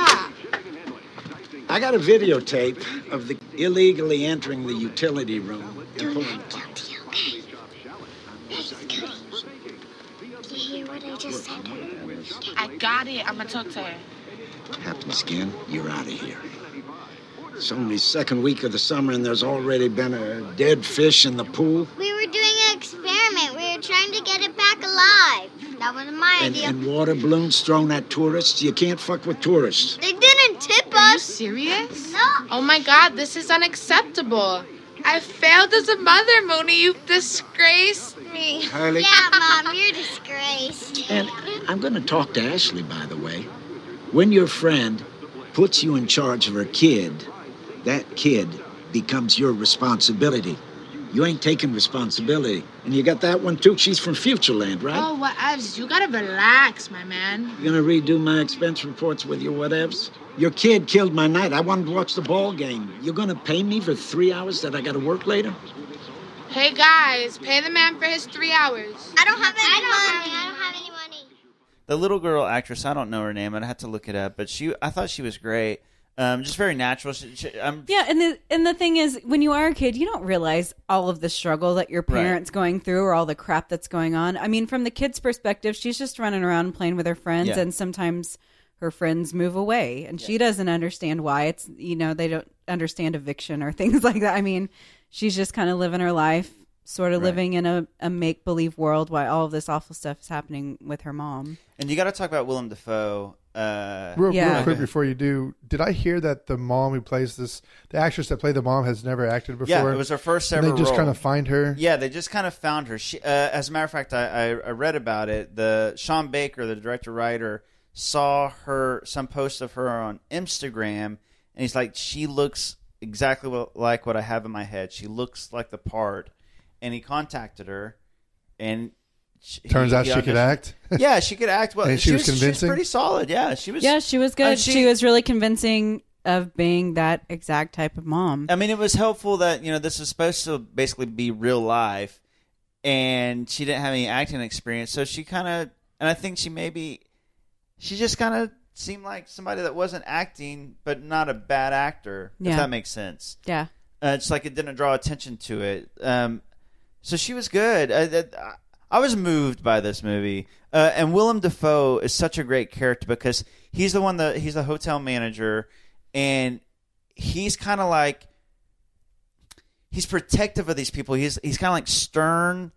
Speaker 10: I got a videotape of the illegally entering the utility room. and pulling it.
Speaker 7: Did you hear what I just said? I got it. I'm gonna talk to her.
Speaker 10: Happens again, you're out of here. It's only second week of the summer and there's already been a dead fish in the pool.
Speaker 7: We were doing an experiment. We were trying to get it back alive. That was my
Speaker 10: And, and water balloons thrown at tourists. You can't fuck with tourists.
Speaker 7: They didn't tip us. Are you serious? No. Oh my god, this is unacceptable. I failed as a mother, Mooney. You've disgraced me.
Speaker 10: Harley?
Speaker 7: Yeah, Mom, you're disgraced.
Speaker 10: And I'm going to talk to Ashley, by the way. When your friend puts you in charge of her kid, that kid becomes your responsibility. You ain't taking responsibility. And you got that one too? She's from Futureland, right?
Speaker 7: Oh, whatevs. You gotta relax, my man.
Speaker 10: You gonna redo my expense reports with your whatevs? Your kid killed my night. I wanted to watch the ball game. You're gonna pay me for three hours that I gotta work later?
Speaker 7: Hey guys, pay the man for his three hours. I don't have any money. I don't have any money.
Speaker 2: The little girl actress, I don't know her name. I'd have to look it up, but she, I thought she was great. Um, just very natural. She, she, I'm,
Speaker 3: Yeah, and the and the thing is, when you are a kid, you don't realize all of the struggle that your
Speaker 2: Right.
Speaker 3: parents going through or all the crap that's going on. I mean, from the kid's perspective, she's just running around playing with her friends,
Speaker 2: Yeah.
Speaker 3: and sometimes her friends move away, and she doesn't understand why. It's you know they don't understand eviction or <laughs> things like that. I mean, she's just kind of living her life, sort of
Speaker 2: Right.
Speaker 3: living in a, a make believe world while all of this awful stuff is happening with her mom.
Speaker 2: and you got to talk about Willem Dafoe. Uh,
Speaker 1: Real,
Speaker 3: Yeah.
Speaker 1: real quick before you do, did I hear that the mom who plays this, the actress that played the mom, has never acted before?
Speaker 2: Yeah, it was her first
Speaker 1: And
Speaker 2: ever.
Speaker 1: They just
Speaker 2: role.
Speaker 1: kind of find her.
Speaker 2: Yeah, they just kind of found her. She, uh, as a matter of fact, I, I, I read about it. The Sean Baker, the director writer, saw her some post of her on Instagram, and he's like, "She looks exactly what, like what I have in my head. She looks like the part." And he contacted her, and she,
Speaker 1: Turns
Speaker 2: he-
Speaker 1: out
Speaker 2: he
Speaker 1: she could
Speaker 2: auditioned.
Speaker 1: act.
Speaker 2: Yeah, she could act well.
Speaker 1: And she was convincing?
Speaker 2: pretty solid. Yeah, she was.
Speaker 3: yeah, she was good.
Speaker 2: Uh,
Speaker 3: she, was really convincing of being that exact type of mom.
Speaker 2: I mean, it was helpful that you know this was supposed to basically be real life, and she didn't have any acting experience, so she kind of, and I think she maybe, she just kind of seemed like somebody that wasn't acting, but not a bad actor,
Speaker 3: Yeah.
Speaker 2: if that makes sense.
Speaker 3: Yeah.
Speaker 2: Uh, it's like it didn't draw attention to it. Um, so she was good. I, that- I, I was moved by this movie, uh, and Willem Dafoe is such a great character because he's the one that he's the hotel manager, and he's kind of like he's protective of these people. He's he's kind of like stern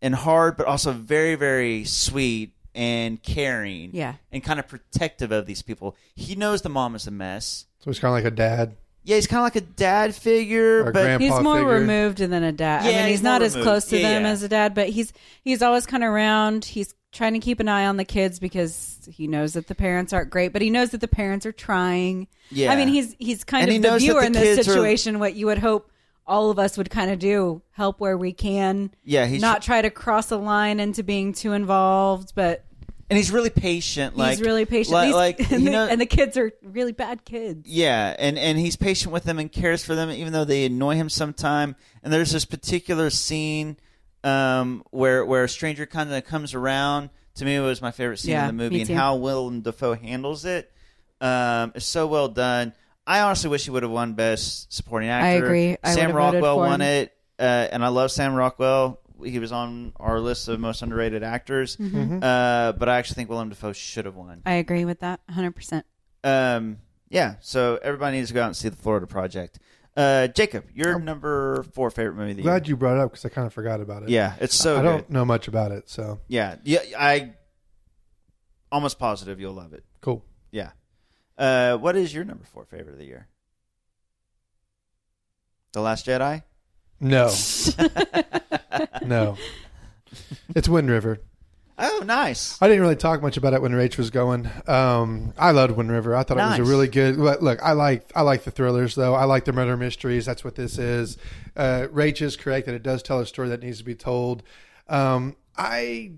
Speaker 2: and hard, but also very very sweet and caring.
Speaker 3: Yeah.
Speaker 2: and kind of protective of these people. He knows the mom is a mess.
Speaker 1: So it's kind of like a dad.
Speaker 2: Yeah, he's kind of like a dad figure,
Speaker 1: Or a
Speaker 2: but
Speaker 1: grandpa
Speaker 3: he's more
Speaker 1: figure.
Speaker 3: removed than a dad. I
Speaker 2: Yeah,
Speaker 3: mean, he's,
Speaker 2: he's more
Speaker 3: not as
Speaker 2: removed.
Speaker 3: close to
Speaker 2: Yeah,
Speaker 3: them
Speaker 2: yeah.
Speaker 3: as a dad, but he's he's always kind of around. He's trying to keep an eye on the kids because he knows that the parents aren't great, but he knows that the parents are trying.
Speaker 2: Yeah.
Speaker 3: I mean, he's he's kind
Speaker 2: And he
Speaker 3: of the
Speaker 2: knows that
Speaker 3: viewer
Speaker 2: the
Speaker 3: in this
Speaker 2: kids are-
Speaker 3: situation. What you would hope all of us would kind of do, help where we can.
Speaker 2: Yeah, he's-
Speaker 3: not try to cross a line into being too involved, but
Speaker 2: and he's really patient.
Speaker 3: he's
Speaker 2: like
Speaker 3: really patient.
Speaker 2: Like,
Speaker 3: These- <laughs>
Speaker 2: like,
Speaker 3: and,
Speaker 2: you
Speaker 3: the,
Speaker 2: know,
Speaker 3: and the kids are really bad kids.
Speaker 2: yeah, and and he's patient with them and cares for them, even though they annoy him sometime. And there's this particular scene um, where where a stranger kind of comes around. To me, it was my favorite scene
Speaker 3: Yeah,
Speaker 2: in the movie,
Speaker 3: me
Speaker 2: and
Speaker 3: too.
Speaker 2: how Willem Dafoe handles it um, is so well done. I honestly wish he would have won Best Supporting Actor.
Speaker 3: agree. I
Speaker 2: Sam
Speaker 3: would have voted
Speaker 2: Rockwell
Speaker 3: for
Speaker 2: won
Speaker 3: him.
Speaker 2: it, uh, and I love Sam Rockwell. He was on our list of most underrated actors,
Speaker 3: Mhm.
Speaker 2: uh, but I actually think Willem Dafoe should have won.
Speaker 3: I agree with that 100.
Speaker 2: <laughs>
Speaker 3: percent
Speaker 2: Um, yeah, so everybody needs to go out and see the Florida Project. Uh, Jacob, your number four favorite movie. Of the
Speaker 1: Glad you brought it up because I kind of forgot about it.
Speaker 2: year. Yeah, it's so
Speaker 1: I
Speaker 2: good.
Speaker 1: don't know much about it, so
Speaker 2: Yeah, yeah, I almost positive you'll love it.
Speaker 1: cool.
Speaker 2: Yeah. Uh, what is your number four favorite of the year? The Last Jedi. <laughs>
Speaker 1: No, no, it's Wind River.
Speaker 2: Oh, nice.
Speaker 1: I didn't really talk much about it when Rach was going. Um, I loved Wind River. I thought it
Speaker 2: Nice.
Speaker 1: was a really good look. look, I like I like the thrillers though. I like the murder mysteries. That's what this is. Uh, Rach is correct that it does tell a story that needs to be told. Um, I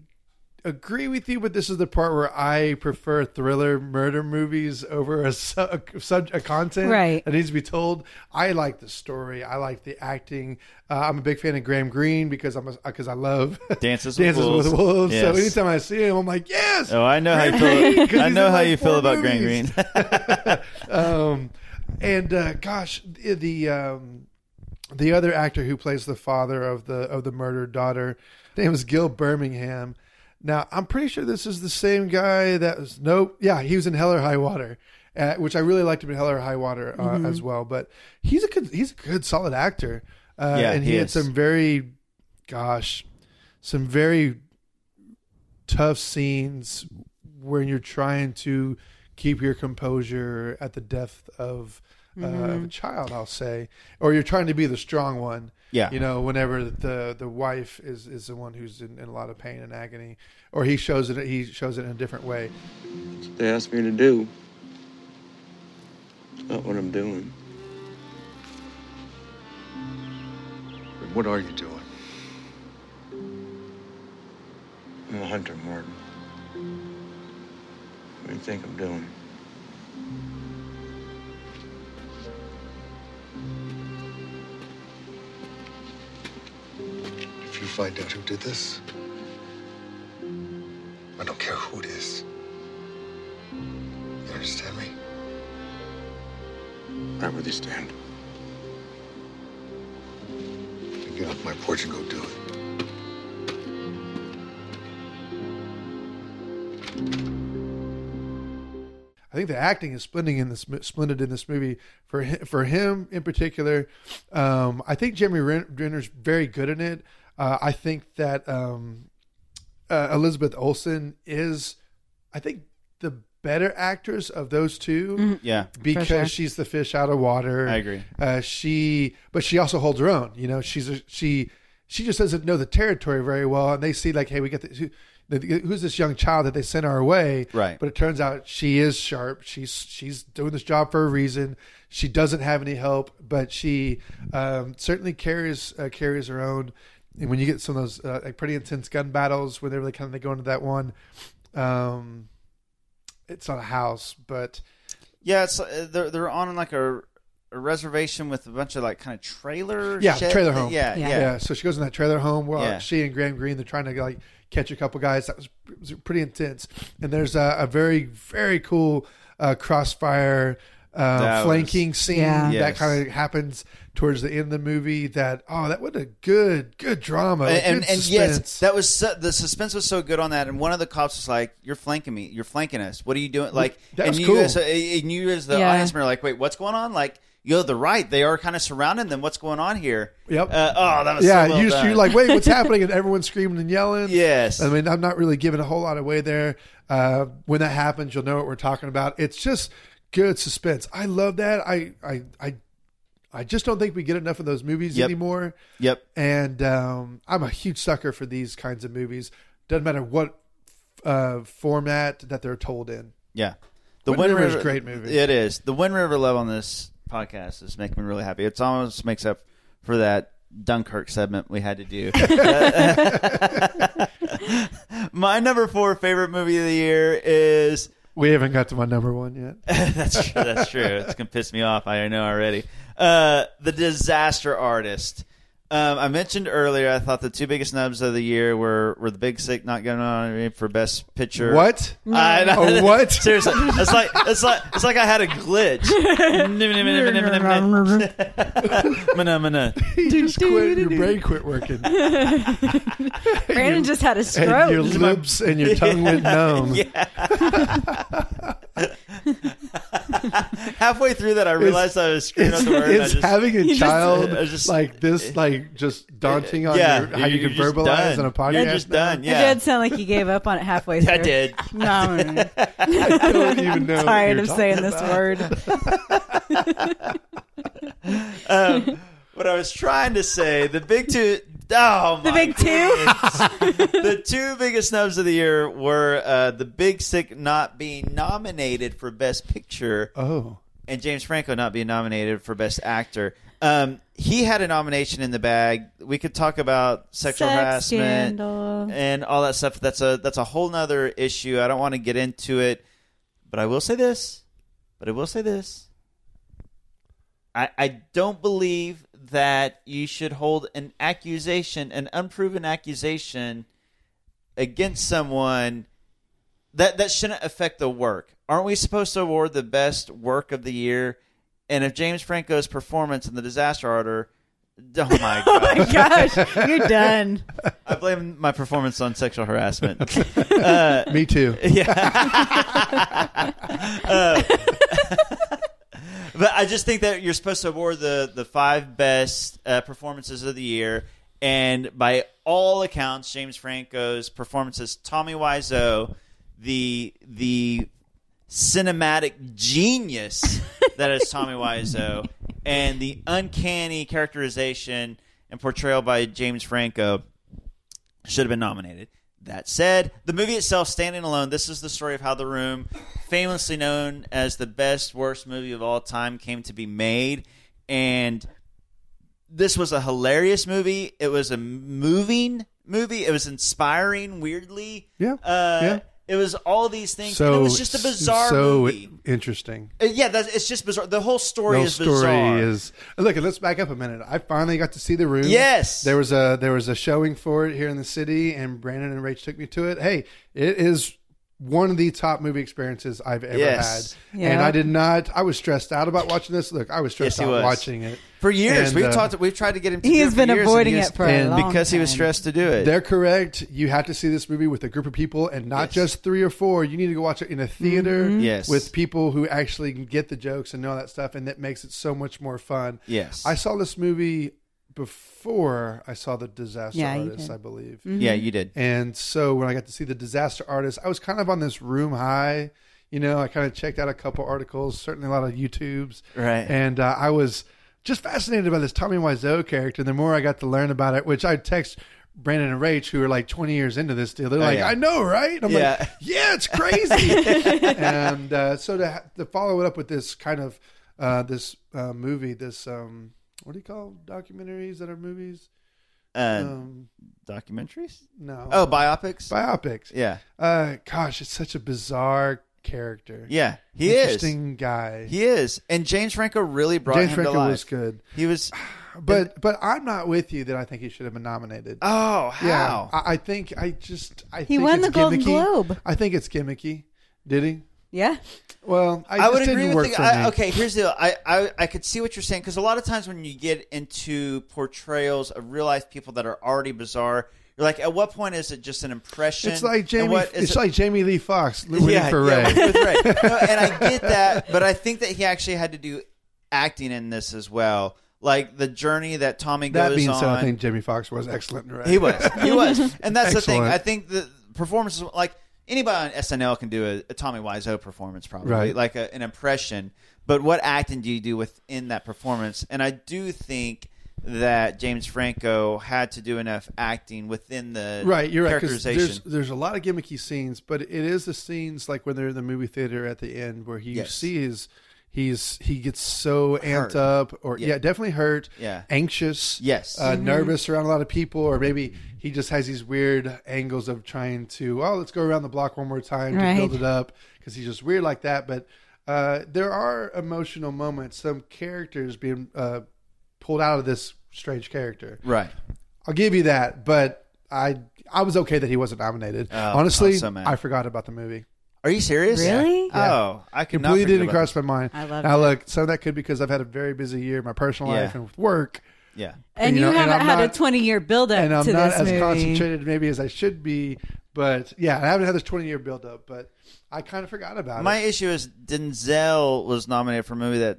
Speaker 1: agree with you, but this is the part where I prefer thriller murder movies over a, su- a, sub- a content
Speaker 3: Right.
Speaker 1: that needs to be told. I like the story. I like the acting. Uh, I'm a big fan of Graham Greene because I'm because I love <laughs>
Speaker 2: Dances with
Speaker 1: Dances
Speaker 2: Wolves.
Speaker 1: with Wolves. So
Speaker 2: Yes.
Speaker 1: anytime I see him, I'm like, yes.
Speaker 2: Oh, I know how you
Speaker 1: Graham Greene, 'cause
Speaker 2: feel. I
Speaker 1: he's
Speaker 2: know
Speaker 1: in
Speaker 2: how
Speaker 1: like
Speaker 2: you feel
Speaker 1: four
Speaker 2: about Green
Speaker 1: movies.
Speaker 2: Green. <laughs>
Speaker 1: <laughs> um, and uh, gosh, the the, um, the other actor who plays the father of the of the murdered daughter, name was Gil Birmingham. Now I'm pretty sure this is the same guy that was nope, yeah, he was in Hell or High Water, uh, which I really liked him in Hell or High Water uh,
Speaker 2: Mhm.
Speaker 1: as well. But he's a good he's a good solid actor, uh,
Speaker 2: Yeah,
Speaker 1: and he,
Speaker 2: he
Speaker 1: had
Speaker 2: is.
Speaker 1: some very, gosh, some very tough scenes where you're trying to keep your composure at the depth of, uh, of a
Speaker 2: Mhm.
Speaker 1: child, I'll say, or you're trying to be the strong one.
Speaker 2: Yeah.
Speaker 1: you know, whenever the the wife is is the one who's in, in a lot of pain and agony, or he shows it he shows it in a different way.
Speaker 12: they asked me to do. Not what I'm doing. But what are you doing? I'm a hunter, Martin. What do you think I'm doing?
Speaker 13: If you find out who did this, I don't care who it is. You understand me?
Speaker 12: Right where they stand.
Speaker 13: You get off my porch and go do it.
Speaker 1: I think the acting is splendid in this mo- splendid in this movie for hi- for him in particular. Um, I think Jeremy Ren- Renner's very good in it. Uh, I think that um, uh, Elizabeth Olsen is, I think, the better actress of those 2
Speaker 2: Yeah. For
Speaker 1: because
Speaker 2: sure.
Speaker 1: she's the fish out of water.
Speaker 2: I agree.
Speaker 1: Uh, she, but she also holds her own. You know, she's a, she she just doesn't know the territory very well, and they see like, hey, we got the. Who, the- Who's this young child that they sent our way?
Speaker 2: Right.
Speaker 1: But it turns out she is sharp. She's she's doing this job for a reason. She doesn't have any help, but she um, certainly carries uh, carries her own. And when you get some of those uh, like pretty intense gun battles, where they really kind of they go into that one, um, it's not a house, but
Speaker 2: Yeah, it's uh, they're they're on like a, a reservation with a bunch of like kind of trailer.
Speaker 1: Yeah,
Speaker 2: shit.
Speaker 1: trailer home.
Speaker 2: Yeah, yeah,
Speaker 1: So she goes in that trailer home. Well,
Speaker 2: Yeah.
Speaker 1: she and Graham Greene they're trying to like catch a couple guys. That was, it was pretty intense. And there's a, a very very cool uh, crossfire uh,
Speaker 2: That
Speaker 1: flanking
Speaker 2: was-
Speaker 1: scene
Speaker 2: Yeah.
Speaker 1: that
Speaker 2: Yes.
Speaker 1: kind of happens towards the end of the movie. That oh, that was a good good drama. like,
Speaker 2: and,
Speaker 1: good
Speaker 2: and, and yes, that was so, the suspense was so good on that. And one of the cops was like, "You're flanking me. You're flanking us. What are you doing?" Like,
Speaker 1: That
Speaker 2: and
Speaker 1: was
Speaker 2: you
Speaker 1: cool.
Speaker 2: as a, and you as the
Speaker 1: Yeah.
Speaker 2: audience member, are like, "Wait, what's going on?" Like, you have the right. They are kind of surrounding them. What's going on here?
Speaker 1: Yep.
Speaker 2: Uh, oh, that was
Speaker 1: yeah.
Speaker 2: So well
Speaker 1: you just,
Speaker 2: done.
Speaker 1: you're like, wait,
Speaker 2: <laughs>
Speaker 1: what's happening? And everyone's screaming and yelling.
Speaker 2: Yes.
Speaker 1: I mean, I'm not really giving a whole lot away there. Uh, when that happens, you'll know what we're talking about. It's just good suspense. I love that. I I I, I just don't think we get enough of those movies
Speaker 2: Yep.
Speaker 1: anymore.
Speaker 2: Yep.
Speaker 1: And um, I'm a huge sucker for these kinds of movies. Doesn't matter what uh, format that they're told in.
Speaker 2: Yeah.
Speaker 1: Wind River is a great movie.
Speaker 2: It is. The Wind River love on this podcast is making me really happy. It almost makes up for that Dunkirk segment we had
Speaker 1: <laughs>
Speaker 2: to do. <laughs> My number four favorite movie of the year is
Speaker 1: We haven't got to my number one yet.
Speaker 2: <laughs> that's true. That's true. It's gonna piss me off. I know already. Uh, the Disaster Artist. Um, I mentioned earlier. I thought the two biggest snubs of the year were were the Big Sick not going on for Best Picture.
Speaker 1: What?
Speaker 2: I know.
Speaker 1: A what?
Speaker 2: <laughs> Seriously,
Speaker 1: <laughs>
Speaker 2: it's like it's like it's like I had a glitch. Mana, mana.
Speaker 1: <laughs> You just quit. Your brain quit working.
Speaker 3: Brandon just
Speaker 2: <laughs>
Speaker 3: had a
Speaker 1: And your
Speaker 3: stroke.
Speaker 1: lips and your tongue went numb.
Speaker 2: Halfway through that, I realized I was screwing up
Speaker 1: it's,
Speaker 2: the word. and I
Speaker 1: it's
Speaker 2: just-
Speaker 1: having
Speaker 2: I
Speaker 1: a
Speaker 2: just-
Speaker 1: child
Speaker 2: I just-
Speaker 1: like
Speaker 2: <laughs>
Speaker 1: this, like just daunting on
Speaker 2: yeah,
Speaker 1: your, how you
Speaker 2: you're
Speaker 1: can
Speaker 2: just
Speaker 1: verbalize
Speaker 2: done.
Speaker 1: on a podcast.
Speaker 2: You're just
Speaker 1: now.
Speaker 2: done.
Speaker 3: It
Speaker 2: Yeah,
Speaker 3: did sound like you gave up on it halfway through.
Speaker 2: <laughs> I did.
Speaker 3: <laughs> No, I'm-
Speaker 2: <laughs>
Speaker 3: <laughs>
Speaker 1: I don't even know. what
Speaker 3: tired
Speaker 1: you're
Speaker 3: of saying
Speaker 1: talking
Speaker 3: this
Speaker 1: about.
Speaker 3: word.
Speaker 2: <laughs>
Speaker 3: <laughs>
Speaker 2: um, what I was trying to say, the big two, oh
Speaker 3: The
Speaker 2: my
Speaker 3: big two? <laughs>
Speaker 2: goodness. the two biggest snubs of the year were uh, the Big Sick not being nominated for Best Picture.
Speaker 1: Oh.
Speaker 2: And James Franco not being nominated for Best Actor. Um, he had a nomination in the bag. We could talk about sexual
Speaker 3: Sex
Speaker 2: harassment
Speaker 6: Uh,
Speaker 3: scandal.
Speaker 2: and all that stuff. That's a that's a whole nother issue. I don't want to get into it, but I will say this. But I will say this. I, I don't believe that you should hold an accusation, an unproven accusation, against someone that that shouldn't affect the work. Aren't we supposed to award the best work of the year? And if James Franco's performance in The Disaster Artist, <laughs> oh my
Speaker 3: <laughs>
Speaker 2: god,
Speaker 3: my gosh, you're done.
Speaker 2: <laughs> I blame my performance on
Speaker 3: <laughs>
Speaker 2: sexual harassment. Uh,
Speaker 1: Me
Speaker 2: <laughs>
Speaker 1: too.
Speaker 2: Yeah. Uh, but I just think that you're supposed to award the the five best uh, performances of the year, and by all accounts, James Franco's performances, Tommy Wiseau, the the cinematic genius that is Tommy Wiseau, and the uncanny characterization and portrayal by James Franco should have been nominated. That said, the movie itself, standing alone, this is the story of how The Room, famously known as the best, worst movie of all time, came to be made. And this was a hilarious movie. It was a moving movie. It was inspiring, weirdly.
Speaker 1: Yeah.
Speaker 2: Uh,
Speaker 1: yeah.
Speaker 2: It was all these things.
Speaker 1: So
Speaker 2: and it was just a bizarre
Speaker 1: so
Speaker 2: movie.
Speaker 1: interesting.
Speaker 2: Uh, yeah, that's, it's just bizarre. The whole story
Speaker 1: The whole
Speaker 2: is
Speaker 1: story
Speaker 2: bizarre.
Speaker 1: is look. Let's back up a minute. I finally got to see the room.
Speaker 2: Yes.
Speaker 1: there was a there was a showing for it here in the city, and Brandon and Rach took me to it. Hey, it is one of the top movie experiences I've ever
Speaker 2: Yes.
Speaker 1: had,
Speaker 2: Yeah.
Speaker 1: and I did not. I was stressed out about watching this. Look, I was
Speaker 2: Yes,
Speaker 1: stressed
Speaker 2: he
Speaker 1: out
Speaker 2: was
Speaker 1: watching it
Speaker 2: for years.
Speaker 1: And,
Speaker 2: we've
Speaker 1: uh,
Speaker 2: talked. We've tried to get him. To
Speaker 3: He
Speaker 2: do
Speaker 3: has
Speaker 2: it
Speaker 3: been
Speaker 2: for years,
Speaker 3: avoiding
Speaker 2: and
Speaker 3: it for a
Speaker 2: and
Speaker 3: long
Speaker 2: because he was
Speaker 3: time.
Speaker 2: stressed to do it.
Speaker 1: They're correct. You have to see this movie with a group of people and not just three or four. You need to go watch it in a theater
Speaker 3: Mm-hmm.
Speaker 2: Mhm. Yes.
Speaker 1: with people who actually can get the jokes and know that stuff, and that makes it so much more fun.
Speaker 2: Yes.
Speaker 1: I saw this movie before I saw The Disaster
Speaker 2: Yeah, you
Speaker 1: Artist,
Speaker 2: did.
Speaker 1: I believe.
Speaker 2: Mhm.
Speaker 3: Mm-hmm.
Speaker 2: Yeah, you did.
Speaker 1: And so when I got to see The Disaster Artist, I was kind of on this room high. You know, I kind of checked out a couple articles, certainly a lot of YouTubes.
Speaker 2: Right.
Speaker 1: And uh, I was just fascinated by this Tommy Wiseau character. And the more I got to learn about it, which I text Brandon and Rach, who are like 20 years into this deal, they're
Speaker 2: Oh,
Speaker 1: like,
Speaker 2: yeah.
Speaker 1: I know, right? And I'm
Speaker 2: Yeah.
Speaker 1: like, yeah, it's crazy. <laughs> and uh, so to, ha- to follow it up with this kind of uh, this uh, movie, this um, what do you call documentaries that are movies?
Speaker 2: Uh,
Speaker 1: Um,
Speaker 2: documentaries?
Speaker 1: No.
Speaker 2: Oh, biopics.
Speaker 1: Biopics.
Speaker 2: Yeah.
Speaker 1: Uh, gosh, it's such a bizarre character.
Speaker 2: Yeah, he is.
Speaker 1: interesting guy.
Speaker 2: He is. And James Franco really brought
Speaker 1: James
Speaker 2: him
Speaker 1: Franco
Speaker 2: to life.
Speaker 1: was good.
Speaker 2: He was.
Speaker 1: <sighs> But but I'm not with you that I think he should have been nominated.
Speaker 2: Oh,
Speaker 1: Yeah,
Speaker 2: how?
Speaker 1: I, I think I just I
Speaker 3: He
Speaker 1: think
Speaker 3: won
Speaker 1: it's
Speaker 3: the Golden
Speaker 1: gimmicky.
Speaker 3: Globe.
Speaker 1: I think it's gimmicky. Did he?
Speaker 3: Yeah.
Speaker 1: Well, I,
Speaker 2: I,
Speaker 1: just
Speaker 2: would
Speaker 1: didn't
Speaker 2: agree with
Speaker 1: work
Speaker 2: the,
Speaker 1: for
Speaker 2: I,
Speaker 1: me.
Speaker 2: okay. Here's the deal. I, I I could see what you're saying because a lot of times when you get into portrayals of real life people that are already bizarre, you're like, at what point is it just an impression?
Speaker 1: It's like
Speaker 2: And
Speaker 1: Jamie.
Speaker 2: what is
Speaker 1: it's
Speaker 2: it-
Speaker 1: like Jamie Lee Fox winning
Speaker 2: yeah,
Speaker 1: for
Speaker 2: yeah,
Speaker 1: Ray.
Speaker 2: with Ray.
Speaker 1: <laughs>
Speaker 2: No, and I get that, but I think that he actually had to do acting in this as well. Like the journey that Tommy
Speaker 1: that
Speaker 2: goes
Speaker 1: being
Speaker 2: on.
Speaker 1: said, I think Jamie Fox was excellent. in Ray.
Speaker 2: He was.
Speaker 1: <laughs>
Speaker 2: He was. And that's the thing.
Speaker 1: Excellent.
Speaker 2: I think the performances, like anybody on SNL can do a, a Tommy Wiseau performance, probably,
Speaker 1: Right.
Speaker 2: like a, an impression. But what acting do you do within that performance? And I do think that James Franco had to do enough acting within the
Speaker 1: right you're right 'cause
Speaker 2: characterization.
Speaker 1: there's there's a lot of gimmicky scenes but it is the scenes like when they're in the movie theater at the end where he
Speaker 2: Yes.
Speaker 1: sees he's he gets so amped
Speaker 2: Hurt.
Speaker 1: up or yeah.
Speaker 2: Yeah.
Speaker 1: definitely hurt
Speaker 2: Yeah.
Speaker 1: anxious
Speaker 2: Yes.
Speaker 1: uh,
Speaker 2: Mhm.
Speaker 1: nervous around a lot of people or maybe he just has these weird angles of trying to oh let's go around the block one more time to build
Speaker 3: Right.
Speaker 1: it up because he's just weird like that but uh, there are emotional moments some characters being uh, pulled out of this strange character
Speaker 2: right.
Speaker 1: I'll give you that, but I I was okay that he wasn't nominated.
Speaker 2: Oh, I
Speaker 1: Honestly,
Speaker 2: was so mad.
Speaker 1: I forgot about the movie.
Speaker 2: Are you serious?
Speaker 3: Really?
Speaker 1: Yeah.
Speaker 2: Oh, I
Speaker 1: completely
Speaker 2: could not forget
Speaker 1: didn't
Speaker 2: about
Speaker 1: cross
Speaker 2: that.
Speaker 1: my mind.
Speaker 3: I love
Speaker 1: now.
Speaker 3: it.
Speaker 1: Look, some of that could be because I've had a very busy year, in my personal
Speaker 2: Yeah.
Speaker 1: life and with work,
Speaker 2: Yeah.
Speaker 3: And
Speaker 1: You
Speaker 3: you,
Speaker 1: know, and
Speaker 3: haven't
Speaker 1: I'm
Speaker 3: had
Speaker 1: not-
Speaker 3: a 20 year buildup
Speaker 1: and I'm
Speaker 3: to
Speaker 1: not
Speaker 3: this
Speaker 1: as
Speaker 3: movie.
Speaker 1: concentrated maybe as I should be. But yeah, I haven't had this 20 year buildup, but I kind of forgot about
Speaker 2: My
Speaker 1: it.
Speaker 2: issue is Denzel was nominated for a movie that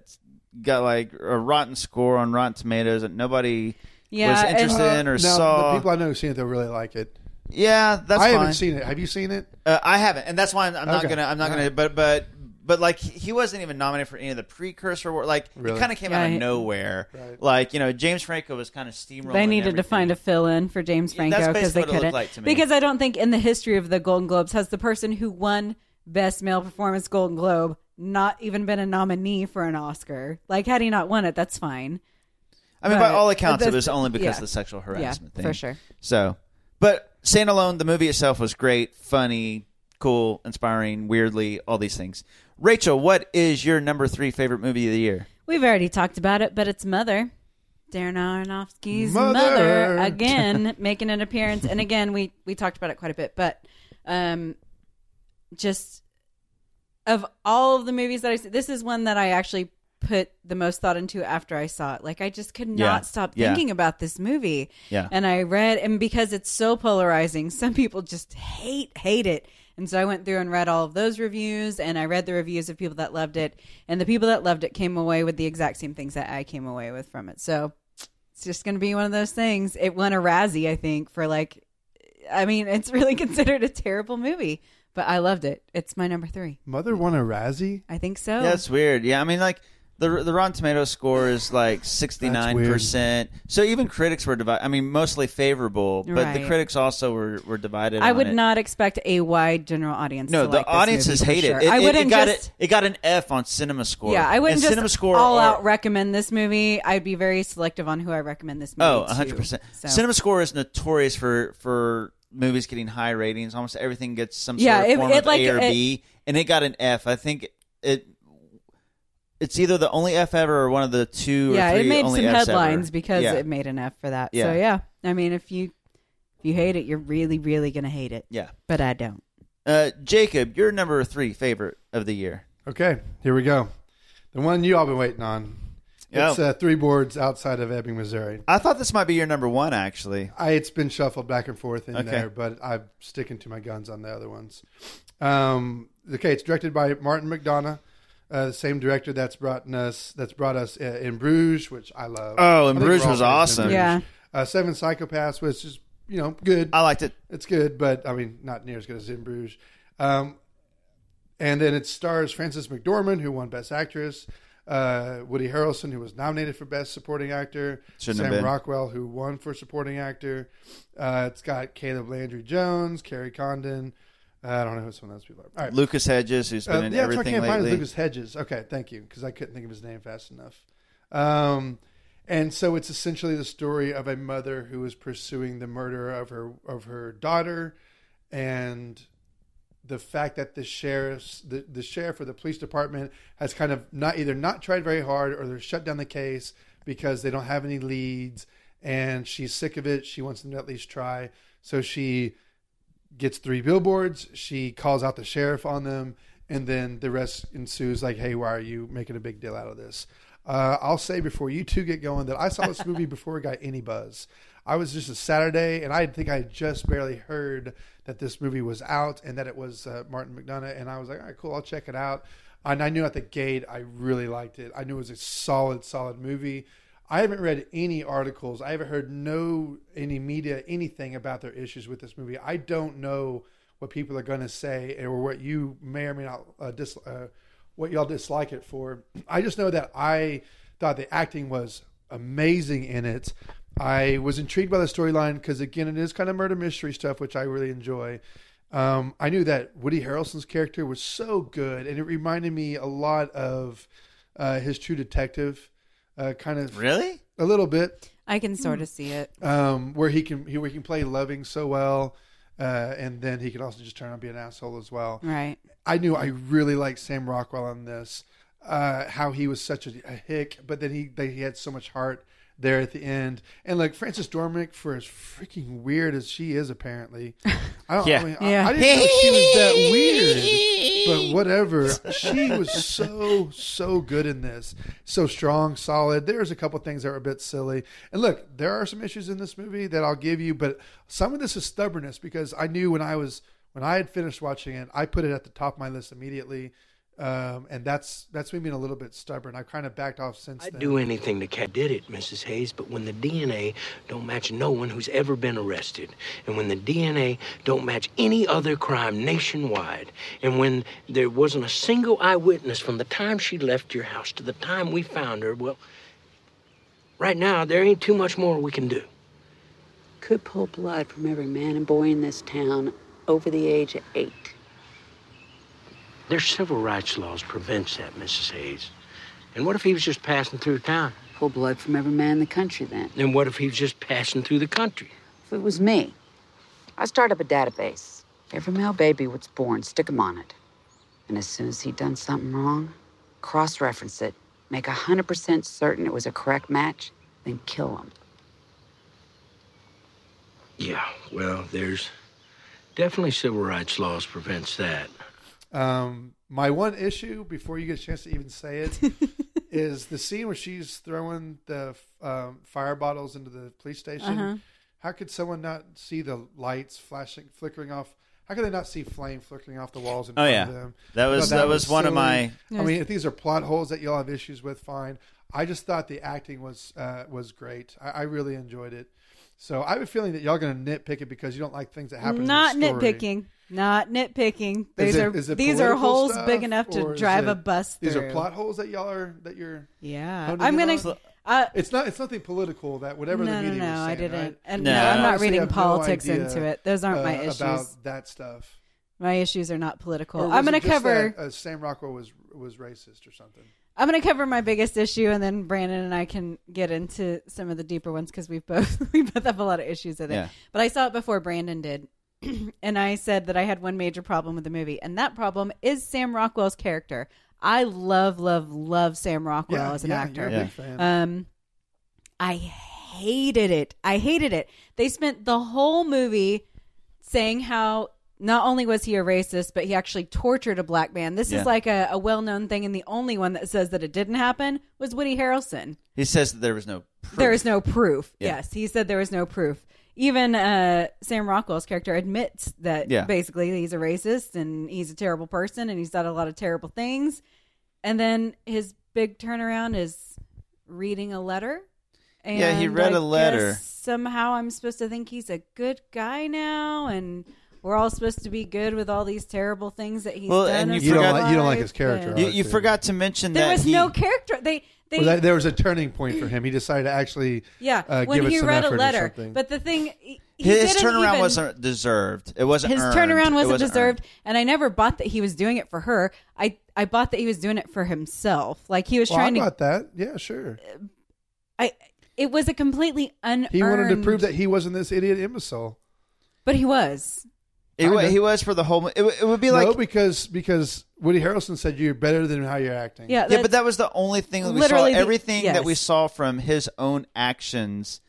Speaker 2: got like a rotten score on Rotten Tomatoes that nobody
Speaker 3: Yeah,
Speaker 2: was
Speaker 3: and-
Speaker 2: interested in
Speaker 1: Uh,
Speaker 2: or
Speaker 1: no,
Speaker 2: saw.
Speaker 1: the people I know who've seen it, they'll really like it.
Speaker 2: yeah, that's
Speaker 1: I
Speaker 2: fine.
Speaker 1: haven't seen it. Have you seen it?
Speaker 2: Uh, I haven't, and that's why I'm, I'm not
Speaker 1: Okay.
Speaker 2: gonna. I'm not
Speaker 1: All
Speaker 2: gonna.
Speaker 1: right.
Speaker 2: But but but like he wasn't even nominated for any of the precursor award. Like
Speaker 1: Really?
Speaker 2: it kind of came out of
Speaker 3: Right.
Speaker 2: nowhere.
Speaker 1: Right.
Speaker 2: Like you know, James Franco was kind of steamrolling.
Speaker 3: They needed
Speaker 2: everything.
Speaker 3: to find a fill in for James
Speaker 2: Yeah, that's
Speaker 3: Franco because they
Speaker 2: basically what it looked
Speaker 3: couldn't.
Speaker 2: like to me.
Speaker 3: Because I don't think in the history of the Golden Globes has the person who won Best Male Performance Golden Globe not even been a nominee for an Oscar. Like, had he not won it, that's fine.
Speaker 2: I mean, by
Speaker 3: But-
Speaker 2: all accounts,
Speaker 3: but
Speaker 2: it was only because
Speaker 3: yeah.
Speaker 2: of the sexual harassment
Speaker 3: yeah,
Speaker 2: thing.
Speaker 3: for sure.
Speaker 2: So, but Stand Alone, the movie itself was great, funny, cool, inspiring, weirdly, all these things. Rachel, what is your number three favorite movie of the year?
Speaker 3: We've already talked about it, but it's Mother. Darren Aronofsky's
Speaker 1: Mother.
Speaker 3: mother, again <laughs> making an appearance, and again we we talked about it quite a bit, but um, just of all of the movies that I see, this is one that I actually put the most thought into after I saw it. Like I just could not
Speaker 2: Yeah.
Speaker 3: stop
Speaker 2: Yeah.
Speaker 3: thinking about this movie.
Speaker 2: Yeah.
Speaker 3: And I read and because it's so polarizing, <laughs> some people just hate hate it. And so I went through and read all of those reviews and I read the reviews of people that loved it and the people that loved it came away with the exact same things that I came away with from it. So it's just going to be one of those things. It won a Razzie, I think, for like I mean, it's really <laughs> considered a terrible movie, but I loved it. It's my number 3.
Speaker 1: Mother won a Razzie.
Speaker 3: I think so.
Speaker 2: Yeah, that's weird. Yeah, I mean, like the the Rotten Tomatoes score is like sixty nine percent. So even critics were divided. I mean, mostly favorable, but
Speaker 3: Right.
Speaker 2: the critics also were, were divided.
Speaker 3: I
Speaker 2: on
Speaker 3: would
Speaker 2: it.
Speaker 3: not expect a wide general audience.
Speaker 2: No,
Speaker 3: to
Speaker 2: the
Speaker 3: like this
Speaker 2: audiences
Speaker 3: movie, for
Speaker 2: hate it.
Speaker 3: sure.
Speaker 2: It-
Speaker 3: I
Speaker 2: it- it
Speaker 3: wouldn't
Speaker 2: got
Speaker 3: just.
Speaker 2: it. It got an F on Cinema Score.
Speaker 3: Yeah, I wouldn't
Speaker 2: and
Speaker 3: just
Speaker 2: Cinema Score
Speaker 3: all
Speaker 2: are-
Speaker 3: out recommend this movie. I'd be very selective on who I recommend this movie.
Speaker 2: Oh,
Speaker 3: to.
Speaker 2: 100 percent.
Speaker 3: So-
Speaker 2: Cinema Score is notorious for for movies getting high ratings. Almost everything gets some
Speaker 3: Yeah,
Speaker 2: sort of
Speaker 3: it-
Speaker 2: form
Speaker 3: it
Speaker 2: of
Speaker 3: like-
Speaker 2: A or
Speaker 3: it-
Speaker 2: B, and it got an F. I think it it's either the only F ever or one of the two.
Speaker 3: yeah,
Speaker 2: or three
Speaker 3: it made some
Speaker 2: only Fs ever.
Speaker 3: headlines because
Speaker 2: Yeah.
Speaker 3: it made an F for that.
Speaker 2: Yeah.
Speaker 3: So yeah, I mean, if you if you hate it, you're really, really gonna hate it.
Speaker 2: Yeah.
Speaker 3: but I don't.
Speaker 2: Uh, Jacob, your number three favorite of the year.
Speaker 1: Okay, here we go. The one you all been waiting on.
Speaker 2: Yeah.
Speaker 1: It's uh, three boards outside of Ebbing, Missouri.
Speaker 2: I thought this might be your number one, actually.
Speaker 1: I, it's been shuffled back and forth in
Speaker 2: Okay.
Speaker 1: there, but I'm sticking to my guns on the other ones. Um, okay, it's directed by Martin McDonough, uh, the same director that's brought us that's brought us uh, in Bruges, which I love.
Speaker 2: Oh, In
Speaker 1: I think
Speaker 2: Bruges
Speaker 1: we're all
Speaker 2: was
Speaker 1: fans of
Speaker 2: awesome.
Speaker 1: Bruges.
Speaker 2: Yeah.
Speaker 1: uh, Seven Psychopaths, which is you know good.
Speaker 2: I liked it.
Speaker 1: It's good, but I mean not near as good as In Bruges. Um, and then it stars Frances McDormand, who won Best Actress, uh, Woody Harrelson, who was nominated for Best Supporting Actor,
Speaker 2: Shouldn't have
Speaker 1: Sam
Speaker 2: been.
Speaker 1: Rockwell, who won for Supporting Actor. Uh, it's got Caleb Landry Jones, Carrie Condon. Uh, I don't know who some of those people are. All right.
Speaker 2: Lucas Hedges, who's been
Speaker 1: Uh,
Speaker 2: in
Speaker 1: yeah, that's why I
Speaker 2: everything
Speaker 1: can't find
Speaker 2: lately.
Speaker 1: it, Lucas Hedges. Okay, thank you, because I couldn't think of his name fast enough. Um, and so it's essentially the story of a mother who is pursuing the murder of her of her daughter, and the fact that the sheriff's the, the sheriff or the police department has kind of not either not tried very hard or they're shut down the case because they don't have any leads and she's sick of it she wants them to at least try so she gets three billboards she calls out the sheriff on them and then the rest ensues like hey why are you making a big deal out of this uh, i'll say before you two get going that i saw this movie before it got any buzz I was just a Saturday, and I think I had just barely heard that this movie was out and that it was uh, Martin McDonough. And I was like, all right, cool, I'll check it out. And I knew at the gate I really liked it. I knew it was a solid, solid movie. I haven't read any articles. I haven't heard no any media anything about their issues with this movie. I don't know what people are going to say or what you may or may not uh, dis- uh, what y'all dislike it for. I just know that I thought the acting was amazing in it. I was intrigued by the storyline because again, it is kind of murder mystery stuff, which I really enjoy. Um, I knew that Woody Harrelson's character was so good, and it reminded me a lot of uh, his True Detective uh, kind of.
Speaker 2: Really?
Speaker 1: A little bit Hmm.
Speaker 3: I can sort of see it.
Speaker 1: um, where he can he, where he can play loving so well, uh, and then he can also just turn out and be an asshole as well.
Speaker 3: Right.
Speaker 1: I knew I really liked Sam Rockwell on this. Uh, how he was such a, a hick, but then he they, he had so much heart there at the end. And like Frances Dormick, for as freaking weird as she is, apparently, I don't.
Speaker 2: Yeah.
Speaker 1: I, mean, I-
Speaker 2: Yeah.
Speaker 1: I didn't know she was that weird, but
Speaker 3: <laughs>
Speaker 1: whatever. She was so so good in this, so strong, solid. There's a couple things that were a bit silly, and look, there are some issues in this movie that I'll give you, but some of this is stubbornness because I knew when I was when I had finished watching it, I put it at the top of my list immediately. Um, and that's that's me being a little bit stubborn. I've kind of backed off since
Speaker 14: I'd
Speaker 1: then.
Speaker 14: do anything to cat did it, Mrs. Hayes, but when the DNA don't match no one who's ever been arrested, and when the DNA don't match any other crime nationwide, and when there wasn't a single eyewitness from the time she left your house to the time we found her, well, right now there ain't too much more we can do.
Speaker 9: Could pull blood from every man and boy in this town over the age of eight.
Speaker 14: Their civil rights laws prevents that, Mrs. Hayes. And what if he was just passing through town?
Speaker 9: Pull blood from every man in the country then.
Speaker 14: And what if he was just passing through the country?
Speaker 9: If it was me, I'd start up a database. Every male baby was born, stick 'em on it. And as soon as he'd done something wrong, cross reference it, make 100% certain it was a correct match, then kill him.
Speaker 14: Yeah, well, there's definitely civil rights laws prevents that.
Speaker 1: Um, my one issue before you get a chance to even say
Speaker 3: <laughs>
Speaker 1: it is the scene where she's throwing the um, fire bottles into the police station.
Speaker 3: Uh-huh.
Speaker 1: How could someone not see the lights flashing, flickering off? How could they not see flame flickering off the walls in
Speaker 2: Oh,
Speaker 1: front
Speaker 2: yeah.
Speaker 1: of them?
Speaker 2: That
Speaker 1: I
Speaker 2: was-
Speaker 1: thought
Speaker 2: that was one of my-
Speaker 1: I mean, if these are plot holes that y'all have issues with, fine. I just thought the acting was uh, was great. I, I really enjoyed it. So I have a feeling that y'all going to nitpick it because you don't like things that happen.
Speaker 3: Not
Speaker 1: in the story.
Speaker 3: nitpicking. Not nitpicking.
Speaker 1: Is
Speaker 3: These
Speaker 1: it-
Speaker 3: are
Speaker 1: is it
Speaker 3: these are
Speaker 1: political
Speaker 3: holes
Speaker 1: stuff,
Speaker 3: big enough
Speaker 1: or
Speaker 3: to
Speaker 1: is
Speaker 3: drive
Speaker 1: it-
Speaker 3: a bus through.
Speaker 1: These are plot holes that y'all are that you're.
Speaker 3: Yeah,
Speaker 1: honing
Speaker 3: I'm
Speaker 1: in
Speaker 3: gonna.
Speaker 1: on?
Speaker 3: Uh,
Speaker 1: it's not. It's nothing political. That whatever
Speaker 3: no,
Speaker 1: the
Speaker 3: no,
Speaker 1: media
Speaker 3: no,
Speaker 1: was
Speaker 3: I
Speaker 1: saying,
Speaker 3: didn't.
Speaker 1: right?
Speaker 3: And no, I'm not
Speaker 1: Honestly, I
Speaker 3: reading
Speaker 1: have no
Speaker 3: politics
Speaker 1: idea,
Speaker 3: into it. Those aren't my
Speaker 1: uh,
Speaker 3: issues.
Speaker 1: about that stuff.
Speaker 3: my issues are not political.
Speaker 1: Or was
Speaker 3: I'm
Speaker 1: it
Speaker 3: gonna
Speaker 1: just
Speaker 3: cover.
Speaker 1: that, uh, Sam Rockwell was was racist or something.
Speaker 3: I'm going to cover my biggest issue, and then Brandon and I can get into some of the deeper ones because we've both <laughs> we both have a lot of issues with it.
Speaker 15: Yeah.
Speaker 3: But I saw it before Brandon did, <clears throat> and I said that I had one major problem with the movie, and that problem is Sam Rockwell's character. I love, love, love Sam Rockwell
Speaker 15: Yeah,
Speaker 3: as an
Speaker 15: yeah,
Speaker 3: actor.
Speaker 15: you're a big Yeah. fan.
Speaker 3: Um, I hated it. I hated it. They spent the whole movie saying how not only was he a racist, but he actually tortured a black man. This
Speaker 2: Yeah.
Speaker 3: is like a, a well known thing, and the only one that says that it didn't happen was Woody Harrelson.
Speaker 2: He says that there was no.
Speaker 3: There is no proof.
Speaker 2: Yeah.
Speaker 3: Yes, he said there was no proof. Even uh, Sam Rockwell's character admits that
Speaker 2: Yeah.
Speaker 3: basically he's a racist and he's a terrible person and he's done a lot of terrible things. And then his big turnaround is reading a letter. And
Speaker 2: Yeah, he read
Speaker 3: a
Speaker 2: a letter.
Speaker 3: Somehow I'm supposed to think he's a good guy now, and we're all supposed to be good with all these terrible things that he's
Speaker 2: Well,
Speaker 3: done.
Speaker 2: and you,
Speaker 3: in
Speaker 1: You don't
Speaker 2: forgot,
Speaker 1: like- you don't like his character
Speaker 2: You,
Speaker 1: arc,
Speaker 2: you
Speaker 1: do you?
Speaker 2: forgot to mention
Speaker 3: there
Speaker 2: that
Speaker 3: was
Speaker 2: he-
Speaker 3: no character. They they
Speaker 1: Well, that, there was a turning point for him. He decided to actually
Speaker 3: yeah.
Speaker 1: uh,
Speaker 3: when
Speaker 1: give it
Speaker 3: he
Speaker 1: some
Speaker 3: read a
Speaker 1: effort or
Speaker 3: letter,
Speaker 1: something.
Speaker 3: but the thing he, he
Speaker 2: his
Speaker 3: didn't
Speaker 2: turnaround
Speaker 3: even-
Speaker 2: wasn't deserved. It wasn't
Speaker 3: his
Speaker 2: earned.
Speaker 3: turnaround
Speaker 2: It
Speaker 3: wasn't,
Speaker 2: wasn't
Speaker 3: deserved and i never bought that he was doing it for her i i bought that he was doing it for himself like he was
Speaker 1: well,
Speaker 3: trying
Speaker 1: Oh, I
Speaker 3: to
Speaker 1: got that. Yeah, sure.
Speaker 3: i it was a completely unearned
Speaker 1: He wanted to prove that he wasn't this idiot imbecile.
Speaker 3: but he was
Speaker 2: He, wa-
Speaker 1: Kinda.
Speaker 2: he was for the whole. mo- It, w- it would be
Speaker 1: no,
Speaker 2: like
Speaker 1: because because Woody Harrelson said you're better than how you're acting.
Speaker 3: Yeah,
Speaker 2: yeah, but that was the only thing that we
Speaker 3: Literally
Speaker 2: saw.
Speaker 3: the-
Speaker 2: Everything that we
Speaker 3: yes.
Speaker 2: saw from his own actions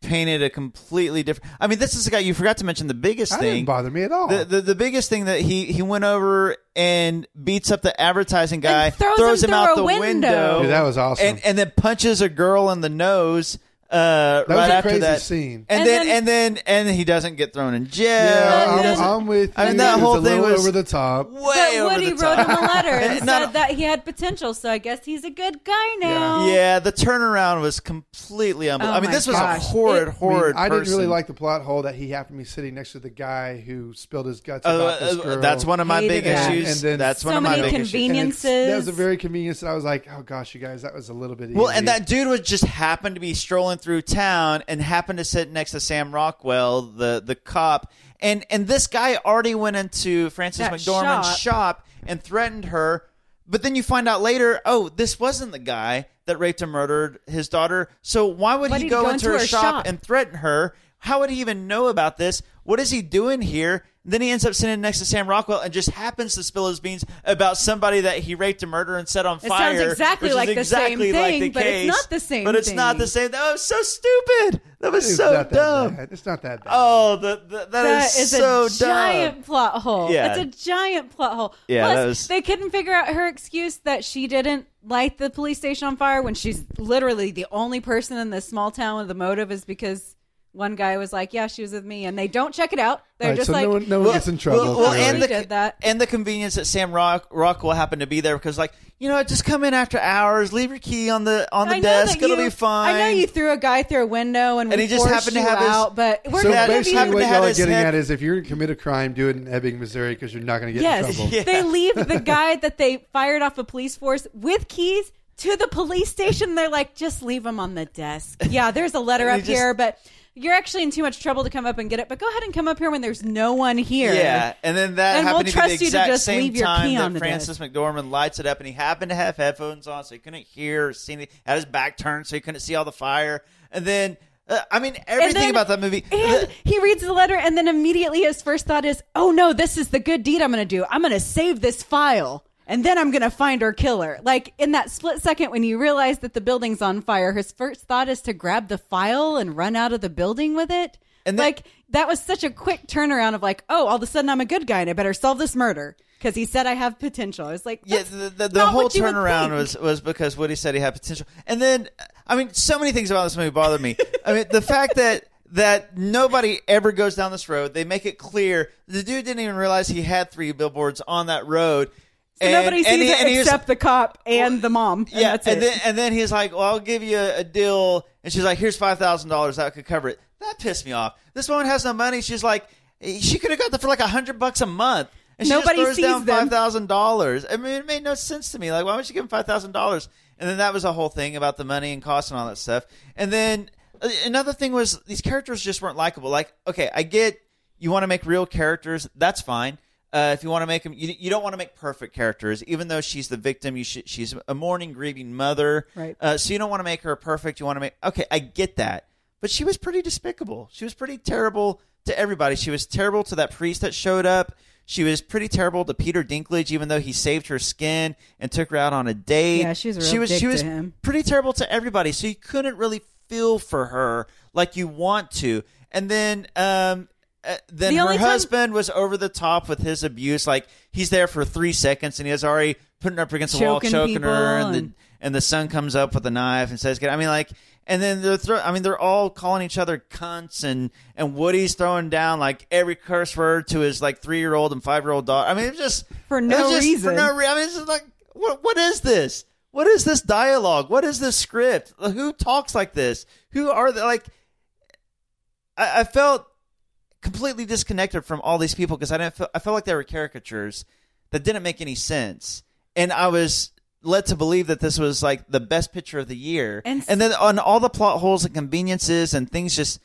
Speaker 2: painted a completely different. I mean, this is a guy you forgot to mention. The biggest
Speaker 1: That
Speaker 2: thing
Speaker 1: didn't bother me at all.
Speaker 2: The, the the biggest thing that he he went over and beats up the advertising guy,
Speaker 3: throws him
Speaker 2: him,
Speaker 3: through
Speaker 2: out
Speaker 3: a
Speaker 2: the window.
Speaker 3: window. Dude, that was
Speaker 1: awesome.
Speaker 2: and, and then punches a girl in the nose. Uh,
Speaker 1: That was
Speaker 2: right
Speaker 1: a
Speaker 2: after
Speaker 1: crazy
Speaker 2: that
Speaker 1: scene.
Speaker 2: and,
Speaker 1: And
Speaker 2: then,
Speaker 1: then-
Speaker 2: and then and he doesn't get thrown in jail.
Speaker 1: Yeah,
Speaker 2: He
Speaker 1: I'm-
Speaker 2: doesn't-
Speaker 1: I'm with
Speaker 2: I mean,
Speaker 1: you.
Speaker 2: that
Speaker 1: It was
Speaker 2: whole
Speaker 1: a
Speaker 2: thing
Speaker 1: little
Speaker 2: was
Speaker 1: over the top.
Speaker 2: Way
Speaker 3: but
Speaker 2: over
Speaker 3: Woody
Speaker 2: the
Speaker 3: wrote
Speaker 2: top.
Speaker 3: him a letter and
Speaker 2: <laughs> Not-
Speaker 3: said that he had potential, so I guess he's a good guy now.
Speaker 2: Yeah, the turnaround was completely
Speaker 1: Oh
Speaker 2: unbelievable. I mean,
Speaker 3: my
Speaker 2: this was
Speaker 3: gosh.
Speaker 2: a horrid,
Speaker 1: I, mean,
Speaker 2: horrid.
Speaker 1: I didn't really
Speaker 2: person.
Speaker 1: like the plot hole that he happened to be sitting next to the guy who spilled his guts
Speaker 2: Uh,
Speaker 1: about this
Speaker 2: uh,
Speaker 1: girl.
Speaker 2: that's one of my Hated big that. issues. That's one So of my many big issues.
Speaker 1: And it's- That was a
Speaker 3: conveniences.
Speaker 1: very convenience that I was like, oh gosh, you guys, that was a little bit.
Speaker 2: Well,
Speaker 1: easy.
Speaker 2: and that dude was just happened to be strolling through town and happened to sit next to Sam Rockwell, the the cop, and and this guy already went into Frances
Speaker 3: That
Speaker 2: McDormand's
Speaker 3: shop.
Speaker 2: shop. and threatened her. But then you find out later, oh, this wasn't the guy that raped and murdered his daughter. So why would
Speaker 3: Why
Speaker 2: he
Speaker 3: did
Speaker 2: go, into, her, shop, and threaten her? How would he even know about this? What is he doing here? Then he ends up sitting next to Sam Rockwell and just happens to spill his beans about somebody that he raped and murdered and set on
Speaker 3: It
Speaker 2: fire.
Speaker 3: sounds exactly
Speaker 2: which is
Speaker 3: like the same
Speaker 2: exactly like
Speaker 3: thing,
Speaker 2: the
Speaker 3: but it's
Speaker 2: case,
Speaker 3: not the same
Speaker 2: But it's not
Speaker 3: thing.
Speaker 2: the same. That was so stupid. That was
Speaker 1: It's
Speaker 2: so
Speaker 1: not that
Speaker 2: dumb.
Speaker 1: bad. It's not that bad.
Speaker 2: Oh, the, the,
Speaker 3: That
Speaker 2: is,
Speaker 3: is
Speaker 2: so
Speaker 3: a giant
Speaker 2: dumb.
Speaker 3: plot hole.
Speaker 2: Yeah.
Speaker 3: That's a giant plot hole.
Speaker 2: Yeah,
Speaker 3: Plus,
Speaker 2: that was-
Speaker 3: they couldn't figure out her excuse that she didn't light the police station on fire when she's literally the only person in this small town with the motive is because one guy was like, "Yeah, she was with me," and they don't check it out. They're
Speaker 1: Right,
Speaker 3: just
Speaker 1: so
Speaker 3: like,
Speaker 1: no one, no one gets in trouble.
Speaker 2: Well, well,
Speaker 1: clearly.
Speaker 2: and the
Speaker 3: did that.
Speaker 2: oh, and the convenience that Sam Rock Rockwell happened to be there because, like, you know, what, just come in after hours, leave your key on the on the
Speaker 3: I know
Speaker 2: desk.
Speaker 3: that
Speaker 2: It'll
Speaker 3: you-
Speaker 2: be fine.
Speaker 3: I know you threw a guy through a window and,
Speaker 2: And
Speaker 3: we
Speaker 2: he just
Speaker 3: forced
Speaker 2: happened to
Speaker 3: you
Speaker 2: have his-
Speaker 3: out, but we're
Speaker 1: so
Speaker 3: gonna give
Speaker 1: basically,
Speaker 3: you-
Speaker 1: what
Speaker 2: had
Speaker 1: y'all are
Speaker 2: his
Speaker 1: getting
Speaker 2: head-
Speaker 1: at is if you're going to commit a crime, do it in Ebbing, Missouri, because you're not going to get in
Speaker 3: yes,
Speaker 1: trouble.
Speaker 3: they leave
Speaker 2: <laughs>
Speaker 3: the guy that they fired off a police force with keys to the police station. They're like, just leave him on the
Speaker 2: <laughs>
Speaker 3: desk. Yeah, there's a letter
Speaker 2: And
Speaker 3: up
Speaker 2: he just-
Speaker 3: here, but you're actually in too much trouble to come up and get it. But go ahead and come up here when there's no one here.
Speaker 2: Yeah, and then that
Speaker 3: And
Speaker 2: happened
Speaker 3: we'll
Speaker 2: to be
Speaker 3: trust
Speaker 2: the
Speaker 3: you to
Speaker 2: exact
Speaker 3: just
Speaker 2: same
Speaker 3: leave your
Speaker 2: time
Speaker 3: key on the
Speaker 2: that Francis McDormand lights it up, and he happened to have headphones on, so he couldn't hear or see. Any, had his back turned, so he couldn't see all the fire. And then, uh, I mean, everything
Speaker 3: then-
Speaker 2: about that movie.
Speaker 3: And he reads the letter, and then immediately his first thought is, "Oh no, this is the good deed I'm going to do. I'm going to save this file, and then I'm going to find her killer." Like in that split second when you realize that the building's on fire, his first thought is to grab the file and run out of the building with it. And like that was such a quick turnaround of like, "Oh, all of a sudden I'm a good guy, and I better solve this murder." Because he said I have potential. I was like,
Speaker 2: yeah, the, the, the
Speaker 3: not
Speaker 2: whole
Speaker 3: what you would
Speaker 2: turnaround
Speaker 3: think.
Speaker 2: was was because Woody said he had potential, and then I mean, so many things about this movie bother me. I mean, the fact that that nobody ever goes down this road, they make it clear the dude didn't even realize he had three billboards on that road.
Speaker 3: And nobody sees
Speaker 2: and he-
Speaker 3: it
Speaker 2: and he was-
Speaker 3: except the cop and the mom. And
Speaker 2: yeah,
Speaker 3: that's
Speaker 2: and
Speaker 3: it.
Speaker 2: then and then he's like, "Well, I'll give you a, a deal," and she's like, "Here's five thousand dollars that could cover it." That pissed me off. This woman has no money. She's like, she could have got that for like a hundred bucks a month. And she
Speaker 3: Nobody
Speaker 2: just throws
Speaker 3: sees
Speaker 2: down
Speaker 3: them.
Speaker 2: five thousand dollars. I mean, it made no sense to me. Like, why would she give him five thousand dollars? And then that was a whole thing about the money and cost and all that stuff. And then uh, another thing was these characters just weren't likable. Like, okay, I get you want to make real characters. That's fine. Uh, if you want to make them, you, you don't want to make perfect characters. Even though she's the victim, you should, she's a mourning, grieving mother.
Speaker 3: Right.
Speaker 2: Uh, so you don't want to make her perfect. You want to make okay. I get that, but she was pretty despicable. She was pretty terrible to everybody. She was terrible to that priest that showed up. She was pretty terrible to Peter Dinklage, even though he saved her skin and took her out on a date.
Speaker 3: Yeah, she was a real
Speaker 2: she was
Speaker 3: dick
Speaker 2: she
Speaker 3: to
Speaker 2: was
Speaker 3: him.
Speaker 2: pretty terrible to everybody. So you couldn't really feel for her like you want to. And then um, uh, then
Speaker 3: The
Speaker 2: her
Speaker 3: only time-
Speaker 2: husband was over the top with his abuse. Like he's there for three seconds and he was already putting her up against the wall,
Speaker 3: Choking
Speaker 2: choking her,
Speaker 3: people
Speaker 2: and, the
Speaker 3: and-
Speaker 2: and the son comes up with a knife and says, "Get." I mean, like, and then they're throw. I mean, they're all calling each other cunts, and and Woody's throwing down like every curse word to his like three year old and five year old daughter. I mean, it's just
Speaker 3: For
Speaker 2: it was
Speaker 3: no
Speaker 2: just
Speaker 3: reason.
Speaker 2: For no reason. I mean, it's just like what what is this? What is this dialogue? What is this script? Who talks like this? Who are the like? I, I felt completely disconnected from all these people because I didn't. Feel, I felt like they were caricatures that didn't make any sense, and I was led to believe that this was like the best picture of the year.
Speaker 3: And-
Speaker 2: then on all the plot holes and conveniences and things just,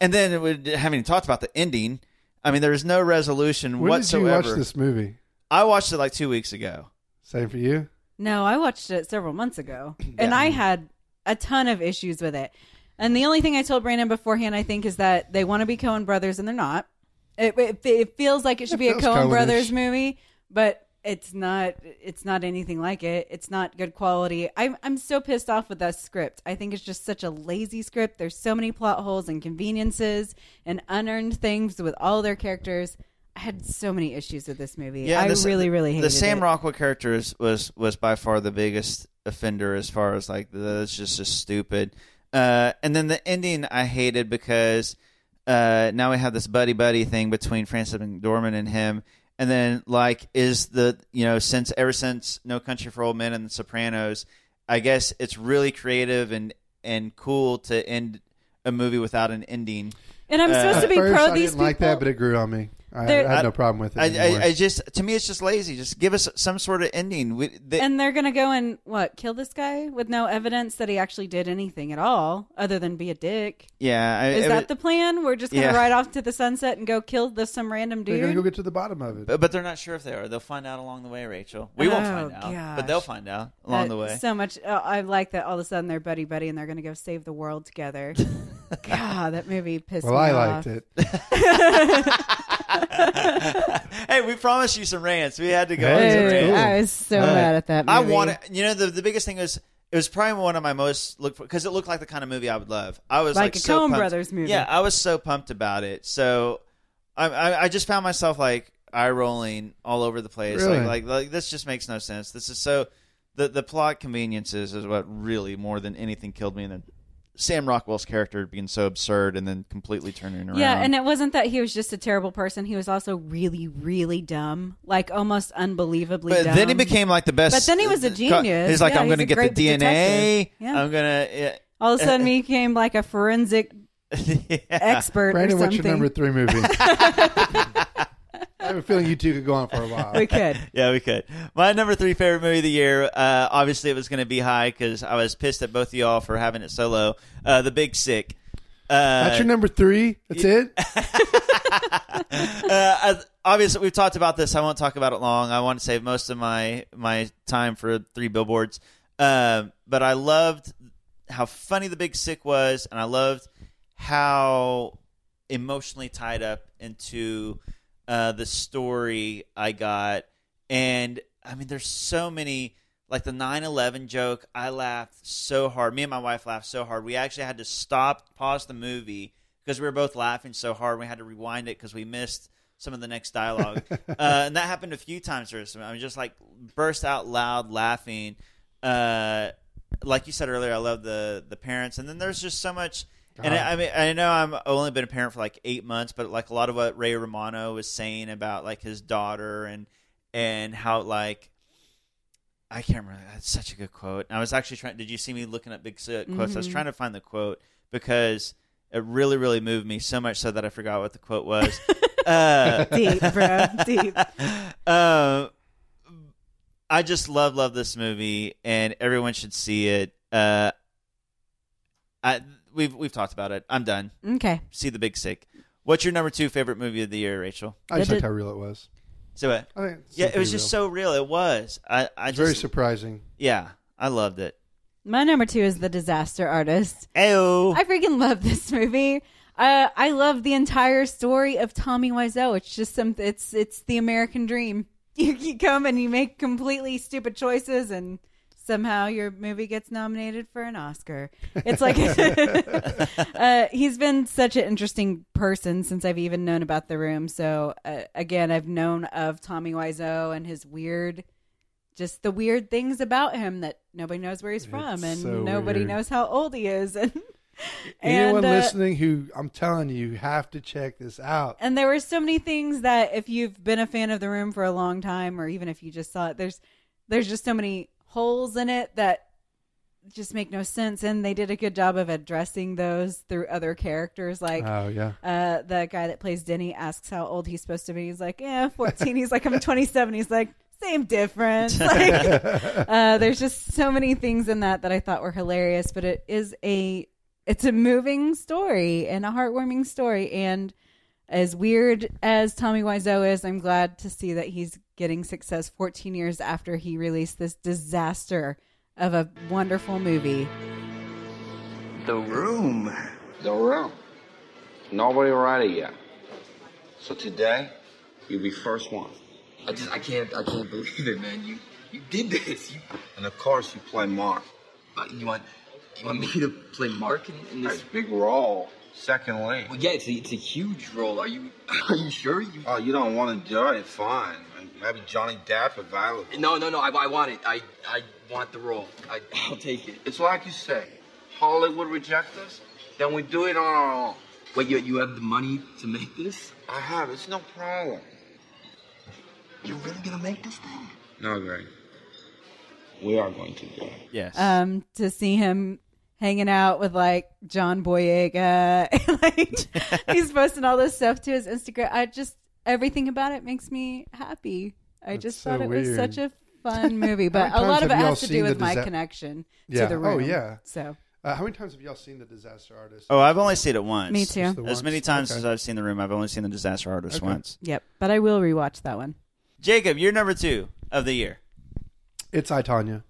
Speaker 2: and then it would, having talked about the ending, I mean there was no resolution
Speaker 1: When
Speaker 2: whatsoever.
Speaker 1: did you watch this movie?
Speaker 2: I watched it like two weeks ago.
Speaker 1: Same for you.
Speaker 3: No, I watched it several months ago, and I had a ton of issues with it. And the only thing I told Brandon beforehand, I think, is that they want to be Cohen brothers, and they're not. It, it, it feels like it should
Speaker 15: It
Speaker 3: be a
Speaker 15: feels
Speaker 3: Cohen
Speaker 15: Coen-ish.
Speaker 3: brothers movie, but it's not. It's not anything like it. It's not good quality. I'm I'm so pissed off with that script. I think it's just such a lazy script. There's so many plot holes and conveniences and unearned things with all their characters. I had so many issues with this movie. I
Speaker 2: this-
Speaker 3: really, really hated
Speaker 2: the Sam
Speaker 3: it.
Speaker 2: Rockwell character is, was was by far the biggest offender as far as like that's just just stupid. Uh, and then the ending I hated because uh, now we have this buddy buddy thing between Francis McDormand and him. And then like is the you know since ever since No Country for Old Men and The Sopranos, I guess it's really creative and and cool to end a movie without an ending. Uh,
Speaker 3: And I'm supposed to
Speaker 1: At
Speaker 3: be
Speaker 1: first,
Speaker 3: pro
Speaker 1: I
Speaker 3: these
Speaker 1: didn't like
Speaker 3: people.
Speaker 1: that, but it grew on me. I, I
Speaker 3: There-
Speaker 1: had no problem with it.
Speaker 2: I,
Speaker 1: anymore.
Speaker 2: I, I just to me it's just lazy. Just give us some sort of ending. We, the,
Speaker 3: and they're gonna go and what kill this guy with no evidence that he actually did anything at all other than be a dick.
Speaker 2: yeah, I,
Speaker 3: Is
Speaker 2: it
Speaker 3: that
Speaker 2: was-
Speaker 3: the plan? We're just gonna
Speaker 2: Yeah.
Speaker 3: ride off to the sunset and go kill this some random dude.
Speaker 1: They're gonna go get to the bottom of it.
Speaker 2: But, but they're not sure if they are. They'll find out along the way, Rachel. We won't find
Speaker 3: Oh,
Speaker 2: out,
Speaker 3: gosh.
Speaker 2: but they'll find out along
Speaker 3: Uh,
Speaker 2: the way.
Speaker 3: So much. Uh, I like that. All of a sudden they're buddy buddy and they're gonna go save the world
Speaker 2: <laughs>
Speaker 3: together. God, that movie pissed
Speaker 1: well,
Speaker 3: me
Speaker 1: I
Speaker 3: off.
Speaker 1: liked it.
Speaker 2: <laughs> hey, we promised you some rants. We had to go.
Speaker 3: Hey,
Speaker 2: on some rants.
Speaker 3: I was so mad at that
Speaker 2: I
Speaker 3: movie.
Speaker 2: wanted, you know, the, the biggest thing is it was probably one of my most look because it looked like the kind of movie I would love. I was
Speaker 3: Like
Speaker 2: like
Speaker 3: a
Speaker 2: so
Speaker 3: Coen
Speaker 2: pumped.
Speaker 3: Brothers movie.
Speaker 2: Yeah, I was so pumped about it. So I, I, I just found myself like eye rolling all over the place.
Speaker 1: Really?
Speaker 2: Like, like like this just makes no sense. This is so the the plot conveniences is what really more than anything killed me. And then Sam Rockwell's character being so absurd and then completely turning around.
Speaker 3: Yeah, and it wasn't that he was just a terrible person. He was also really, really dumb, like almost unbelievably
Speaker 2: But
Speaker 3: dumb.
Speaker 2: then he became like the best.
Speaker 3: But then he was a genius.
Speaker 2: He's like,
Speaker 3: Yeah,
Speaker 2: I'm going to
Speaker 3: he's a
Speaker 2: get the
Speaker 3: great
Speaker 2: DNA.
Speaker 3: detective. Yeah.
Speaker 2: I'm going to. Yeah.
Speaker 3: All of a
Speaker 2: <laughs>
Speaker 3: sudden, he became like a forensic
Speaker 1: <laughs>
Speaker 3: expert
Speaker 1: Brandon,
Speaker 3: or something.
Speaker 1: what's your number three movie?
Speaker 3: <laughs>
Speaker 1: I have a feeling you two could go on for a while.
Speaker 3: We could.
Speaker 2: yeah, we could. My number three favorite movie of the year. Uh, obviously, it was going to be high because I was pissed at both of y'all for having it so low. Uh, the Big Sick. Uh,
Speaker 1: That's your number three. That's it.
Speaker 2: <laughs> uh, I- obviously, we've talked about this. I won't talk about it long. I want to save most of my my time for three billboards. Um, but I loved how funny the Big Sick was, and I loved how emotionally tied up into uh, the story I got. And I mean, there's so many. Like the 9 11 joke, I laughed so hard. Me and my wife laughed so hard. We actually had to stop, pause the movie because we were both laughing so hard. We had to rewind it because we missed some of the next dialogue, uh, and that happened a few times. Or something. I mean, just like burst out loud laughing. Uh, like you said earlier, I love the the parents, and then there's just so much. And
Speaker 16: God.
Speaker 2: I, I mean, I know I'm I've only been a parent for like eight months, but like a lot of what Ray Romano was saying about like his daughter and and how like I can't remember. That's such a good quote. I was actually trying. Did you see me looking up big uh, quotes? I was
Speaker 15: Mhm.
Speaker 2: trying to find the quote because it really, really moved me so much so that I forgot what the
Speaker 15: <laughs>
Speaker 2: quote was. uh,
Speaker 15: Deep, bro.
Speaker 2: <laughs>
Speaker 15: Deep.
Speaker 2: Um, I just love, love this movie, and everyone should see it. Uh, I we've we've talked about it. I'm done.
Speaker 3: Okay.
Speaker 2: See the big sick. What's your number two favorite movie of the year, Rachel?
Speaker 1: I just liked how real it was.
Speaker 2: So what?
Speaker 3: Oh,
Speaker 1: I think it's
Speaker 2: yeah, it was
Speaker 1: pretty
Speaker 2: just so real. It was. I, I
Speaker 1: It's
Speaker 2: just,
Speaker 1: very surprising.
Speaker 2: Yeah, I loved it.
Speaker 3: My number two is The Disaster Artist.
Speaker 2: Ayo.
Speaker 3: I freaking love this movie. Uh, I love the entire story of Tommy Wiseau. It's just some. It's it's the American dream. <laughs> You, you come and you make completely stupid choices, and somehow your movie gets nominated for an Oscar. It's like <laughs> uh, he's been such an interesting person since I've even known about the room. So uh, again, I've known of Tommy Wiseau and his weird, just the weird things about him that nobody knows where he's from, and
Speaker 1: so
Speaker 3: nobody
Speaker 1: weird.
Speaker 3: knows how old he is, <laughs> and.
Speaker 1: Anyone
Speaker 3: uh,
Speaker 1: listening who I'm telling you, you have to check this out.
Speaker 3: and there were so many things that if you've been a fan of the room for a long time, or even if you just saw it, there's there's just so many holes in it that just make no sense. And they did a good job of addressing those through other characters. Like,
Speaker 1: Oh, yeah.
Speaker 3: uh, the guy that plays Denny asks how old he's supposed to be. He's like, yeah, fourteen. he's like, I'm twenty seven. He's like,
Speaker 1: <laughs>
Speaker 3: same difference. <laughs> Like, uh, there's just so many things in that that I thought were hilarious, but it is a it's a moving story and a heartwarming story. And as weird as Tommy Wiseau is, I'm glad to see that he's getting success 14 years after he released this disaster of a wonderful movie.
Speaker 16: The room. The room. Nobody right of you. So today, you'll be first one. I just I can't I can't believe it, man. You you did this. You... And of course you play Mark. But you want you want me to play Mark in, in this big role. Second lead. Well yeah, it's a, it's a huge role. Are you <laughs> are you sure you
Speaker 12: Oh, you don't want to do it? Fine. Maybe Johnny Depp available.
Speaker 16: No, no, no. I, I want it. I, I want the role. I, I'll take it. It's like you say. Hollywood reject us, then we do it on our own. Wait, you, you have the money to make this? I have. It's no problem. You're really gonna make this thing? No, Greg. We are going to do it. Yes.
Speaker 3: Um, to see him hanging out with like John Boyega,
Speaker 1: <laughs>
Speaker 3: <laughs> like he's posting all this stuff to his Instagram. I just everything about it makes me happy. I just
Speaker 1: so
Speaker 3: thought it was
Speaker 1: weird.
Speaker 3: such a
Speaker 1: <laughs>
Speaker 3: fun movie,
Speaker 1: How
Speaker 3: but
Speaker 1: many
Speaker 3: a
Speaker 1: times
Speaker 3: lot of it
Speaker 1: have y'all
Speaker 3: has to
Speaker 1: seen
Speaker 3: do
Speaker 1: The
Speaker 3: with my
Speaker 1: Disa-
Speaker 3: connection
Speaker 1: Yeah.
Speaker 3: to the room.
Speaker 1: Oh, yeah.
Speaker 3: So
Speaker 1: Uh, how many times have y'all seen The Disaster Artist?
Speaker 2: Oh, I've only seen it once.
Speaker 3: Me too. Just the
Speaker 2: As many
Speaker 1: once?
Speaker 2: times
Speaker 1: Okay.
Speaker 2: as I've seen the room, I've only seen the Disaster Artist once.
Speaker 3: yep, but I will rewatch that one.
Speaker 2: Jacob, you're number two of the year.
Speaker 1: It's I, Tanya.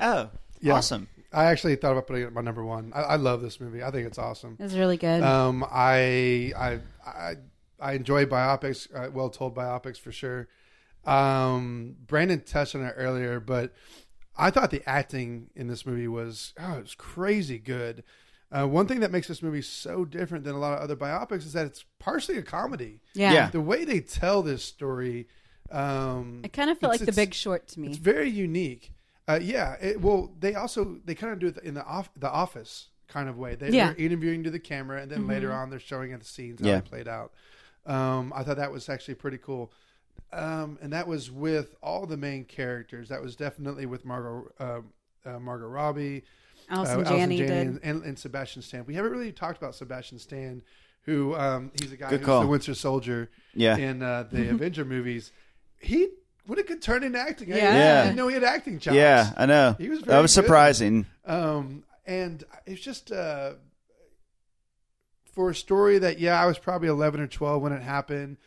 Speaker 2: Oh, awesome.
Speaker 1: I actually thought about putting it at my number one. I, I love this movie. I think it's awesome.
Speaker 3: It's really good.
Speaker 1: Um, I I I, I enjoy biopics, uh, well told biopics for sure. Um, Brandon touched on it earlier, but I thought the acting in this movie was oh, it was crazy good. Uh, one thing that makes this movie so different than a lot of other biopics is that it's partially a comedy.
Speaker 3: Yeah. Yeah.
Speaker 1: the way they tell this story. Um,
Speaker 3: It kind of felt
Speaker 1: it's-
Speaker 3: like The
Speaker 1: it's-
Speaker 3: Big Short to me.
Speaker 1: It's very unique. Uh, yeah. It, well, they also they kind of do it in the off, the office kind of way. They,
Speaker 3: Yeah.
Speaker 1: They're interviewing to the camera, and then
Speaker 3: Mhm.
Speaker 1: later on they're showing at the scenes how
Speaker 2: Yeah.
Speaker 1: they played out. Um, I thought that was actually pretty cool. Um, and that was with all the main characters. That was definitely with Margot uh, uh, Margot Robbie, uh,
Speaker 3: Allison
Speaker 1: Allison
Speaker 3: Janney did.
Speaker 1: and, and, and Sebastian Stan. We haven't really talked about Sebastian Stan, who um, he's a guy
Speaker 2: Good
Speaker 1: who's
Speaker 2: call.
Speaker 1: the Winter Soldier
Speaker 2: Yeah.
Speaker 1: in
Speaker 3: <laughs>
Speaker 1: uh,
Speaker 3: Mm-hmm.
Speaker 1: the Avenger movies. He what a good turn in acting. eh? I
Speaker 3: Uh,
Speaker 2: Yeah.
Speaker 1: didn't- I
Speaker 2: Yeah.
Speaker 1: didn't know he had acting chops.
Speaker 2: Yeah, I know.
Speaker 1: He was
Speaker 2: That
Speaker 1: very
Speaker 2: was
Speaker 1: good.
Speaker 2: surprising.
Speaker 1: Um, and it's just uh, for a story that yeah, I was probably eleven or twelve when it happened,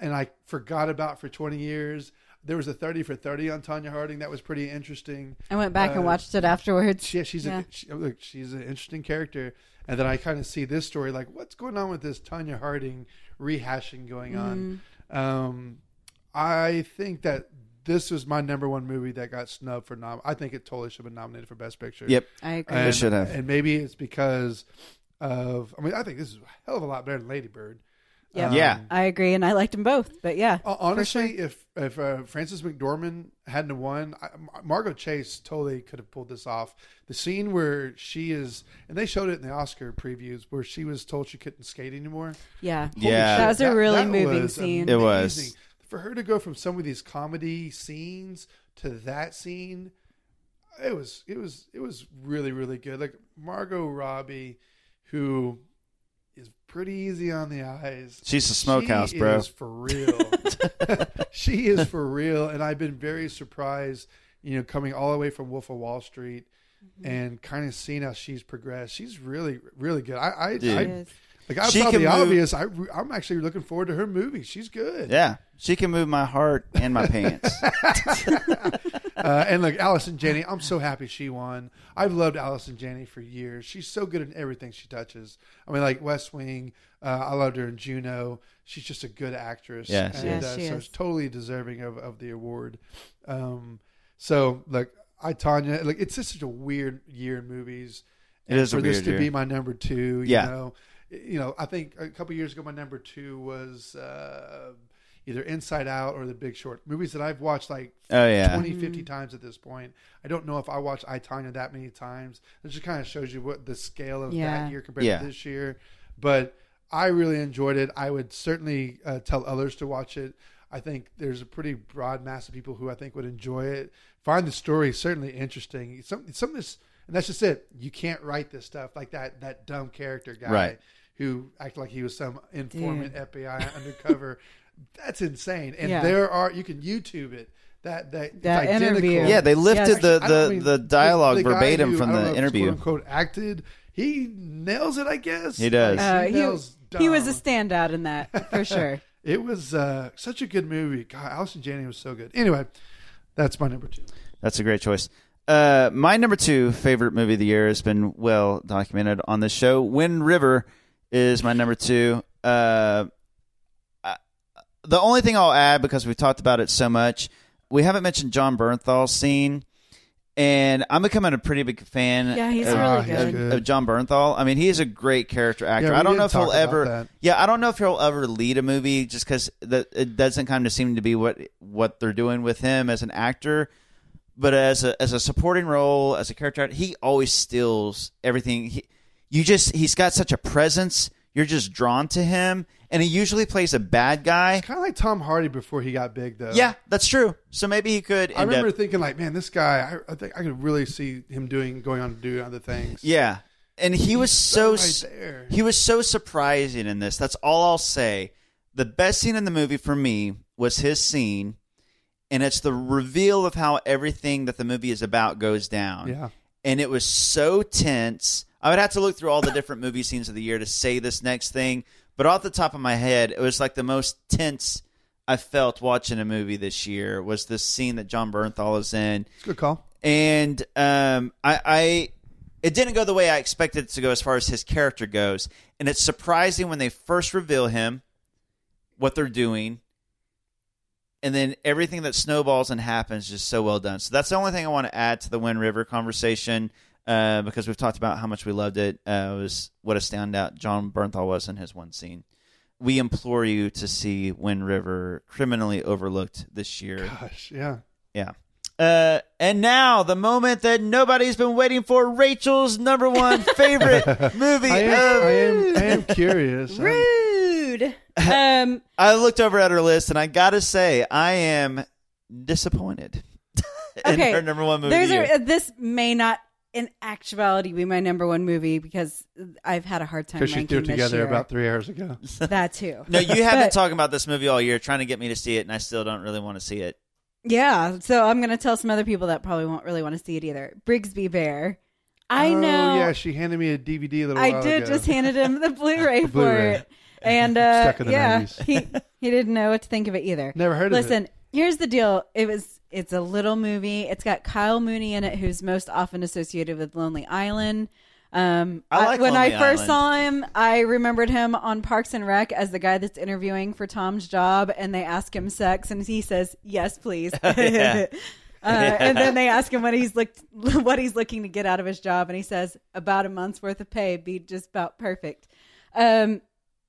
Speaker 1: and I forgot about for twenty years. There was a thirty for thirty on Tanya Harding that was pretty interesting.
Speaker 3: I went back and
Speaker 1: Uh,
Speaker 3: watched it afterwards.
Speaker 1: she, she's
Speaker 3: Yeah.
Speaker 1: a, uh, she, oh, look, she's an interesting character, and then I kind of see this story like, what's going on with this Tanya Harding rehashing going on? Um, I think that this was my number one movie that got snubbed for nom. I think it totally should have been nominated for Best Picture.
Speaker 2: <laughs> Yep. I agree. It
Speaker 1: And,
Speaker 2: should have.
Speaker 1: and maybe it's because of. I mean, I think this is a hell of a lot better than Lady Bird.
Speaker 3: Yeah.
Speaker 1: Um,
Speaker 3: I agree, and I liked them both. But yeah,
Speaker 1: Hon- Honestly, if if uh, Francis McDormand hadn't have won, I, Mar- Margot Chase totally could have pulled this off. The scene where she is, and they showed it in the Oscar previews, where she was told she couldn't skate anymore.
Speaker 3: Yeah.
Speaker 1: Holy
Speaker 2: Yeah. That
Speaker 3: was a really moving
Speaker 1: was
Speaker 3: scene.
Speaker 2: It was.
Speaker 1: amazing. for her to go from some of these comedy scenes to that scene, it was it was it was really really good. Like Margot Robbie, who is pretty easy on the eyes.
Speaker 2: She's a smokehouse,
Speaker 1: she
Speaker 2: bro.
Speaker 1: Is for real, <laughs> she is for real, and I've been very surprised. You know, coming all the way from Wolf of Wall Street,
Speaker 2: Mm-hmm.
Speaker 3: Mhm.
Speaker 1: and kind of seeing how she's progressed. She's really really good. I I,
Speaker 2: Dude.
Speaker 1: I
Speaker 2: She is.
Speaker 1: like I
Speaker 2: She
Speaker 1: saw
Speaker 2: can
Speaker 1: the
Speaker 2: move-
Speaker 1: obvious. I I'm actually looking forward to her movie. She's good.
Speaker 2: Yeah, she can move my heart and
Speaker 1: <laughs>
Speaker 2: my pants.
Speaker 1: uh, and look, Allison Janney, I'm so happy she won. I've loved Allison Janney for years. She's so good in everything she touches. I mean, like West Wing, uh, I loved her in Juno. She's just a good actress.
Speaker 2: Yeah, she
Speaker 1: and,
Speaker 2: is.
Speaker 1: uh,
Speaker 2: Yes, she
Speaker 1: so
Speaker 2: is.
Speaker 1: it's totally deserving of, of the award. Um, so, look, I Tanya, like it's just such a weird year in movies.
Speaker 2: It
Speaker 1: And
Speaker 2: is a
Speaker 1: for this
Speaker 2: weird
Speaker 1: to
Speaker 2: year.
Speaker 1: be my number two. You
Speaker 2: Yeah.
Speaker 1: know, you know, I think a couple years ago my number two was. Uh, Either Inside Out or The Big Short, movies that I've watched like
Speaker 2: Oh, yeah.
Speaker 1: 20, 50
Speaker 15: Mm.
Speaker 1: times at this point. I don't know if I watched I Tanya that many times. It just kind of shows you what the scale of
Speaker 15: Yeah.
Speaker 1: that year compared
Speaker 2: Yeah.
Speaker 1: to this year. But I really enjoyed it. I would certainly uh, tell others to watch it. I think there's a pretty broad mass of people who I think would enjoy it. Find the story certainly interesting. Some some of this, and that's just it. You can't write this stuff like that that dumb character guy
Speaker 2: Right.
Speaker 1: who acted like he was some informant, FBI undercover. <laughs> That's insane. And
Speaker 15: Yeah.
Speaker 1: there are you can YouTube it. That that it's
Speaker 15: That
Speaker 1: identical.
Speaker 15: interview.
Speaker 2: Yeah, they lifted the-
Speaker 1: I don't
Speaker 2: the- the dialogue
Speaker 1: guy
Speaker 2: verbatim
Speaker 1: who,
Speaker 2: from
Speaker 1: I don't
Speaker 2: the
Speaker 1: know if it's
Speaker 2: interview.
Speaker 1: Quote unquote acted. He nails it, I guess.
Speaker 2: He does.
Speaker 1: Like,
Speaker 3: Uh,
Speaker 1: he,
Speaker 3: he,
Speaker 1: nails
Speaker 3: he
Speaker 1: dumb.
Speaker 3: was a standout in
Speaker 1: <laughs>
Speaker 3: that for sure.
Speaker 1: It was uh, such a good movie. God, Allison Janney was so good. Anyway, that's my number two.
Speaker 2: That's a great choice. Uh, my number two favorite movie of the year has been well documented on this show. Wind River is my number two. Uh, I- the only thing I'll add because we've talked about it so much, we haven't mentioned John Bernthal's scene, and I'm becoming a pretty big fan.
Speaker 3: Yeah, he's
Speaker 2: of,
Speaker 3: really good.
Speaker 2: of-
Speaker 3: He's good.
Speaker 2: of John Bernthal. I mean, he's a great character actor.
Speaker 1: Yeah, we
Speaker 2: I don't know
Speaker 1: didn't
Speaker 2: if he'll
Speaker 1: talk about
Speaker 2: ever.
Speaker 1: that.
Speaker 2: Yeah, I don't know if he'll ever lead a movie just because it doesn't kind of seem to be what what they're doing with him as an actor. But as a as a supporting role, as a character, actor, he always steals everything. He, you just he's got such a presence. You're just drawn to him, and he usually plays a bad guy.
Speaker 1: Kind of like Tom Hardy before he got big, though.
Speaker 2: Yeah, that's true. So maybe he could.
Speaker 1: I
Speaker 2: end
Speaker 1: remember
Speaker 2: up-
Speaker 1: thinking like, man, this guy. I, I think I could really see him doing going on to do other things.
Speaker 2: Yeah, and he was so
Speaker 1: right
Speaker 2: s-
Speaker 1: there.
Speaker 2: he was so surprising in this. That's all I'll say. The best scene in the movie for me was his scene, and it's the reveal of how everything that the movie is about goes down.
Speaker 1: Yeah.
Speaker 2: and it was so tense. I would have to look through all the different movie <laughs> scenes of the year to say this next thing, but off the top of my head, it was like the most tense I felt watching a movie this year was this scene that John Bernthal is in
Speaker 1: Good call.
Speaker 2: and um, I, I it didn't go the way I expected it to go as far as his character goes, and it's surprising when they first reveal him, what they're doing, and then everything that snowballs and happens is just so well done. So that's the only thing I want to add to the Wind River conversation. Uh, because we've talked about how much we loved it. Uh, it was what a standout John Bernthal was in his one scene. We implore you to see Wind River, criminally overlooked this year.
Speaker 1: Gosh, yeah.
Speaker 2: Yeah. Uh, and now the moment that nobody's been waiting for Rachel's number one favorite
Speaker 1: <laughs>
Speaker 2: movie
Speaker 1: I am,
Speaker 2: of
Speaker 1: I am, I am curious. <laughs> I'm-
Speaker 3: Rude. Um,
Speaker 2: I looked over at her list and I gotta say I am disappointed <laughs> in
Speaker 3: okay.
Speaker 2: her number one movie.
Speaker 3: There's
Speaker 2: of the
Speaker 3: a,
Speaker 2: year.
Speaker 3: this may not, in actuality, be my number one movie because I've had a hard time.
Speaker 1: Because you threw
Speaker 3: ranking
Speaker 1: it
Speaker 3: this
Speaker 1: together
Speaker 3: year.
Speaker 1: about three hours
Speaker 2: <laughs>
Speaker 1: ago.
Speaker 3: that too.
Speaker 2: no, you have been
Speaker 3: But-
Speaker 2: talking about this movie all year, trying to get me to see it, and I still don't really want to see it.
Speaker 3: Yeah, so I'm gonna tell some other people that probably won't really want to see it either. Brigsby Bear. I
Speaker 1: Oh,
Speaker 3: know.
Speaker 1: Yeah, she handed me a DVD a little
Speaker 3: I
Speaker 1: while
Speaker 3: did
Speaker 1: ago.
Speaker 3: just handed him
Speaker 1: <laughs>
Speaker 3: the Blu-ray
Speaker 1: The
Speaker 3: for
Speaker 1: Blu-ray.
Speaker 3: it, and uh,
Speaker 1: Stuck in the
Speaker 3: yeah,
Speaker 1: 90s.
Speaker 3: he he didn't know what to think of it either.
Speaker 1: Never heard of it.
Speaker 3: Listen, here's the deal. It was it's a little movie. It's got Kyle Mooney in it, who's most often associated with Lonely Island. Um,
Speaker 2: I like
Speaker 3: when
Speaker 2: Lonely
Speaker 3: I first
Speaker 2: Island.
Speaker 3: saw him, I remembered him on Parks and Rec as the guy that's interviewing for Tom's job, and they ask him sex, and he says, "Yes, please."
Speaker 2: <laughs> Yeah.
Speaker 3: <laughs> Uh, And then they ask him what he's looked, <laughs> what he's looking to get out of his job, and he says about a month's worth of pay be just about perfect. Um,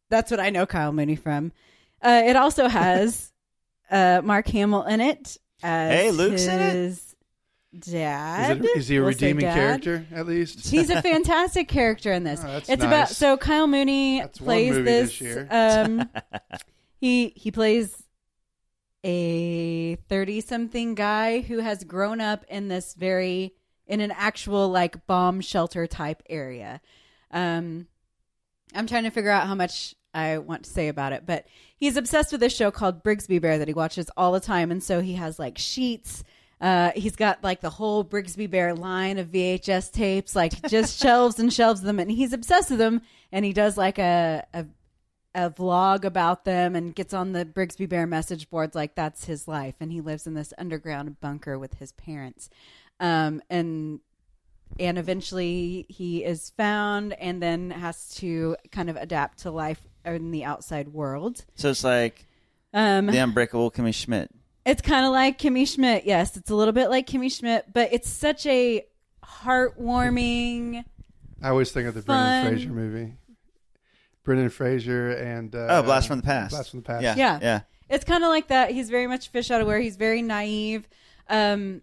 Speaker 3: that's what I know Kyle Mooney from. Uh, it also has
Speaker 2: <laughs>
Speaker 3: uh, Mark Hamill in it. As
Speaker 2: Hey, Luke's in it?
Speaker 3: his Dad.
Speaker 1: Is, it, is he a
Speaker 3: We'll say
Speaker 1: redeeming
Speaker 3: dad.
Speaker 1: character at least?
Speaker 3: <laughs>
Speaker 1: <laughs>
Speaker 3: He's a fantastic character in this.
Speaker 1: Oh, that's
Speaker 3: it's about
Speaker 1: nice.
Speaker 3: so Kyle Mooney
Speaker 1: one
Speaker 3: plays
Speaker 1: movie <laughs>
Speaker 3: this.
Speaker 1: this year.
Speaker 3: um, he he plays a 30 something guy who has grown up in this very in an actual like bomb shelter type area. Um I'm trying to figure out how much I want to say about it, but he's obsessed with this show called Brigsby Bear that he watches all the time and so he has like sheets uh, he's got like the whole Brigsby Bear line of VHS tapes, like just shelves and shelves of them, and he's obsessed with them. And he does like a, a a vlog about them and gets on the Brigsby Bear message boards. Like that's his life, and he lives in this underground bunker with his parents. Um, and and eventually he is found, and then has to kind of adapt to life in the outside world.
Speaker 2: So it's like
Speaker 3: Um,
Speaker 2: the Unbreakable Kimmy Schmidt.
Speaker 3: It's kind of like Kimmy Schmidt. Yes, it's a little bit like Kimmy Schmidt, but it's such a heartwarming.
Speaker 1: I always think of the
Speaker 3: Fun.
Speaker 1: Brendan Fraser movie. Brendan Fraser and uh,
Speaker 2: Oh, Blast from the Past.
Speaker 1: Blast from the Past.
Speaker 2: Yeah,
Speaker 3: Yeah.
Speaker 2: yeah.
Speaker 3: It's kind of like that. He's very much fish out of where he's very naive. Um,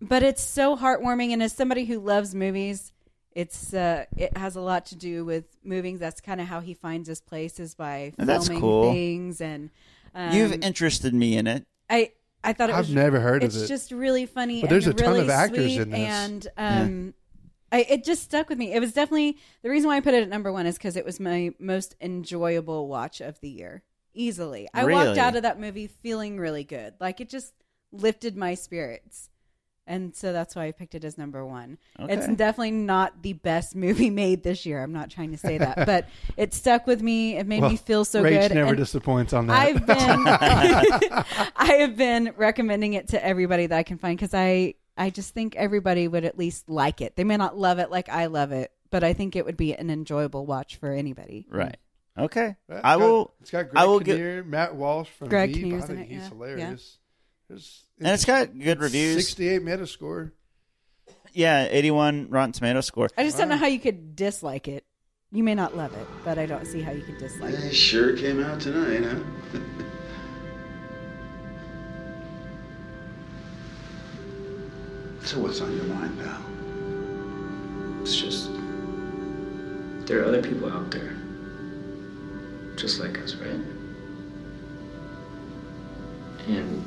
Speaker 3: but it's so heartwarming. And as somebody who loves movies, it's uh, it has a lot to do with movies. That's kind of how he finds his place is by filming
Speaker 2: And that's cool.
Speaker 3: things. And um,
Speaker 2: You've interested me in it.
Speaker 3: I I thought it
Speaker 2: I've
Speaker 3: was.
Speaker 2: never heard of
Speaker 3: it's
Speaker 2: it.
Speaker 3: just really funny.
Speaker 2: But there's
Speaker 3: and
Speaker 2: a ton
Speaker 3: really
Speaker 2: of actors
Speaker 3: sweet
Speaker 2: in this.
Speaker 3: and um, I, it just stuck with me. It was definitely the reason why I put it at number one is because it was my most enjoyable watch of the year, easily. I walked
Speaker 15: Really?
Speaker 3: out of that movie feeling really good. Like it just lifted my spirits. And so that's why I picked it as number one. It's
Speaker 15: Okay.
Speaker 3: definitely not the best <laughs> movie made this year. I'm not trying to say
Speaker 2: <laughs>
Speaker 3: that, but it stuck with me. It made
Speaker 1: Well,
Speaker 3: me feel so
Speaker 1: Rach
Speaker 3: good.
Speaker 1: never
Speaker 3: and
Speaker 1: disappoints on that.
Speaker 3: I've
Speaker 2: <laughs>
Speaker 3: been <laughs> I have been recommending it to everybody that I can find because I I just think everybody would at least like it. They may not love it like I love it, but I think it would be an enjoyable watch for anybody.
Speaker 2: Right. Okay.
Speaker 1: Well, it's
Speaker 2: I
Speaker 1: got-
Speaker 2: will.
Speaker 1: It's got Greg
Speaker 2: I will get,
Speaker 1: Kinnear, Matt Walsh from
Speaker 3: Greg
Speaker 1: Veep.
Speaker 3: Kinnear's
Speaker 1: I
Speaker 3: in
Speaker 1: think
Speaker 3: it,
Speaker 1: he's
Speaker 3: yeah.
Speaker 1: hilarious. There's-
Speaker 2: And it's got good reviews.
Speaker 1: Sixty-eight Metascore.
Speaker 2: yeah, eighty-one Rotten Tomato score.
Speaker 3: I just don't know how you could dislike it. You may not love it, but I don't see how you could dislike it.
Speaker 17: Sure came out tonight, huh? <laughs> so what's on your mind, pal?
Speaker 18: It's just. There are other people out there. Just like us, right? And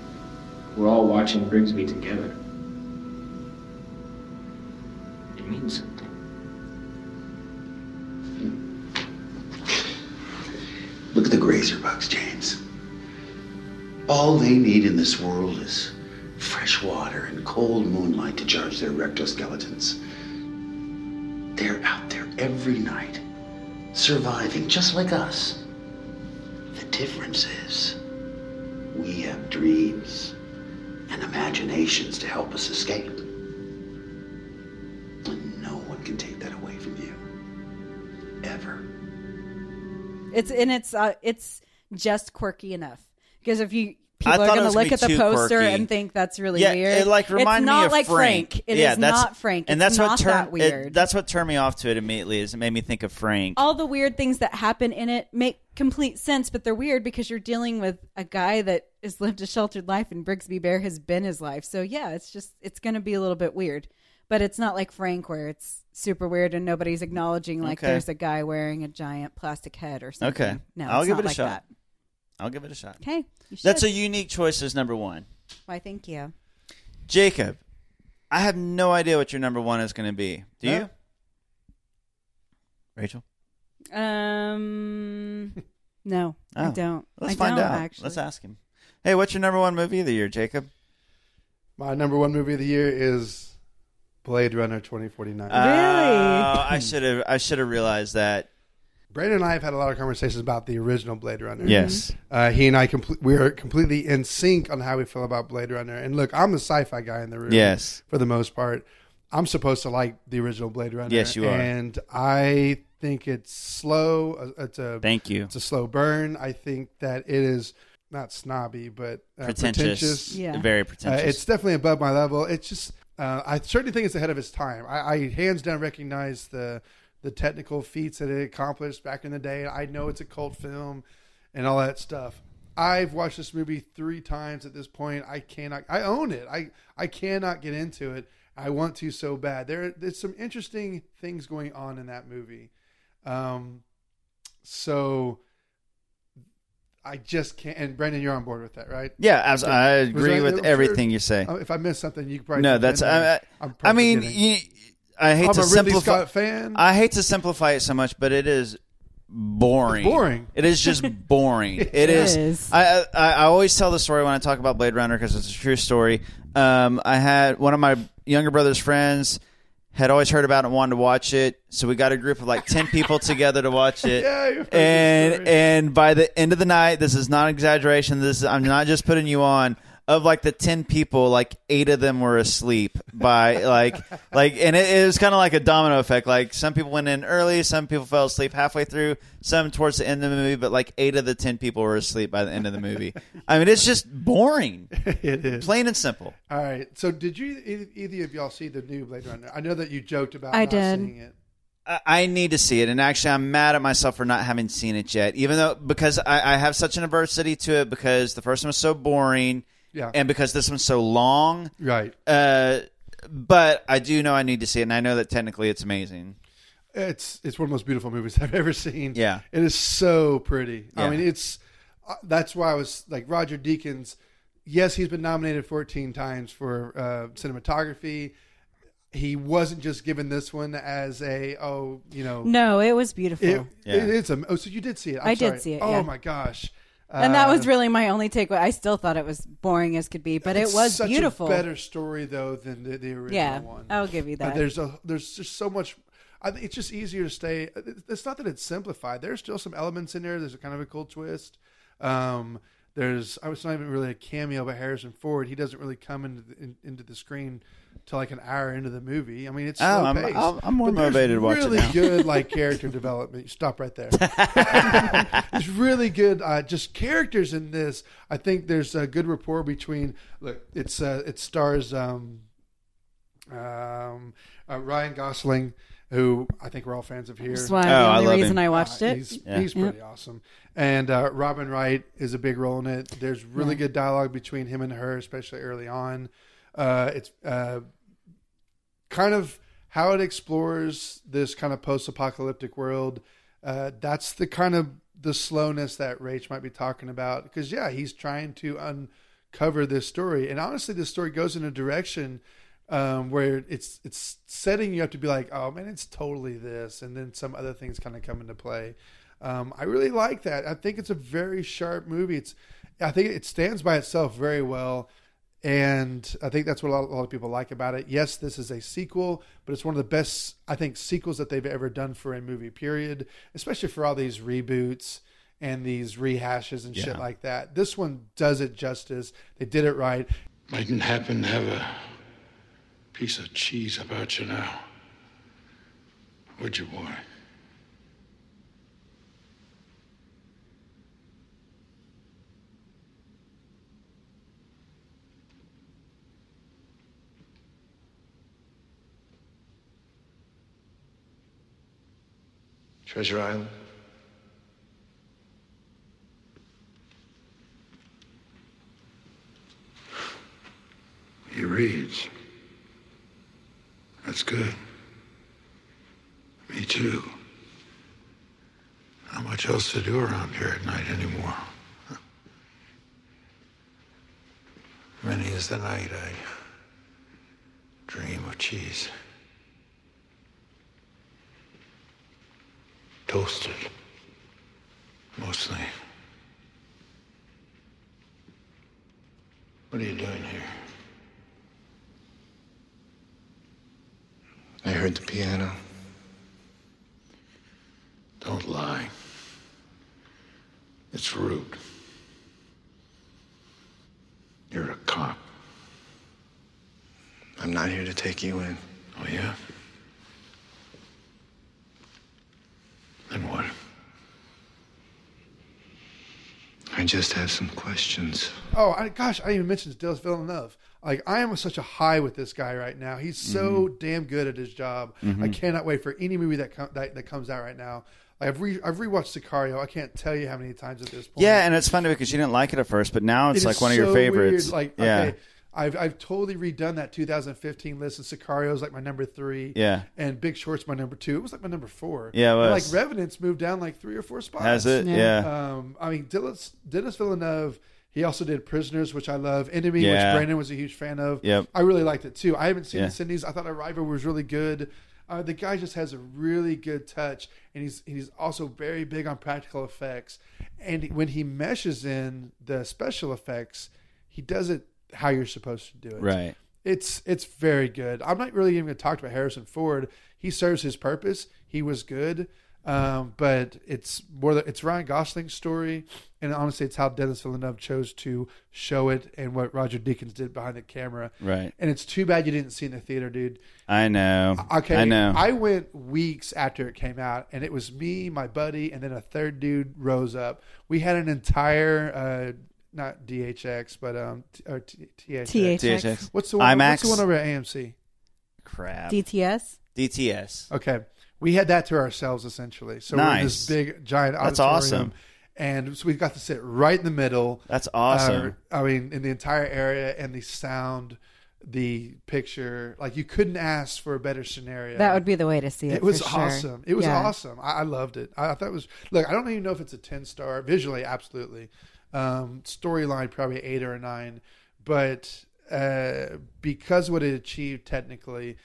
Speaker 18: we're all watching Brigsby together. It means something.
Speaker 17: Look at the grazer bucks, James. All they need in this world is fresh water and cold moonlight to charge their rectoskeletons. They're out there every night, surviving just like us. The difference is we have dreams and imaginations to help us escape. And no one can take that away from you. Ever.
Speaker 3: It's and it's uh, it's just quirky enough because if you
Speaker 2: I
Speaker 3: people are
Speaker 2: thought it
Speaker 3: going to
Speaker 2: was
Speaker 3: look
Speaker 2: gonna
Speaker 3: at the
Speaker 2: be too
Speaker 3: poster
Speaker 2: quirky.
Speaker 3: and think that's really
Speaker 2: yeah,
Speaker 3: weird.
Speaker 2: it like remind
Speaker 3: it's not
Speaker 2: me of
Speaker 3: like
Speaker 2: Frank.
Speaker 3: Frank. It is
Speaker 2: yeah, that's,
Speaker 3: not Frank.
Speaker 2: and
Speaker 3: It's
Speaker 2: that's
Speaker 3: not
Speaker 2: what turned
Speaker 3: that weird. Oh,
Speaker 2: It, that's what turned me off to it immediately. Is it made me think of Frank.
Speaker 3: all the weird things that happen in it make complete sense, but they're weird because you're dealing with a guy that has lived a sheltered life and Brigsby Bear has been his life. So yeah, it's just it's going to be a little bit weird. But it's not like Frank where it's super weird and nobody's acknowledging like
Speaker 2: Okay.
Speaker 3: there's a guy wearing a giant plastic head or something.
Speaker 2: Okay.
Speaker 3: No,
Speaker 2: I'll
Speaker 3: it's
Speaker 2: give
Speaker 3: not
Speaker 2: it a
Speaker 3: like
Speaker 2: shot.
Speaker 3: that.
Speaker 2: I'll give it a shot.
Speaker 3: Okay, you
Speaker 2: That's
Speaker 3: should.
Speaker 2: a unique choice as number one.
Speaker 3: Why thank you.
Speaker 2: Jacob, I have no idea what your number one is going to be. Do you? Rachel? <laughs>
Speaker 3: Um no, I
Speaker 2: Oh.
Speaker 3: don't.
Speaker 2: Let's
Speaker 3: I
Speaker 2: find
Speaker 3: don't,
Speaker 2: out.
Speaker 3: actually.
Speaker 2: Let's ask him. Hey, what's your number one movie of the year, Jacob?
Speaker 1: My number one movie of the year is Blade Runner 2049.
Speaker 2: Oh, I should have. I should have realized that.
Speaker 1: Brandon and I have had a lot of conversations about the original Blade Runner.
Speaker 2: Yes.
Speaker 1: Uh, he and I comple- we are completely in sync on how we feel about Blade Runner. And look, I'm the sci-fi guy in the room.
Speaker 2: Yes.
Speaker 1: For the most part, I'm supposed to like the original Blade Runner.
Speaker 2: Yes, you are.
Speaker 1: And I think it's slow. uh, It's a
Speaker 2: Thank you.
Speaker 1: It's a slow burn. I think that it is not snobby, but uh,
Speaker 2: Pretentious. Yeah. Very pretentious.
Speaker 1: Uh, it's definitely above my level. It's just uh, I certainly think it's ahead of its time. I, I hands down recognize the the technical feats that it accomplished back in the day. I know it's a cult film and all that stuff. I've watched this movie three times at this point. I cannot. I own it. I I cannot get into it. I want to so bad. There, there's some interesting things going on in that movie. Um, so I just can't. And Brandon, you're on board with that, right?
Speaker 2: Yeah, abs- I agree
Speaker 1: Was
Speaker 2: with everything you say.
Speaker 1: Oh, If I miss something, you can probably
Speaker 2: no, that's. I, I, I mean, you, I hate
Speaker 1: I'm
Speaker 2: to
Speaker 1: a Ridley
Speaker 2: simplify.
Speaker 1: Scott fan.
Speaker 2: I hate to simplify it so much, but it is boring.
Speaker 1: It's boring.
Speaker 2: It
Speaker 1: <laughs>
Speaker 2: is just boring.
Speaker 1: It
Speaker 2: it is.
Speaker 1: is.
Speaker 2: I, I I always tell the story when I talk about Blade Runner because it's a true story. Um, I had one of my younger brother's friends had always heard about it and wanted to watch it, so we got a group of like
Speaker 1: <laughs>
Speaker 2: ten people together to watch it.
Speaker 1: Yeah, you've heard this
Speaker 2: and and by the end of the night, this is not an exaggeration. This is, I'm not just putting you on. Of like the ten people, like eight of them were asleep by like like, and it, it was kind of like a domino effect. Like some people went in early, some people fell asleep halfway through, some towards the end of the movie, but like eight of the ten people were asleep by the end of the movie. I mean, it's just boring.
Speaker 1: <laughs> it is
Speaker 2: plain and simple.
Speaker 1: All right. So, did you either, either of y'all see the new Blade Runner? I know that you joked about.
Speaker 3: I
Speaker 1: not
Speaker 3: did.
Speaker 1: Seeing it.
Speaker 2: I- I need to see it, and actually, I'm mad at myself for not having seen it yet. Even though because I, I have such an adversity to it, because the first one was so boring,
Speaker 1: Yeah.
Speaker 2: and because this one's so long,
Speaker 1: Right.
Speaker 2: Uh, but I do know I need to see it, and I know that technically it's amazing.
Speaker 1: It's it's one of the most beautiful movies <laughs> I've ever seen.
Speaker 2: Yeah.
Speaker 1: it is so pretty. I
Speaker 2: Yeah.
Speaker 1: mean, it's uh, that's why I was like Roger Deakins. Yes, he's been nominated 14 times for uh, cinematography. He wasn't just given this one as a oh you know
Speaker 3: No, it was beautiful.
Speaker 1: It- it- it's a oh so you did see it I'm
Speaker 3: I did
Speaker 1: sorry.
Speaker 3: see it,
Speaker 1: oh
Speaker 3: yeah.
Speaker 1: my gosh
Speaker 3: and that
Speaker 1: Uh,
Speaker 3: was really my only takeaway. I still thought it was boring as could be, but it
Speaker 1: It's
Speaker 3: was
Speaker 1: such
Speaker 3: beautiful.
Speaker 1: A better story though than the, the original
Speaker 3: Yeah,
Speaker 1: one.
Speaker 3: I'll give you
Speaker 1: But
Speaker 3: that.
Speaker 1: there's a there's just so much. I, think it's just easier to stay. It's not that it's simplified. There's still some elements in there. There's a kind of a cool twist. Um, there's I was not even really a cameo, but Harrison Ford he doesn't really come into the, in, into the screen till like an hour into the movie. I mean, it's
Speaker 2: Oh,
Speaker 1: slow
Speaker 2: I'm-
Speaker 1: paced.
Speaker 2: I'm- I'm more
Speaker 1: But there's
Speaker 2: motivated to watch it
Speaker 1: Really
Speaker 2: now. <laughs>
Speaker 1: good like
Speaker 3: <laughs>
Speaker 1: character development. Stop right there. It's really good. Uh, just characters in this. I think there's a good rapport between. Look, it's uh, it stars um, um, uh, Ryan Gosling, who I think we're all fans of here. Uh,
Speaker 3: That's why Oh, the I only love reason him. I watched it.
Speaker 1: He's,
Speaker 3: Yeah.
Speaker 1: he's pretty awesome. And uh, Robin Wright is a big role in it. There's really
Speaker 3: Yeah.
Speaker 1: good dialogue between him and her, especially early on. Uh, it's uh, kind of how it explores this kind of post-apocalyptic world. Uh, that's the kind of the slowness that Rach might be talking about because yeah, he's trying to uncover this story, and honestly, this story goes in a direction um, where it's it's setting you up to be like, oh man, it's totally this, and then some other things kind of come into play. Um, I really like that. I think it's a very sharp movie. It's I think it stands by itself very well. And I think that's what a lot, a lot of people like about it. Yes, this is a sequel, but it's one of the best, I think, sequels that they've ever done for a movie, period, especially for all these reboots and these rehashes and shit
Speaker 13: Yeah.
Speaker 1: like that. This one does it justice. They did it right.
Speaker 13: Mightn't happen to have a piece of cheese about you now. Would you, boy?
Speaker 15: Treasure Island.
Speaker 13: He reads. That's good. Me too. Not much else to do around here at night anymore. <laughs> Many is the night I dream of cheese. Toasted, mostly. What are you doing here?
Speaker 15: I heard the piano.
Speaker 13: Don't lie. It's rude. You're a cop.
Speaker 15: I'm not here to take you in.
Speaker 13: Oh, yeah? Then what?
Speaker 15: I just have some questions.
Speaker 1: Oh, I, gosh, I didn't even mention Dennis Villeneuve. Like, I am such a high with this guy right now. He's so damn good at his job. I
Speaker 13: Mhm.
Speaker 1: cannot wait for any movie that, com- that that comes out right now. I've re- I've rewatched Sicario. I can't tell you how many times at this point.
Speaker 2: Yeah, and it's funny because you didn't like it at first, but now it's
Speaker 1: It
Speaker 2: like
Speaker 1: is
Speaker 2: one of your
Speaker 1: so
Speaker 2: favorites.
Speaker 1: weird, Like,
Speaker 2: yeah,
Speaker 1: okay, I've I've totally redone that 2015 list, and Sicario's like my number three.
Speaker 2: Yeah.
Speaker 1: and Big Short's my number two. It was like my number four.
Speaker 2: Yeah, it
Speaker 1: And,
Speaker 2: was.
Speaker 1: like Revenants moved down like three or four spots.
Speaker 2: Has it? Yeah.
Speaker 1: Um, I mean Dennis, Dennis Villeneuve. He also did Prisoners, which I love. Enemy,
Speaker 2: Yeah.
Speaker 1: which Brandon was a huge fan of.
Speaker 2: Yep.
Speaker 1: I really liked it too. I haven't seen
Speaker 2: Yeah.
Speaker 1: the Cindy's. I thought Arrival was really good. Uh, the guy just has a really good touch, and he's he's also very big on practical effects. And when he meshes in the special effects, he does it how you're supposed to do it.
Speaker 2: Right.
Speaker 1: It's it's very good. I'm not really even going to talk about Harrison Ford. He serves his purpose. He was good, um, but it's more the, it's Ryan Gosling's story, and honestly, it's how Dennis Villeneuve chose to show it, and what Roger Deakins did behind the camera.
Speaker 2: Right.
Speaker 1: And it's too bad you didn't see it in the theater, dude.
Speaker 2: I know.
Speaker 1: Okay,
Speaker 2: I know.
Speaker 1: I went weeks after it came out, and it was me, my buddy, and then a third dude rose up. We had an entire uh, not DHX, but um, t- or t- THX.
Speaker 2: THX.
Speaker 1: What's the one?
Speaker 2: IMAX?
Speaker 1: What's the one over at AMC?
Speaker 2: Crap.
Speaker 3: DTS.
Speaker 2: DTS.
Speaker 1: Okay, we had that to ourselves essentially. So we're in this
Speaker 2: Nice.
Speaker 1: big giant. Auditorium,
Speaker 2: That's awesome.
Speaker 1: And so we got to sit right in the middle.
Speaker 2: That's awesome.
Speaker 1: Uh, I mean, in the entire area and the sound, the picture, like you couldn't ask for a better scenario.
Speaker 3: That would be the way to see it,
Speaker 1: It was
Speaker 3: for sure.
Speaker 1: awesome. It was
Speaker 3: Yeah.
Speaker 1: awesome. I, I loved it. I, I thought it was look. I don't even know if it's a ten star visually. Absolutely, um, storyline probably eight or a nine, but uh, because what it achieved technically,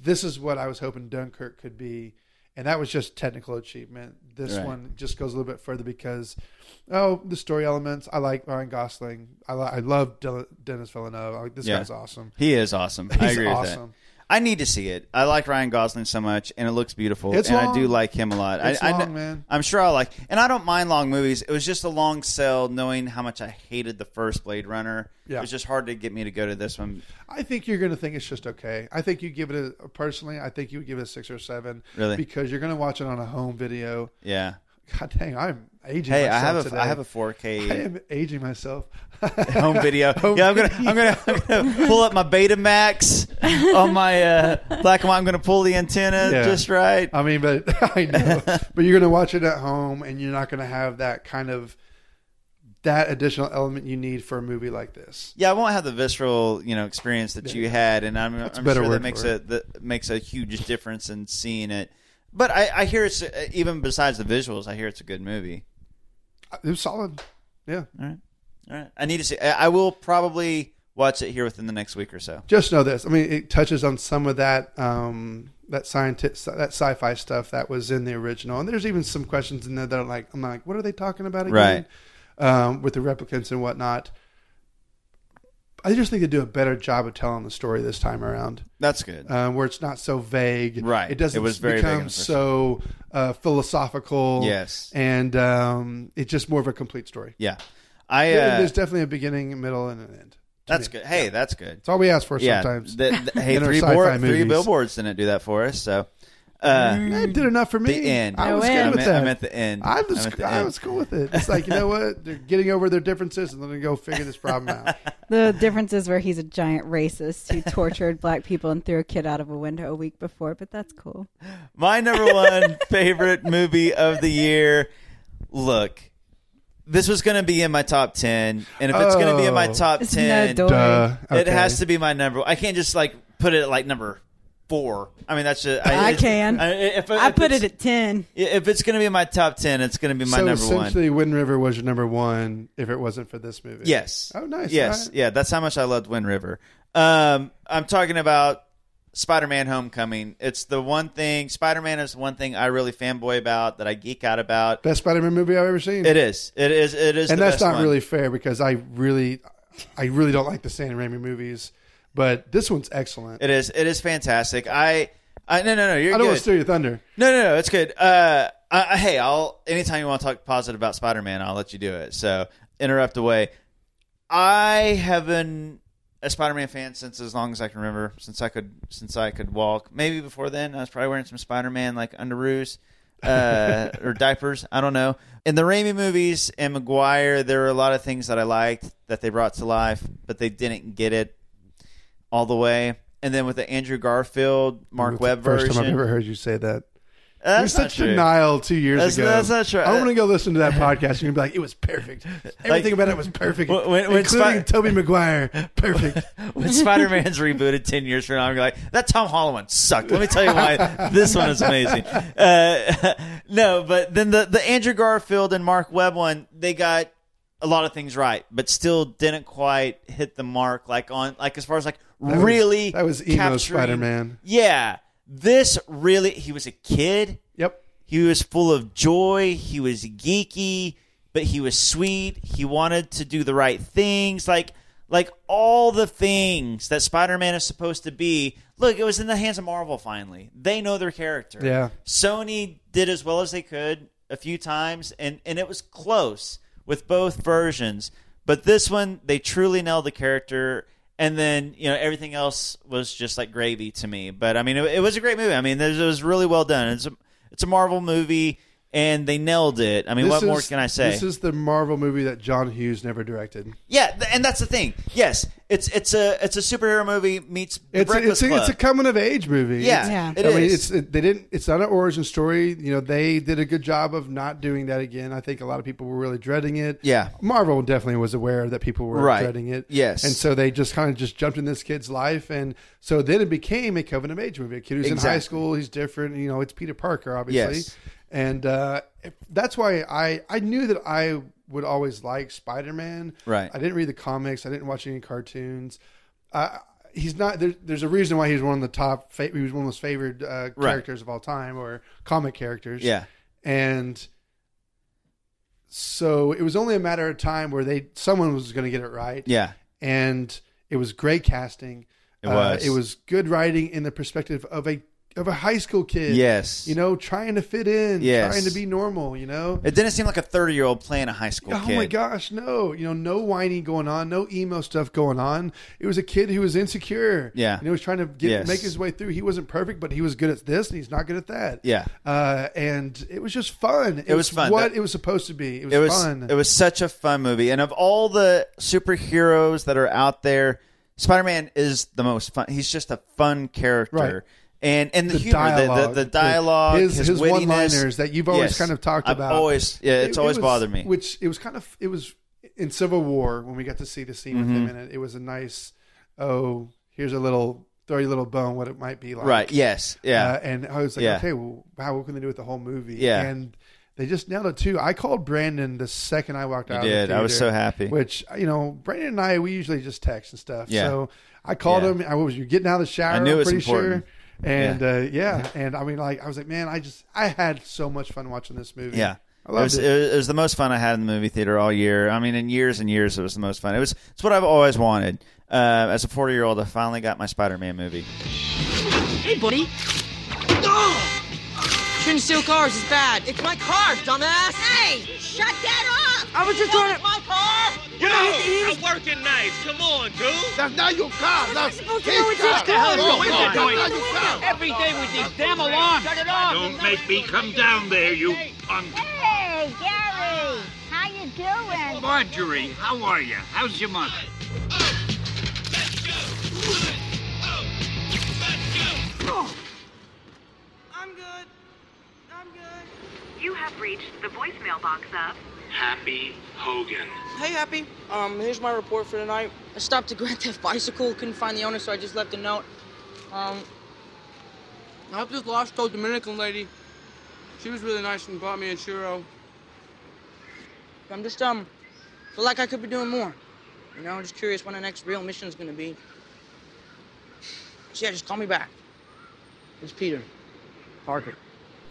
Speaker 1: this is what I was hoping Dunkirk could be, and that was just technical achievement. This
Speaker 2: Right.
Speaker 1: one just goes a little bit further because oh, the story elements. I like Ryan Gosling. I li- I love Del- Dennis Villeneuve. I like this
Speaker 2: Yeah.
Speaker 1: guy's awesome.
Speaker 2: He is awesome. I
Speaker 1: He's
Speaker 2: agree with
Speaker 1: awesome.
Speaker 2: that. I need to see it. I like Ryan Gosling so much, and it looks beautiful.
Speaker 1: It's
Speaker 2: and I
Speaker 1: long.
Speaker 2: do like him a lot.
Speaker 1: It's
Speaker 2: I, I,
Speaker 1: long,
Speaker 2: kn-
Speaker 1: man.
Speaker 2: I'm sure I'll like, and I don't mind long movies. It was just a long sell, knowing how much I hated the first Blade Runner.
Speaker 1: Yeah.
Speaker 2: It was just hard to get me to go to this one.
Speaker 1: I think you're going to think it's just okay. I think you give it a personally. I think you would give it a six or seven.
Speaker 2: Really?
Speaker 1: Because you're going to watch it on a home video.
Speaker 2: Yeah.
Speaker 1: God dang, I'm aging.
Speaker 2: Hey, I
Speaker 1: myself
Speaker 2: have a
Speaker 1: today.
Speaker 2: I have a
Speaker 1: <laughs>
Speaker 2: 4K
Speaker 1: I am aging myself.
Speaker 2: <laughs> home
Speaker 1: <laughs>
Speaker 2: video. <laughs> yeah, I'm gonna, I'm gonna I'm gonna pull up my Betamax on my uh, black and white. I'm gonna pull the antenna
Speaker 1: Yeah. <laughs>
Speaker 2: just right.
Speaker 1: I mean, but I
Speaker 2: <laughs>
Speaker 1: know. but you're going to watch it at home, and you're not going to have that kind of that additional element you need for a movie like this.
Speaker 2: Yeah, I won't have the visceral, you know, experience that you had, and I'm,
Speaker 1: a
Speaker 2: I'm
Speaker 1: better
Speaker 2: sure
Speaker 1: word
Speaker 2: that makes
Speaker 1: for
Speaker 2: a that makes a huge difference in seeing it. But I, I hear it's uh, even besides the visuals, I hear it's a good movie.
Speaker 1: It was solid. Yeah.
Speaker 2: All right, all right. I need to see. I, I will probably watch it here within the next week or so.
Speaker 1: Just know this. I mean, it touches on some of that um, that scientist that sci-fi stuff that was in the original, and there's even some questions in there that are like, I'm like, what are they talking about again? Um, with the replicants and whatnot. I just think they do a better job of telling the story this time around.
Speaker 2: That's good.
Speaker 1: Um, where it's not so vague.
Speaker 2: Right.
Speaker 1: It doesn't
Speaker 2: It was very vague in the
Speaker 1: become
Speaker 2: first
Speaker 1: so uh, philosophical.
Speaker 2: Yes.
Speaker 1: And um, it's just more of a complete story.
Speaker 2: Yeah, I.
Speaker 1: There-
Speaker 2: Uh,
Speaker 1: there's definitely a beginning, a middle, and an end. to
Speaker 2: that's
Speaker 1: me.
Speaker 2: good. Hey, that's good.
Speaker 1: It's all we ask for
Speaker 2: Yeah,
Speaker 1: sometimes.
Speaker 2: th- th-
Speaker 1: <laughs>
Speaker 2: hey,
Speaker 1: in our
Speaker 2: three,
Speaker 1: sci-fi
Speaker 2: board, three
Speaker 1: movies.
Speaker 2: billboards didn't do that for us. So. Uh,
Speaker 1: That did enough for me.
Speaker 2: The end.
Speaker 1: I was
Speaker 2: I
Speaker 1: good
Speaker 2: meant-
Speaker 1: with that.
Speaker 2: I'm at the end.
Speaker 1: I
Speaker 2: I'm
Speaker 1: was,
Speaker 2: at the
Speaker 1: I
Speaker 2: end.
Speaker 1: was cool <laughs> with it. It's like, you know what? They're getting over their differences and they're going to go figure this problem out.
Speaker 3: The difference is where he's a giant racist who tortured black people and threw a kid out of a window a week before, but that's cool.
Speaker 2: My number one favorite movie of the year. Look, this was going to be in my top 10. And if it's going to be in my
Speaker 1: Oh.
Speaker 2: top
Speaker 3: It's
Speaker 2: 10,
Speaker 3: no Duh,
Speaker 1: dory.
Speaker 2: it
Speaker 1: okay.
Speaker 2: has to be my number. I can't just like put it at like number four. I mean, that's just.
Speaker 3: I
Speaker 2: it's-
Speaker 3: can.
Speaker 2: I, if,
Speaker 3: I
Speaker 2: if
Speaker 3: put
Speaker 2: it's-
Speaker 3: it at 10.
Speaker 2: If it's going to be in my top 10, it's going to <laughs> be my
Speaker 1: so
Speaker 2: number one.
Speaker 1: essentially, Wind River was your number one if it wasn't for this movie.
Speaker 2: Yes.
Speaker 1: Oh, nice. All
Speaker 2: Yes.
Speaker 1: right.
Speaker 2: Yeah. That's how much I loved Wind River. Um, I'm talking about Spider Man Homecoming. It's the one thing, Spider Man is the one thing I really fanboy about, that I geek out about.
Speaker 1: Best Spider Man movie I've ever seen.
Speaker 2: It is. It is. It is.
Speaker 1: and
Speaker 2: the
Speaker 1: that's
Speaker 2: best
Speaker 1: not
Speaker 2: one.
Speaker 1: really fair because I really, I really don't like the San Raimi movies, but this one's excellent.
Speaker 2: It is. It is fantastic. I. I no no no. You're
Speaker 1: I
Speaker 2: good.
Speaker 1: don't want to steal your thunder.
Speaker 2: No, no, no, it's good. Uh, I, I- hey, I'll anytime you want to talk positive about Spider Man, I'll let you do it. So interrupt away. I have been a Spider Man fan since as long as I can remember, since I could since I could walk. Maybe before then, I was probably wearing some Spider Man like underoos.
Speaker 1: <laughs>
Speaker 2: uh, or diapers, I don't know. In the Raimi movies and McGuire, there were a lot of things that I liked that they brought to life, but they didn't get it all the way. And then with the Andrew Garfield, Mark
Speaker 1: That's
Speaker 2: Webb
Speaker 1: the First
Speaker 2: version, Uh,
Speaker 1: time I've ever heard you say that. It was
Speaker 2: That's not
Speaker 1: such
Speaker 2: true.
Speaker 1: denial two years
Speaker 2: That's-
Speaker 1: ago.
Speaker 2: that's not true.
Speaker 1: I'm going to go listen to
Speaker 2: <laughs>
Speaker 1: that podcast. and You're going to be like, it was perfect. Everything about it was perfect.
Speaker 2: When- when- when
Speaker 1: including
Speaker 2: Spi-
Speaker 1: Toby Maguire. Perfect.
Speaker 2: <laughs> When
Speaker 1: <laughs>
Speaker 2: Spider Man's rebooted 10 years from now, I'm going to be like, that Tom Holland one sucked. Let me tell you
Speaker 1: <laughs>
Speaker 2: why this one is amazing. Uh, <laughs> no, but then the, the Andrew Garfield and Mark Webb one, they got a lot of things right, but still didn't quite hit the mark, like on, like as far as like
Speaker 1: That was-
Speaker 2: really.
Speaker 1: that was emo
Speaker 2: capturing-
Speaker 1: Spider-Man.
Speaker 2: Yeah. This really, he was a kid.
Speaker 1: Yep.
Speaker 2: He was full of joy. He was geeky, but he was sweet. He wanted to do the right things. Like, like all the things that Spider-Man is supposed to be. Look, it was in the hands of Marvel finally. They know their character.
Speaker 1: Yeah.
Speaker 2: Sony did as well as they could a few times, and, and it was close with both versions. But this one, they truly nailed the character, and then you know everything else was just like gravy to me. But I mean, it, it was a great movie. I mean, it was really well done. It's a it's a Marvel movie, and they nailed it. I mean,
Speaker 1: This
Speaker 2: what more
Speaker 1: is-
Speaker 2: can I say?
Speaker 1: This is the Marvel movie that John Hughes never directed.
Speaker 2: yeah, th- and that's the thing. Yes, it's it's a it's a superhero movie meets the
Speaker 1: It's a,
Speaker 2: Breakfast
Speaker 1: it's, a, it's a
Speaker 2: Club.
Speaker 1: coming of age movie.
Speaker 2: Yeah,
Speaker 1: It's-
Speaker 2: Yeah.
Speaker 1: I
Speaker 2: it
Speaker 1: mean,
Speaker 2: is.
Speaker 1: it's it, they didn't. It's not an origin story. You know, they did a good job of not doing that again. I think a lot of people were really dreading it.
Speaker 2: Yeah.
Speaker 1: Marvel definitely was aware that people were
Speaker 2: Right.
Speaker 1: dreading it.
Speaker 2: Yes.
Speaker 1: and so they just kind of just jumped in this kid's life, and so then it became a coming of age movie. A kid who's in high
Speaker 2: Exactly.
Speaker 1: school, he's different. You know, it's Peter Parker, obviously.
Speaker 2: Yes.
Speaker 1: And uh, that's why I, I knew that I would always like Spider Man.
Speaker 2: Right.
Speaker 1: I didn't read the comics. I didn't watch any cartoons. Uh, he's not. There, there's a reason why he's one of the top. Fa- he was one of those favored uh,
Speaker 2: Right.
Speaker 1: characters of all time, or comic characters.
Speaker 2: Yeah.
Speaker 1: And so it was only a matter of time where they someone was going to get it right.
Speaker 2: Yeah.
Speaker 1: And it was great casting. Uh,
Speaker 2: It was.
Speaker 1: it was good writing in the perspective of a of a high school kid.
Speaker 2: Yes.
Speaker 1: You know, trying to fit in.
Speaker 2: Yes.
Speaker 1: Trying to be normal. You know.
Speaker 2: It didn't seem like a thirty year old playing a high school
Speaker 1: Oh
Speaker 2: kid.
Speaker 1: my gosh, no. You know, no whining going on, no emo stuff going on. It was a kid who was insecure.
Speaker 2: Yeah.
Speaker 1: And he was trying to get
Speaker 2: Yes.
Speaker 1: make his way through. He wasn't perfect, but he was good at this and he's not good at that.
Speaker 2: Yeah.
Speaker 1: Uh, and it was just fun. It,
Speaker 2: was fun.
Speaker 1: What
Speaker 2: That-
Speaker 1: it was supposed to be. It was,
Speaker 2: it was
Speaker 1: fun.
Speaker 2: it was such a fun movie and of all the superheroes that are out there spider-man is the most fun he's just a fun character
Speaker 1: Right.
Speaker 2: and and the, humor the, the, the dialogue his,
Speaker 1: his, his,
Speaker 2: wittiness.
Speaker 1: one-liners that you've always
Speaker 2: Yes.
Speaker 1: kind of talked
Speaker 2: I've
Speaker 1: about.
Speaker 2: always yeah
Speaker 1: It-
Speaker 2: it's
Speaker 1: it
Speaker 2: always
Speaker 1: was-
Speaker 2: bothered me
Speaker 1: Which it was kind of it was in Civil War when we got to see the scene with him
Speaker 2: Mhm.
Speaker 1: in it. It was a nice oh here's a little throw you a little bone what it might be like
Speaker 2: Right, yes, yeah.
Speaker 1: Uh, and I was like
Speaker 2: Yeah.
Speaker 1: okay well how what can they do with the whole movie
Speaker 2: Yeah.
Speaker 1: and. They just nailed it too. I called Brandon the second I walked
Speaker 2: You
Speaker 1: out. Of
Speaker 2: did.
Speaker 1: the
Speaker 2: I was
Speaker 1: theater,
Speaker 2: so happy.
Speaker 1: Which you know, Brandon and I, we usually just text and stuff.
Speaker 2: Yeah.
Speaker 1: So I called
Speaker 2: Yeah.
Speaker 1: him. I was you getting out of the shower.
Speaker 2: I knew it
Speaker 1: am
Speaker 2: was
Speaker 1: pretty
Speaker 2: important.
Speaker 1: sure. And yeah. Uh, yeah, and I mean, like, I was like, man, I just, I had so much fun watching this movie.
Speaker 2: yeah
Speaker 1: I loved
Speaker 2: it, was,
Speaker 1: it.
Speaker 2: it. was it was the most fun I had in the movie theater all year. I mean, in years and years, it was the most fun. It was it's what I've always wanted. Uh, as a forty year old, I finally got my Spider-Man movie.
Speaker 19: Hey, buddy. Oh! Shouldn't steal cars. It's bad. It's my car, dumbass. Hey, shut that up. I was just trying to. my car.
Speaker 20: Yo, I'm working nights. Come on, dude. That's not your car. That's
Speaker 19: supposed to know it's his
Speaker 20: What the hell is
Speaker 19: car.
Speaker 20: going
Speaker 19: Go on.
Speaker 20: on? That's not your car.
Speaker 19: Every day with these damn alarms. Shut it off.
Speaker 20: Don't make me come down there, you punk.
Speaker 21: Hey, Gary. How you doing?
Speaker 20: Marjorie, how are you? How's your mother?
Speaker 19: I'm good. I'm good. You have reached the voicemail box of.
Speaker 20: Happy Hogan. <laughs>
Speaker 19: Hey, Happy. Um, here's my report for tonight. I stopped a Grand Theft bicycle, couldn't find the owner, so I just left a note. Um, I helped this lost old Dominican lady. She was really nice and bought me a churro. I'm just, um, feel like I could be doing more. You know, just curious when the next real mission's gonna be. So, yeah, just call me back. It's Peter. Parker.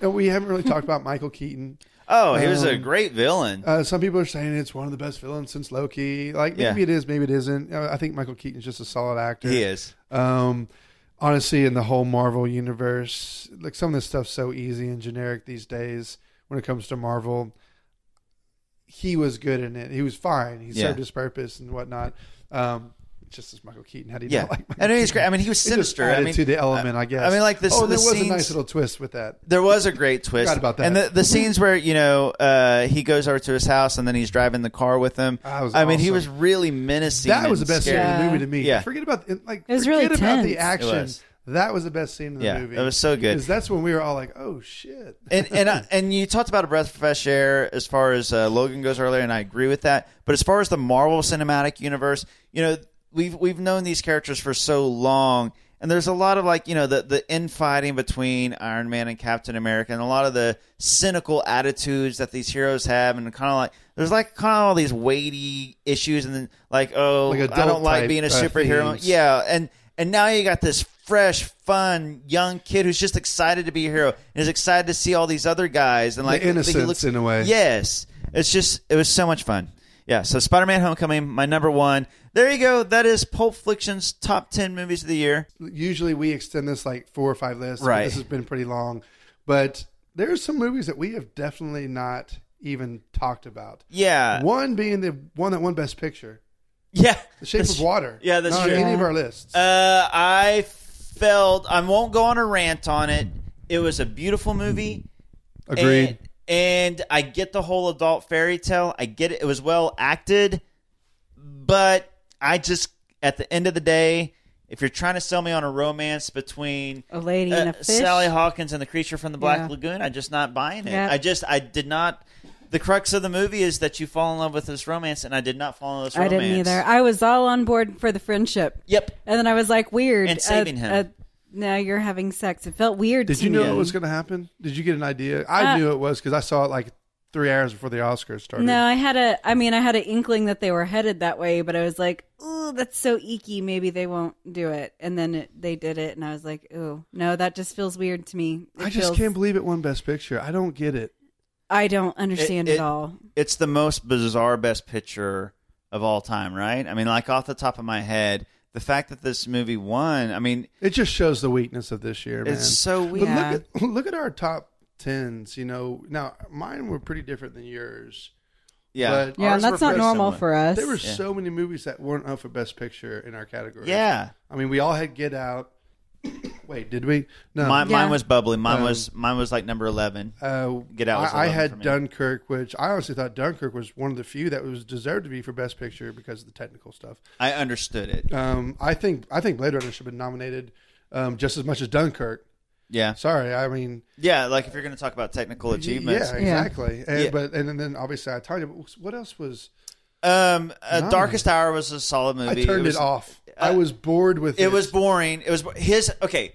Speaker 1: And we haven't really talked about Michael Keaton.
Speaker 2: Oh, he was a
Speaker 1: Um,
Speaker 2: great villain.
Speaker 1: Uh, some people are saying it's one of the best villains since Loki. Like maybe
Speaker 2: Yeah.
Speaker 1: it is, maybe it isn't. Uh, I think Michael Keaton's just a solid actor.
Speaker 2: He is.
Speaker 1: Um, honestly, in the whole Marvel universe, like some of this stuff's so easy and generic these days when it comes to Marvel. He was good in it. He was fine. He
Speaker 2: Yeah.
Speaker 1: served his purpose and whatnot. Um, just as Michael Keaton, how do you
Speaker 2: Yeah.
Speaker 1: not like? Michael
Speaker 2: I know he's
Speaker 1: Keaton?
Speaker 2: great. I mean, he was
Speaker 1: It just
Speaker 2: sinister. I
Speaker 1: added
Speaker 2: mean-
Speaker 1: to the element,
Speaker 2: I-
Speaker 1: I guess.
Speaker 2: I mean, like, this-
Speaker 1: Oh, and
Speaker 2: the
Speaker 1: there was a nice
Speaker 2: scenes-
Speaker 1: little twist with that.
Speaker 2: There was a great twist.
Speaker 1: Forgot about that.
Speaker 2: And the, the scenes where you know uh, he goes over to his house and then he's driving the car with him.
Speaker 1: That was
Speaker 2: I mean, he
Speaker 1: awesome.
Speaker 2: was really menacing.
Speaker 1: That was the
Speaker 2: and
Speaker 1: best
Speaker 2: scary.
Speaker 1: scene in the movie to me.
Speaker 2: Yeah.
Speaker 1: Forget about like
Speaker 3: It was
Speaker 1: forget
Speaker 3: really
Speaker 1: about the
Speaker 3: tense.
Speaker 1: action.
Speaker 2: It was.
Speaker 1: That was the best scene in the
Speaker 2: Yeah,
Speaker 1: movie.
Speaker 2: it was so good.
Speaker 1: Because that's when we were all like, "Oh shit!"
Speaker 2: and and I, and you talked about a breath of fresh air as far as uh, Logan goes earlier, and I agree with that. But as far as the Marvel Cinematic Universe, you know, we've we've known these characters for so long, and there's a lot of like you know the the infighting between Iron Man and Captain America, and a lot of the cynical attitudes that these heroes have, and kind of like there's like kind of all these weighty issues, and then like oh
Speaker 1: Like
Speaker 2: I
Speaker 1: adult
Speaker 2: don't like
Speaker 1: type,
Speaker 2: being a
Speaker 1: uh,
Speaker 2: superhero,
Speaker 1: themes.
Speaker 2: yeah. Yeah, and and now you got this fresh, fun young kid who's just excited to be a hero and is excited <laughs> to see all these other guys and like
Speaker 1: The innocence,
Speaker 2: he
Speaker 1: in a way.
Speaker 2: Yes, it's just it was so much fun. Yeah, so Spider-Man: Homecoming, my number one. There you go. That is Pulp Fiction's top ten movies of the year.
Speaker 1: Usually we extend this like four or five lists. but
Speaker 2: Right.
Speaker 1: This has been pretty long, but there are some movies that we have definitely not even talked about.
Speaker 2: Yeah.
Speaker 1: One being the one that won Best Picture.
Speaker 2: Yeah.
Speaker 1: <laughs> The Shape
Speaker 2: That's-
Speaker 1: of Water.
Speaker 2: <laughs> Yeah, that's
Speaker 1: not
Speaker 2: true.
Speaker 1: on any of our lists.
Speaker 2: Uh, I felt I won't go on a rant on it. It was a beautiful movie.
Speaker 1: Agreed.
Speaker 2: And, and I get the whole adult fairy tale. I get it. It was well acted, but I just at the end of the day, if you're trying to sell me on a romance between uh,
Speaker 3: A lady and a fish?
Speaker 2: Sally Hawkins and the creature from the Black
Speaker 3: Yeah.
Speaker 2: Lagoon, I'm just not buying it.
Speaker 3: Yeah.
Speaker 2: I just I did not. The crux of the movie is that you fall in love with this romance, and I did not fall in love with this
Speaker 3: I
Speaker 2: romance.
Speaker 3: didn't either. I was all on board for the friendship.
Speaker 2: Yep.
Speaker 3: And then I was like, weird. Uh,
Speaker 2: And saving him.
Speaker 3: now you're having sex. It felt weird.
Speaker 1: Did
Speaker 3: to
Speaker 1: you know
Speaker 3: me.
Speaker 1: what was going to happen? Did you get an idea? I
Speaker 3: Uh,
Speaker 1: knew it was because I saw it like three hours before the Oscars started.
Speaker 3: No, I had a. I mean, I had an inkling that they were headed that way, but I was like, "Ooh, that's so icky. Maybe they won't do it." And then it, they did it, and I was like, "Ooh, no, that just feels weird to me." It
Speaker 1: I just
Speaker 3: feels-
Speaker 1: can't believe it won Best Picture. I don't get it.
Speaker 3: I don't understand
Speaker 2: It-
Speaker 3: it,
Speaker 2: it-
Speaker 3: all.
Speaker 2: It's the most bizarre best picture of all time, right? I mean, like off the top of my head, the fact that this movie won, I mean,
Speaker 1: It just shows the weakness of this year,
Speaker 2: It's
Speaker 1: man.
Speaker 2: so
Speaker 1: But
Speaker 2: weird. Yeah.
Speaker 1: look at <laughs> look at our top tens. You know, now mine were pretty different than yours.
Speaker 2: Yeah.
Speaker 1: but
Speaker 3: Yeah, and
Speaker 1: ours
Speaker 3: that's
Speaker 1: were
Speaker 3: not
Speaker 1: pretty
Speaker 3: normal
Speaker 1: similar.
Speaker 3: for us.
Speaker 1: There were
Speaker 3: Yeah.
Speaker 1: so many movies that weren't up for Best Picture in our category.
Speaker 2: Yeah.
Speaker 1: I mean, we all had Get Out. Wait, did we? No,
Speaker 2: mine, mine was bubbly. Mine
Speaker 1: Um,
Speaker 2: was mine was like number eleven.
Speaker 1: Uh,
Speaker 2: Get out. was
Speaker 1: I, I
Speaker 2: 11 for
Speaker 1: had
Speaker 2: me.
Speaker 1: Dunkirk, which I honestly thought Dunkirk was one of the few that was deserved to be for Best Picture because of the technical stuff.
Speaker 2: I understood it.
Speaker 1: Um, I think I think Blade Runner should have been nominated um, just as much as Dunkirk.
Speaker 2: Yeah.
Speaker 1: Sorry, I mean,
Speaker 2: Yeah, like if you're going to talk about technical achievements,
Speaker 1: yeah, exactly. And,
Speaker 2: Yeah.
Speaker 1: But and, then obviously I told you but what else was.
Speaker 2: Um, uh,
Speaker 1: Nice.
Speaker 2: Darkest Hour was a solid movie.
Speaker 1: I turned it,
Speaker 2: was-
Speaker 1: off. I was bored with it.
Speaker 2: It was boring. It was bo- his okay.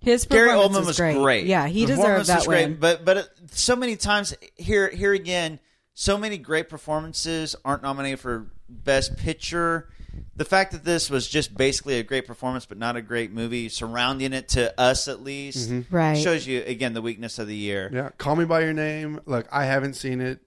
Speaker 3: His
Speaker 2: Gary
Speaker 3: performance
Speaker 2: Oldman
Speaker 3: was
Speaker 2: was
Speaker 3: great.
Speaker 2: great.
Speaker 3: Yeah, he
Speaker 2: The
Speaker 3: deserved
Speaker 2: performance
Speaker 3: that
Speaker 2: was
Speaker 3: win.
Speaker 2: Great, but but it, so many times here here again, so many great performances aren't nominated for best picture. The fact that this was just basically a great performance, but not a great movie, surrounding it to us at least,
Speaker 1: Mhm.
Speaker 3: Right.
Speaker 2: shows you again the weakness of the year.
Speaker 1: Yeah, Call Me by Your Name. Look, I haven't seen it.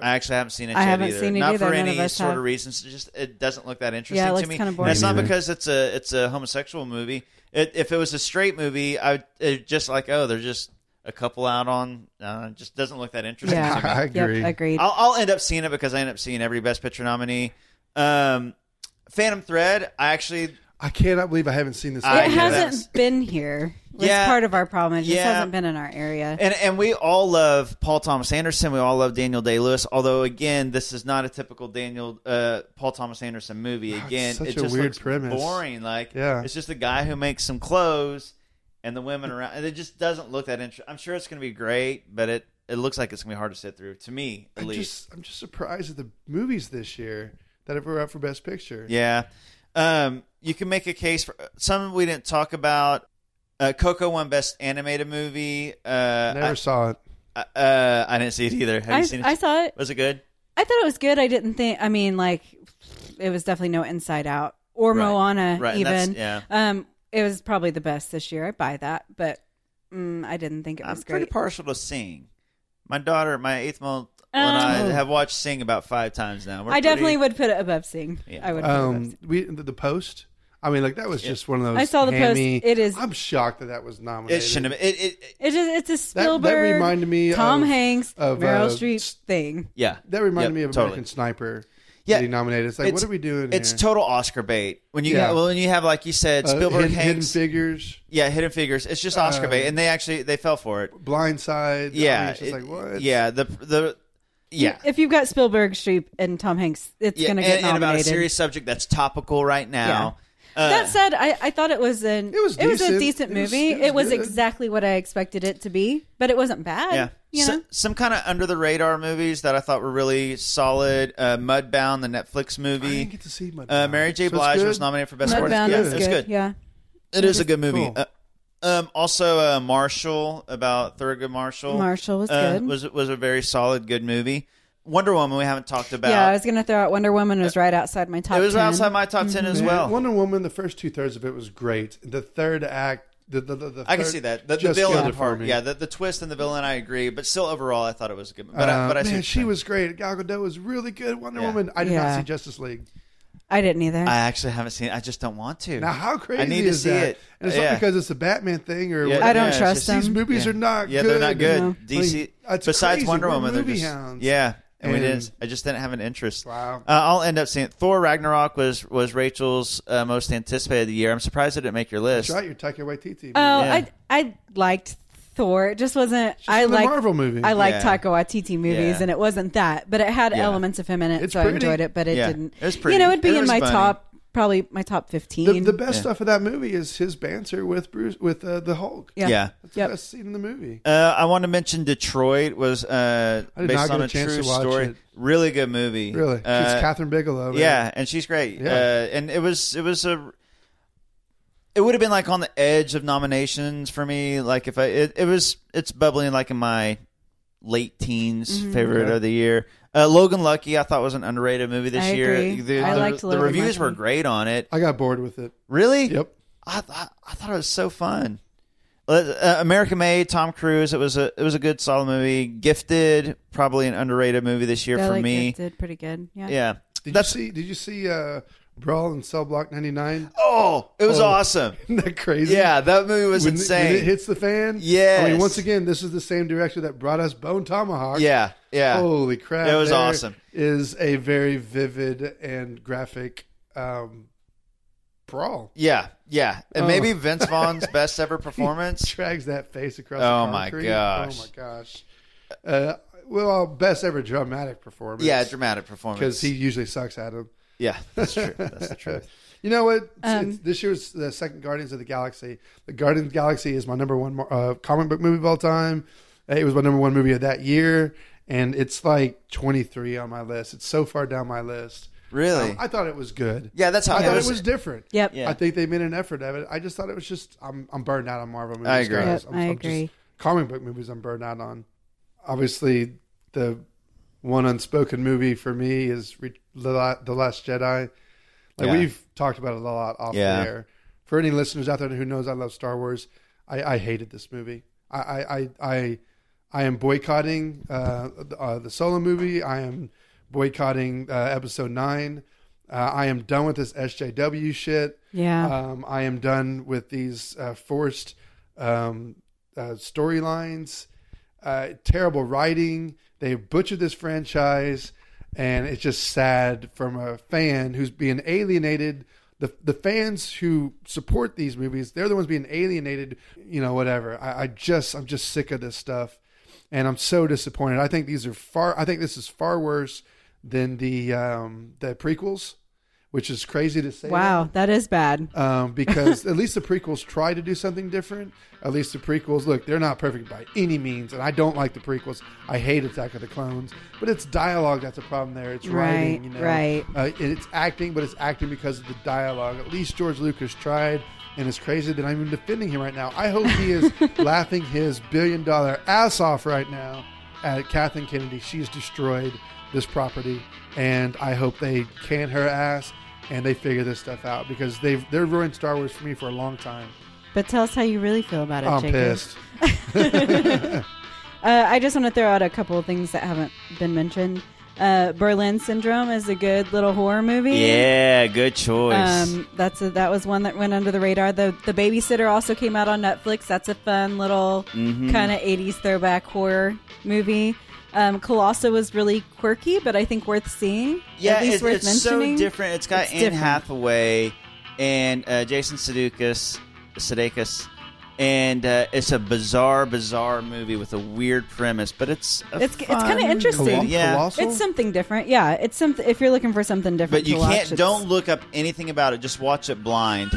Speaker 2: I actually haven't seen it.
Speaker 3: I
Speaker 2: yet
Speaker 3: haven't
Speaker 2: either.
Speaker 3: seen it
Speaker 2: Not
Speaker 3: either.
Speaker 2: for
Speaker 3: None of
Speaker 2: any
Speaker 3: us
Speaker 2: sort
Speaker 3: have.
Speaker 2: of reasons. It just it doesn't look that interesting
Speaker 3: it
Speaker 2: to
Speaker 3: looks
Speaker 2: me.
Speaker 3: kinda boring.
Speaker 2: That's not
Speaker 3: Me neither.
Speaker 2: because it's a it's a homosexual movie. It, if it was a straight movie, I would it'd just like oh they're just a couple out on. Uh, it just doesn't look that interesting.
Speaker 3: Yeah.
Speaker 1: <laughs>
Speaker 2: to me.
Speaker 3: I Yep, agree. agreed.
Speaker 2: I'll, I'll end up seeing it because I end up seeing every Best Picture nominee. Um, Phantom Thread. I actually
Speaker 1: I cannot believe I haven't seen this.
Speaker 2: I
Speaker 3: it
Speaker 2: get
Speaker 3: hasn't
Speaker 2: that.
Speaker 3: been here. It's
Speaker 2: Yeah.
Speaker 3: part of our problem. It just
Speaker 2: Yeah.
Speaker 3: hasn't been in our area.
Speaker 2: And and we all love Paul Thomas Anderson. We all love Daniel Day Lewis. Although again, this is not a typical Daniel uh, Paul Thomas Anderson movie. Again,
Speaker 1: Oh, such
Speaker 2: it
Speaker 1: a
Speaker 2: just
Speaker 1: weird
Speaker 2: looks
Speaker 1: premise.
Speaker 2: boring. Like
Speaker 1: Yeah.
Speaker 2: it's just a guy who makes some clothes and the women around. And it just doesn't look that interesting. I'm sure it's going to be great, but it it looks like it's going to be hard to sit through. To me, at
Speaker 1: I'm
Speaker 2: least.
Speaker 1: just, I'm just surprised at the movies this year that were up for Best Picture.
Speaker 2: Yeah. Um, you can make a case for some we didn't talk about. Uh, Coco won best animated movie. Uh,
Speaker 1: Never
Speaker 2: I,
Speaker 1: saw it.
Speaker 2: Uh, I didn't see it either. Have
Speaker 3: I-
Speaker 2: you seen it?
Speaker 3: I saw it.
Speaker 2: Was it good?
Speaker 3: I thought it was good. I didn't think. I mean, like, it was definitely no Inside Out or
Speaker 2: Right.
Speaker 3: Moana.
Speaker 2: Right, and that's-
Speaker 3: Even
Speaker 2: yeah.
Speaker 3: Um, it was probably the best this year. I buy that, but mm, I didn't think it
Speaker 2: I'm
Speaker 3: was
Speaker 2: pretty
Speaker 3: great.
Speaker 2: partial to Sing. My daughter, my eighth month, and
Speaker 3: Oh.
Speaker 2: I have watched Sing about five times now. We're
Speaker 3: I definitely
Speaker 2: pretty-
Speaker 3: would put it above Sing.
Speaker 2: Yeah.
Speaker 3: I would. put it above
Speaker 1: Um, we the, the post. I mean, like that was just one of those.
Speaker 3: I saw the post.
Speaker 1: hammy-
Speaker 3: It is-
Speaker 1: I'm shocked that that was
Speaker 2: It
Speaker 1: nominated.
Speaker 2: shouldn't have. It, it,
Speaker 3: It is. It's a
Speaker 1: That-
Speaker 3: Spielberg.
Speaker 1: That, reminded me
Speaker 3: Tom
Speaker 1: of,
Speaker 3: Hanks,
Speaker 1: of,
Speaker 3: Meryl
Speaker 1: uh,
Speaker 3: Streep thing.
Speaker 2: yeah.
Speaker 1: That reminded
Speaker 2: Yep,
Speaker 1: me of
Speaker 2: totally.
Speaker 1: American Sniper.
Speaker 2: Yeah.
Speaker 1: getting nominated. It's like, what are we doing?
Speaker 2: It's
Speaker 1: here?
Speaker 2: total Oscar bait. When you
Speaker 1: Yeah.
Speaker 2: get, well, when you have like you said,
Speaker 1: Uh,
Speaker 2: Spielberg,
Speaker 1: Hidden- Hidden
Speaker 2: Hanks-
Speaker 1: Figures.
Speaker 2: Yeah, Hidden Figures. It's just Oscar
Speaker 1: Uh,
Speaker 2: bait, and they actually they fell for it.
Speaker 1: Blindside. I
Speaker 2: Yeah,
Speaker 1: mean, it's just
Speaker 2: it-
Speaker 1: like what?
Speaker 2: Yeah, the the yeah.
Speaker 3: If you've got Spielberg, Streep, and Tom Hanks, it's
Speaker 2: Yeah,
Speaker 3: going to get
Speaker 2: and, and
Speaker 3: nominated.
Speaker 2: about a serious subject that's topical right now. Uh,
Speaker 3: that said, I, I thought it was an it was, a
Speaker 2: decent.
Speaker 3: decent
Speaker 2: It was-
Speaker 3: movie.
Speaker 2: it
Speaker 3: It
Speaker 2: was
Speaker 3: was,
Speaker 2: good.
Speaker 3: exactly what I expected it to be, but it wasn't bad.
Speaker 2: Yeah.
Speaker 3: you
Speaker 2: So-
Speaker 3: know?
Speaker 2: some kind of under the radar movies that I thought were really solid. Uh, Mudbound, the Netflix movie. I didn't
Speaker 1: get to see Mudbound.
Speaker 2: Uh, Mary J.
Speaker 1: So it's
Speaker 2: Blige
Speaker 1: good?
Speaker 2: was nominated for Best Supporting.
Speaker 3: Mudbound
Speaker 2: Yeah,
Speaker 3: is
Speaker 2: it's
Speaker 3: good.
Speaker 2: good.
Speaker 3: Yeah,
Speaker 2: It is a good movie.
Speaker 3: Cool.
Speaker 2: Uh, um, also, uh, Marshall about Thurgood Marshall.
Speaker 3: Marshall was
Speaker 2: uh,
Speaker 3: good.
Speaker 2: Was was a very solid, good movie. Wonder Woman we haven't talked about.
Speaker 3: yeah. I was gonna throw out Wonder Woman was right outside my top.
Speaker 2: it was
Speaker 3: 10.
Speaker 2: outside my top 10 as
Speaker 1: Man,
Speaker 2: well.
Speaker 1: Mm-hmm. Wonder Woman, the first two thirds of it was great. The third act, the, the, the, the
Speaker 2: I can
Speaker 1: third
Speaker 2: see that the, the
Speaker 1: just killed
Speaker 2: villain
Speaker 1: it for
Speaker 2: part.
Speaker 1: me.
Speaker 2: Yeah, the, the twist and the villain. I agree, but still overall, I thought it was a good. But I,
Speaker 1: Uh,
Speaker 2: but I see
Speaker 1: man,
Speaker 2: what
Speaker 1: she was great. Gal Gadot was really good. Wonder
Speaker 2: Yeah.
Speaker 1: Woman. I did
Speaker 2: Yeah.
Speaker 1: not see Justice League.
Speaker 3: I didn't either.
Speaker 2: I actually haven't seen. it. I just don't want to.
Speaker 1: Now, how crazy
Speaker 2: I need
Speaker 1: is
Speaker 2: to see
Speaker 1: that?
Speaker 2: it.
Speaker 1: And it's
Speaker 2: Yeah.
Speaker 1: not because it's a Batman thing or
Speaker 2: Yeah,
Speaker 1: whatever.
Speaker 2: I don't yeah, it's trust just-
Speaker 1: These
Speaker 2: them.
Speaker 1: movies
Speaker 2: Yeah.
Speaker 1: are not.
Speaker 2: Yeah,
Speaker 1: good.
Speaker 2: they're not good.
Speaker 1: Like,
Speaker 2: DC.
Speaker 1: that's
Speaker 2: besides
Speaker 1: crazy.
Speaker 2: Wonder
Speaker 1: We're
Speaker 2: Woman, they're
Speaker 1: movie
Speaker 2: just
Speaker 1: hounds.
Speaker 2: yeah. And, we
Speaker 1: And-
Speaker 2: didn't. I just didn't have an interest. Wow. Uh, I'll end up seeing it. Thor Ragnarok was was Rachel's uh, most anticipated of the year. I'm surprised it didn't make your list.
Speaker 1: That's right. You're Taika Waititi.
Speaker 3: Oh,
Speaker 2: Yeah.
Speaker 3: I I liked Thor. It just wasn't. I
Speaker 1: another
Speaker 3: like
Speaker 1: Marvel movie.
Speaker 3: I like
Speaker 1: Yeah.
Speaker 3: Taika Waititi movies,
Speaker 1: Yeah.
Speaker 3: and it wasn't that, but it had
Speaker 1: Yeah.
Speaker 3: elements of him in it,
Speaker 1: It's
Speaker 3: so I
Speaker 1: pretty.
Speaker 3: enjoyed it. But it
Speaker 1: Yeah.
Speaker 3: didn't.
Speaker 1: It's
Speaker 3: You know,
Speaker 1: pretty.
Speaker 3: it'd be
Speaker 1: It
Speaker 3: in
Speaker 1: was
Speaker 3: my
Speaker 1: funny.
Speaker 3: top, probably my top
Speaker 1: The,
Speaker 3: fifteen.
Speaker 1: the best stuff of that movie is his banter with Bruce with uh, the Hulk.
Speaker 2: Yeah. Yeah.
Speaker 1: that's the best scene in the movie.
Speaker 2: Uh, I want to mention Detroit was uh,
Speaker 1: I did
Speaker 2: based
Speaker 1: not get
Speaker 2: on
Speaker 1: a
Speaker 2: a,
Speaker 1: chance
Speaker 2: true
Speaker 1: to watch
Speaker 2: story.
Speaker 1: it.
Speaker 2: Really good movie.
Speaker 1: Really? It's
Speaker 2: Uh,
Speaker 1: Catherine Bigelow, man.
Speaker 2: Yeah, and she's great.
Speaker 1: Yeah.
Speaker 2: Uh, and it was it was a it would have been like on the edge of nominations for me. Like if I it, it was it's bubbling like in my late teens
Speaker 1: Mm-hmm.
Speaker 3: Mhm.
Speaker 2: favorite
Speaker 3: Okay.
Speaker 2: of the year. Uh, Logan Lucky I thought was an underrated movie this
Speaker 1: I
Speaker 2: year.
Speaker 1: agree.
Speaker 2: The,
Speaker 1: I
Speaker 2: the-
Speaker 1: liked
Speaker 2: the
Speaker 1: Logan
Speaker 2: reviews
Speaker 1: Lucky.
Speaker 2: were great on it.
Speaker 1: I got bored with it.
Speaker 2: Really?
Speaker 1: Yep.
Speaker 2: I thought I thought it was so fun. Uh, America Made, Tom Cruise. It was a it was a good solid movie. Gifted, probably an underrated movie this year
Speaker 3: I
Speaker 2: for
Speaker 3: like
Speaker 2: me.
Speaker 3: Gifted pretty good. Yeah.
Speaker 2: Yeah.
Speaker 1: Did you see? Did you see uh, Brawl in Cell Block ninety nine?
Speaker 2: Oh, it was awesome.
Speaker 1: <laughs> Isn't that crazy?
Speaker 2: Yeah, that movie was
Speaker 1: when,
Speaker 2: insane.
Speaker 1: When it hits the fan.
Speaker 2: Yes.
Speaker 1: I mean, once again, this is the same director that brought us Bone Tomahawk.
Speaker 2: Yeah, yeah.
Speaker 1: Holy crap!
Speaker 2: It was
Speaker 1: There
Speaker 2: awesome.
Speaker 1: Is a very vivid and graphic um, brawl.
Speaker 2: Yeah, yeah. And
Speaker 1: Oh. <laughs>
Speaker 2: maybe Vince Vaughn's best ever performance.
Speaker 1: He drags that face across.
Speaker 2: Oh,
Speaker 1: the
Speaker 2: my
Speaker 1: concrete.
Speaker 2: gosh.
Speaker 1: Oh my gosh! Uh, well, best ever dramatic performance.
Speaker 2: Yeah, dramatic performance.
Speaker 1: Because he usually sucks at him.
Speaker 2: Yeah, that's true. That's the truth.
Speaker 1: You know what? It's- it's- this year's the second Guardians of the Galaxy. The Guardians of the Galaxy is my number one uh, comic book movie of all time. Uh, It was my number one movie of that year, and it's like 23 on my list. It's so far down my list.
Speaker 2: Really?
Speaker 1: Um, I thought it was good.
Speaker 2: Yeah, that's how
Speaker 1: I
Speaker 2: it
Speaker 1: thought
Speaker 2: was-
Speaker 1: it was different.
Speaker 2: Yep. Yeah.
Speaker 1: I think they made an effort of it. I just thought it was just I'm I'm burned out on Marvel movies.
Speaker 2: I agree.
Speaker 1: guys.
Speaker 2: Yep,
Speaker 1: I'm,
Speaker 2: I
Speaker 1: I'm just-
Speaker 2: agree.
Speaker 1: comic book movies I'm burned out on. Obviously, the one unspoken movie for me is Re- the La- The Last Jedi. Like
Speaker 2: Yeah.
Speaker 1: we've talked about it a lot off
Speaker 2: Yeah.
Speaker 1: the air. For any listeners out there who knows I love Star Wars, I, I hated this movie. I I I, I, I am boycotting uh, the- uh, the Solo movie. I am boycotting uh, Episode Nine. Uh, I am done with this SJW shit.
Speaker 3: Yeah.
Speaker 1: Um, I am done with these uh, forced um, uh, storylines. Uh, terrible writing. They butchered this franchise, and it's just sad from a fan who's being alienated. The, the fans who support these movies, they're the ones being alienated. You know, whatever. I, I just, I'm just sick of this stuff, and I'm so disappointed. I think these are far. I think this is far worse than the um, the prequels, which is crazy to say.
Speaker 3: Wow, that is bad.
Speaker 1: Um, because at least the prequels try to do something different. At least the prequels look, they're not perfect by any means, and I don't like the prequels. I hate Attack of the Clones, but it's dialogue that's a problem there. It's writing,
Speaker 3: Right,
Speaker 1: you know,
Speaker 3: right.
Speaker 1: Uh, and it's acting, but it's acting because of the dialogue. At least George Lucas tried. And it's crazy that I'm even defending him right now. I hope he
Speaker 3: <laughs>
Speaker 1: is laughing his billion dollar ass off right now at Kathleen Kennedy. She's destroyed this property, and I hope they can her ass and they figure this stuff out because they've they're ruined Star Wars for me for a long time.
Speaker 3: <laughs> But tell us how you really feel about it,
Speaker 1: I'm
Speaker 3: Jacob.
Speaker 1: pissed.
Speaker 3: <laughs>
Speaker 1: <laughs>
Speaker 3: uh, I just want to throw out a couple of things that haven't been mentioned. Uh, Berlin Syndrome is a good little horror movie.
Speaker 2: Yeah, good choice.
Speaker 3: Um, that's a, that was one that went under the radar. The The Babysitter also came out on Netflix. That's a fun little
Speaker 2: Mhm.
Speaker 3: kind of '80s throwback horror movie. Um, Colossa was really quirky, but I think worth seeing.
Speaker 2: yeah,
Speaker 3: at least
Speaker 2: it-
Speaker 3: worth
Speaker 2: it's
Speaker 3: mentioning.
Speaker 2: so different. It's got
Speaker 3: It's
Speaker 2: Anne
Speaker 3: different.
Speaker 2: Hathaway and uh, Jason Sudeikis, Sudeikis, and uh, it's a bizarre, bizarre movie with a weird premise, but it's a
Speaker 3: It's it's kind of
Speaker 2: fun
Speaker 3: interesting.
Speaker 2: movie. yeah.
Speaker 3: it's something different. Yeah, it's something. If you're looking for something different,
Speaker 2: but you
Speaker 3: to watch,
Speaker 2: can't.
Speaker 3: it's-
Speaker 2: Don't look up anything about it. Just watch it blind.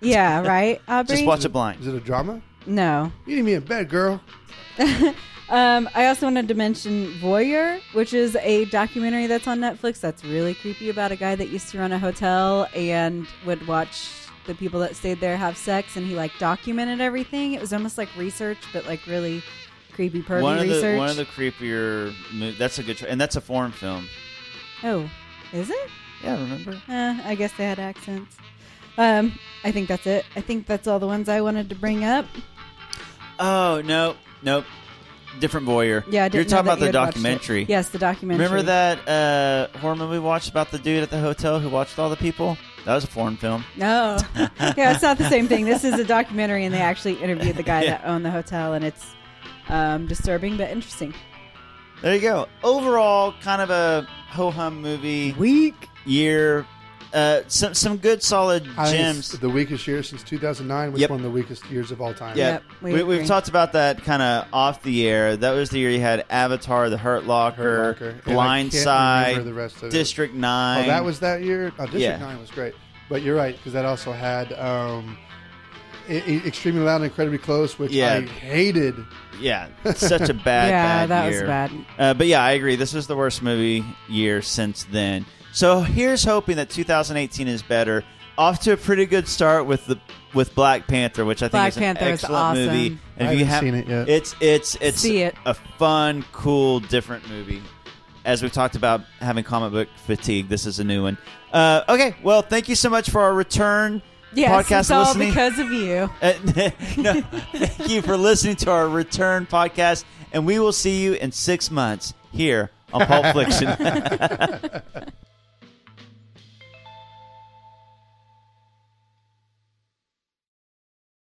Speaker 3: Yeah, right. Aubrey?
Speaker 2: <laughs> Just watch it blind.
Speaker 1: Is it a drama?
Speaker 3: No.
Speaker 1: You need me in bed, girl.
Speaker 3: <laughs> Um, I also wanted to mention Voyeur, which is a documentary that's on Netflix that's really creepy about a guy that used to run a hotel and would watch the people that stayed there have sex and he like documented everything. It was almost like research, but like really creepy pervy
Speaker 2: One of
Speaker 3: research.
Speaker 2: the one of the creepier. Mo- that's a good. Tr- and that's a foreign film.
Speaker 3: Oh, is it?
Speaker 2: Yeah, remember?
Speaker 3: Uh, I guess they had accents. Um, I think that's it. I think that's all the ones I wanted to bring up.
Speaker 2: Oh no, nope. Different voyeur.
Speaker 3: Yeah, I didn't
Speaker 2: you're
Speaker 3: know
Speaker 2: talking
Speaker 3: that
Speaker 2: about the
Speaker 3: you had watched it.
Speaker 2: documentary.
Speaker 3: Yes, the documentary.
Speaker 2: Remember that uh, horror movie we watched about the dude at the hotel who watched all the people? That was a foreign film.
Speaker 3: No. Oh. <laughs> yeah, it's not the same thing. This is a documentary, and they actually interviewed the guy that owned the hotel, and it's um, disturbing but interesting.
Speaker 2: <laughs> There you go. Overall, kind of a ho hum movie. Week year. Uh, some some good solid
Speaker 1: I think it's
Speaker 2: gems.
Speaker 1: The weakest year since 2009 was one of the weakest years of all time.
Speaker 2: Yeah, we, we have talked about that kind of off the air. That was the year you had Avatar, The Hurt Locker,
Speaker 1: Locker, and I
Speaker 2: Blind
Speaker 1: can't remember
Speaker 2: Side,
Speaker 1: the rest of it.
Speaker 2: District Nine.
Speaker 1: Oh, that was that year. Oh, District
Speaker 2: Yeah.
Speaker 1: Nine was great, but you're right because that also had um, E- E- extremely loud and incredibly close, which
Speaker 2: Yeah.
Speaker 1: I hated.
Speaker 2: yeah,
Speaker 3: <laughs>
Speaker 2: such a bad,
Speaker 3: Yeah,
Speaker 2: bad
Speaker 3: that was
Speaker 2: year.
Speaker 3: bad.
Speaker 2: Uh, but yeah, I agree. This was the worst movie year since then. So here's hoping that 2018 is better. Off to a pretty good start with the with Black Panther, which I think
Speaker 3: Black
Speaker 2: is an
Speaker 3: Panther is
Speaker 2: excellent
Speaker 3: awesome.
Speaker 2: movie.
Speaker 1: I
Speaker 2: if you
Speaker 1: haven't
Speaker 2: have-
Speaker 1: seen it yet.
Speaker 2: It's it's it's
Speaker 3: See it.
Speaker 2: a fun, cool, different movie. As we've talked about having comic book fatigue, this is a new one. Uh, okay, well, thank you so much for our return
Speaker 3: Yes,
Speaker 2: podcast
Speaker 3: it's all
Speaker 2: listening.
Speaker 3: because of you.
Speaker 2: <laughs> Uh, no, thank you for listening to our return podcast, and we will see you in six months here on Pulp Fiction.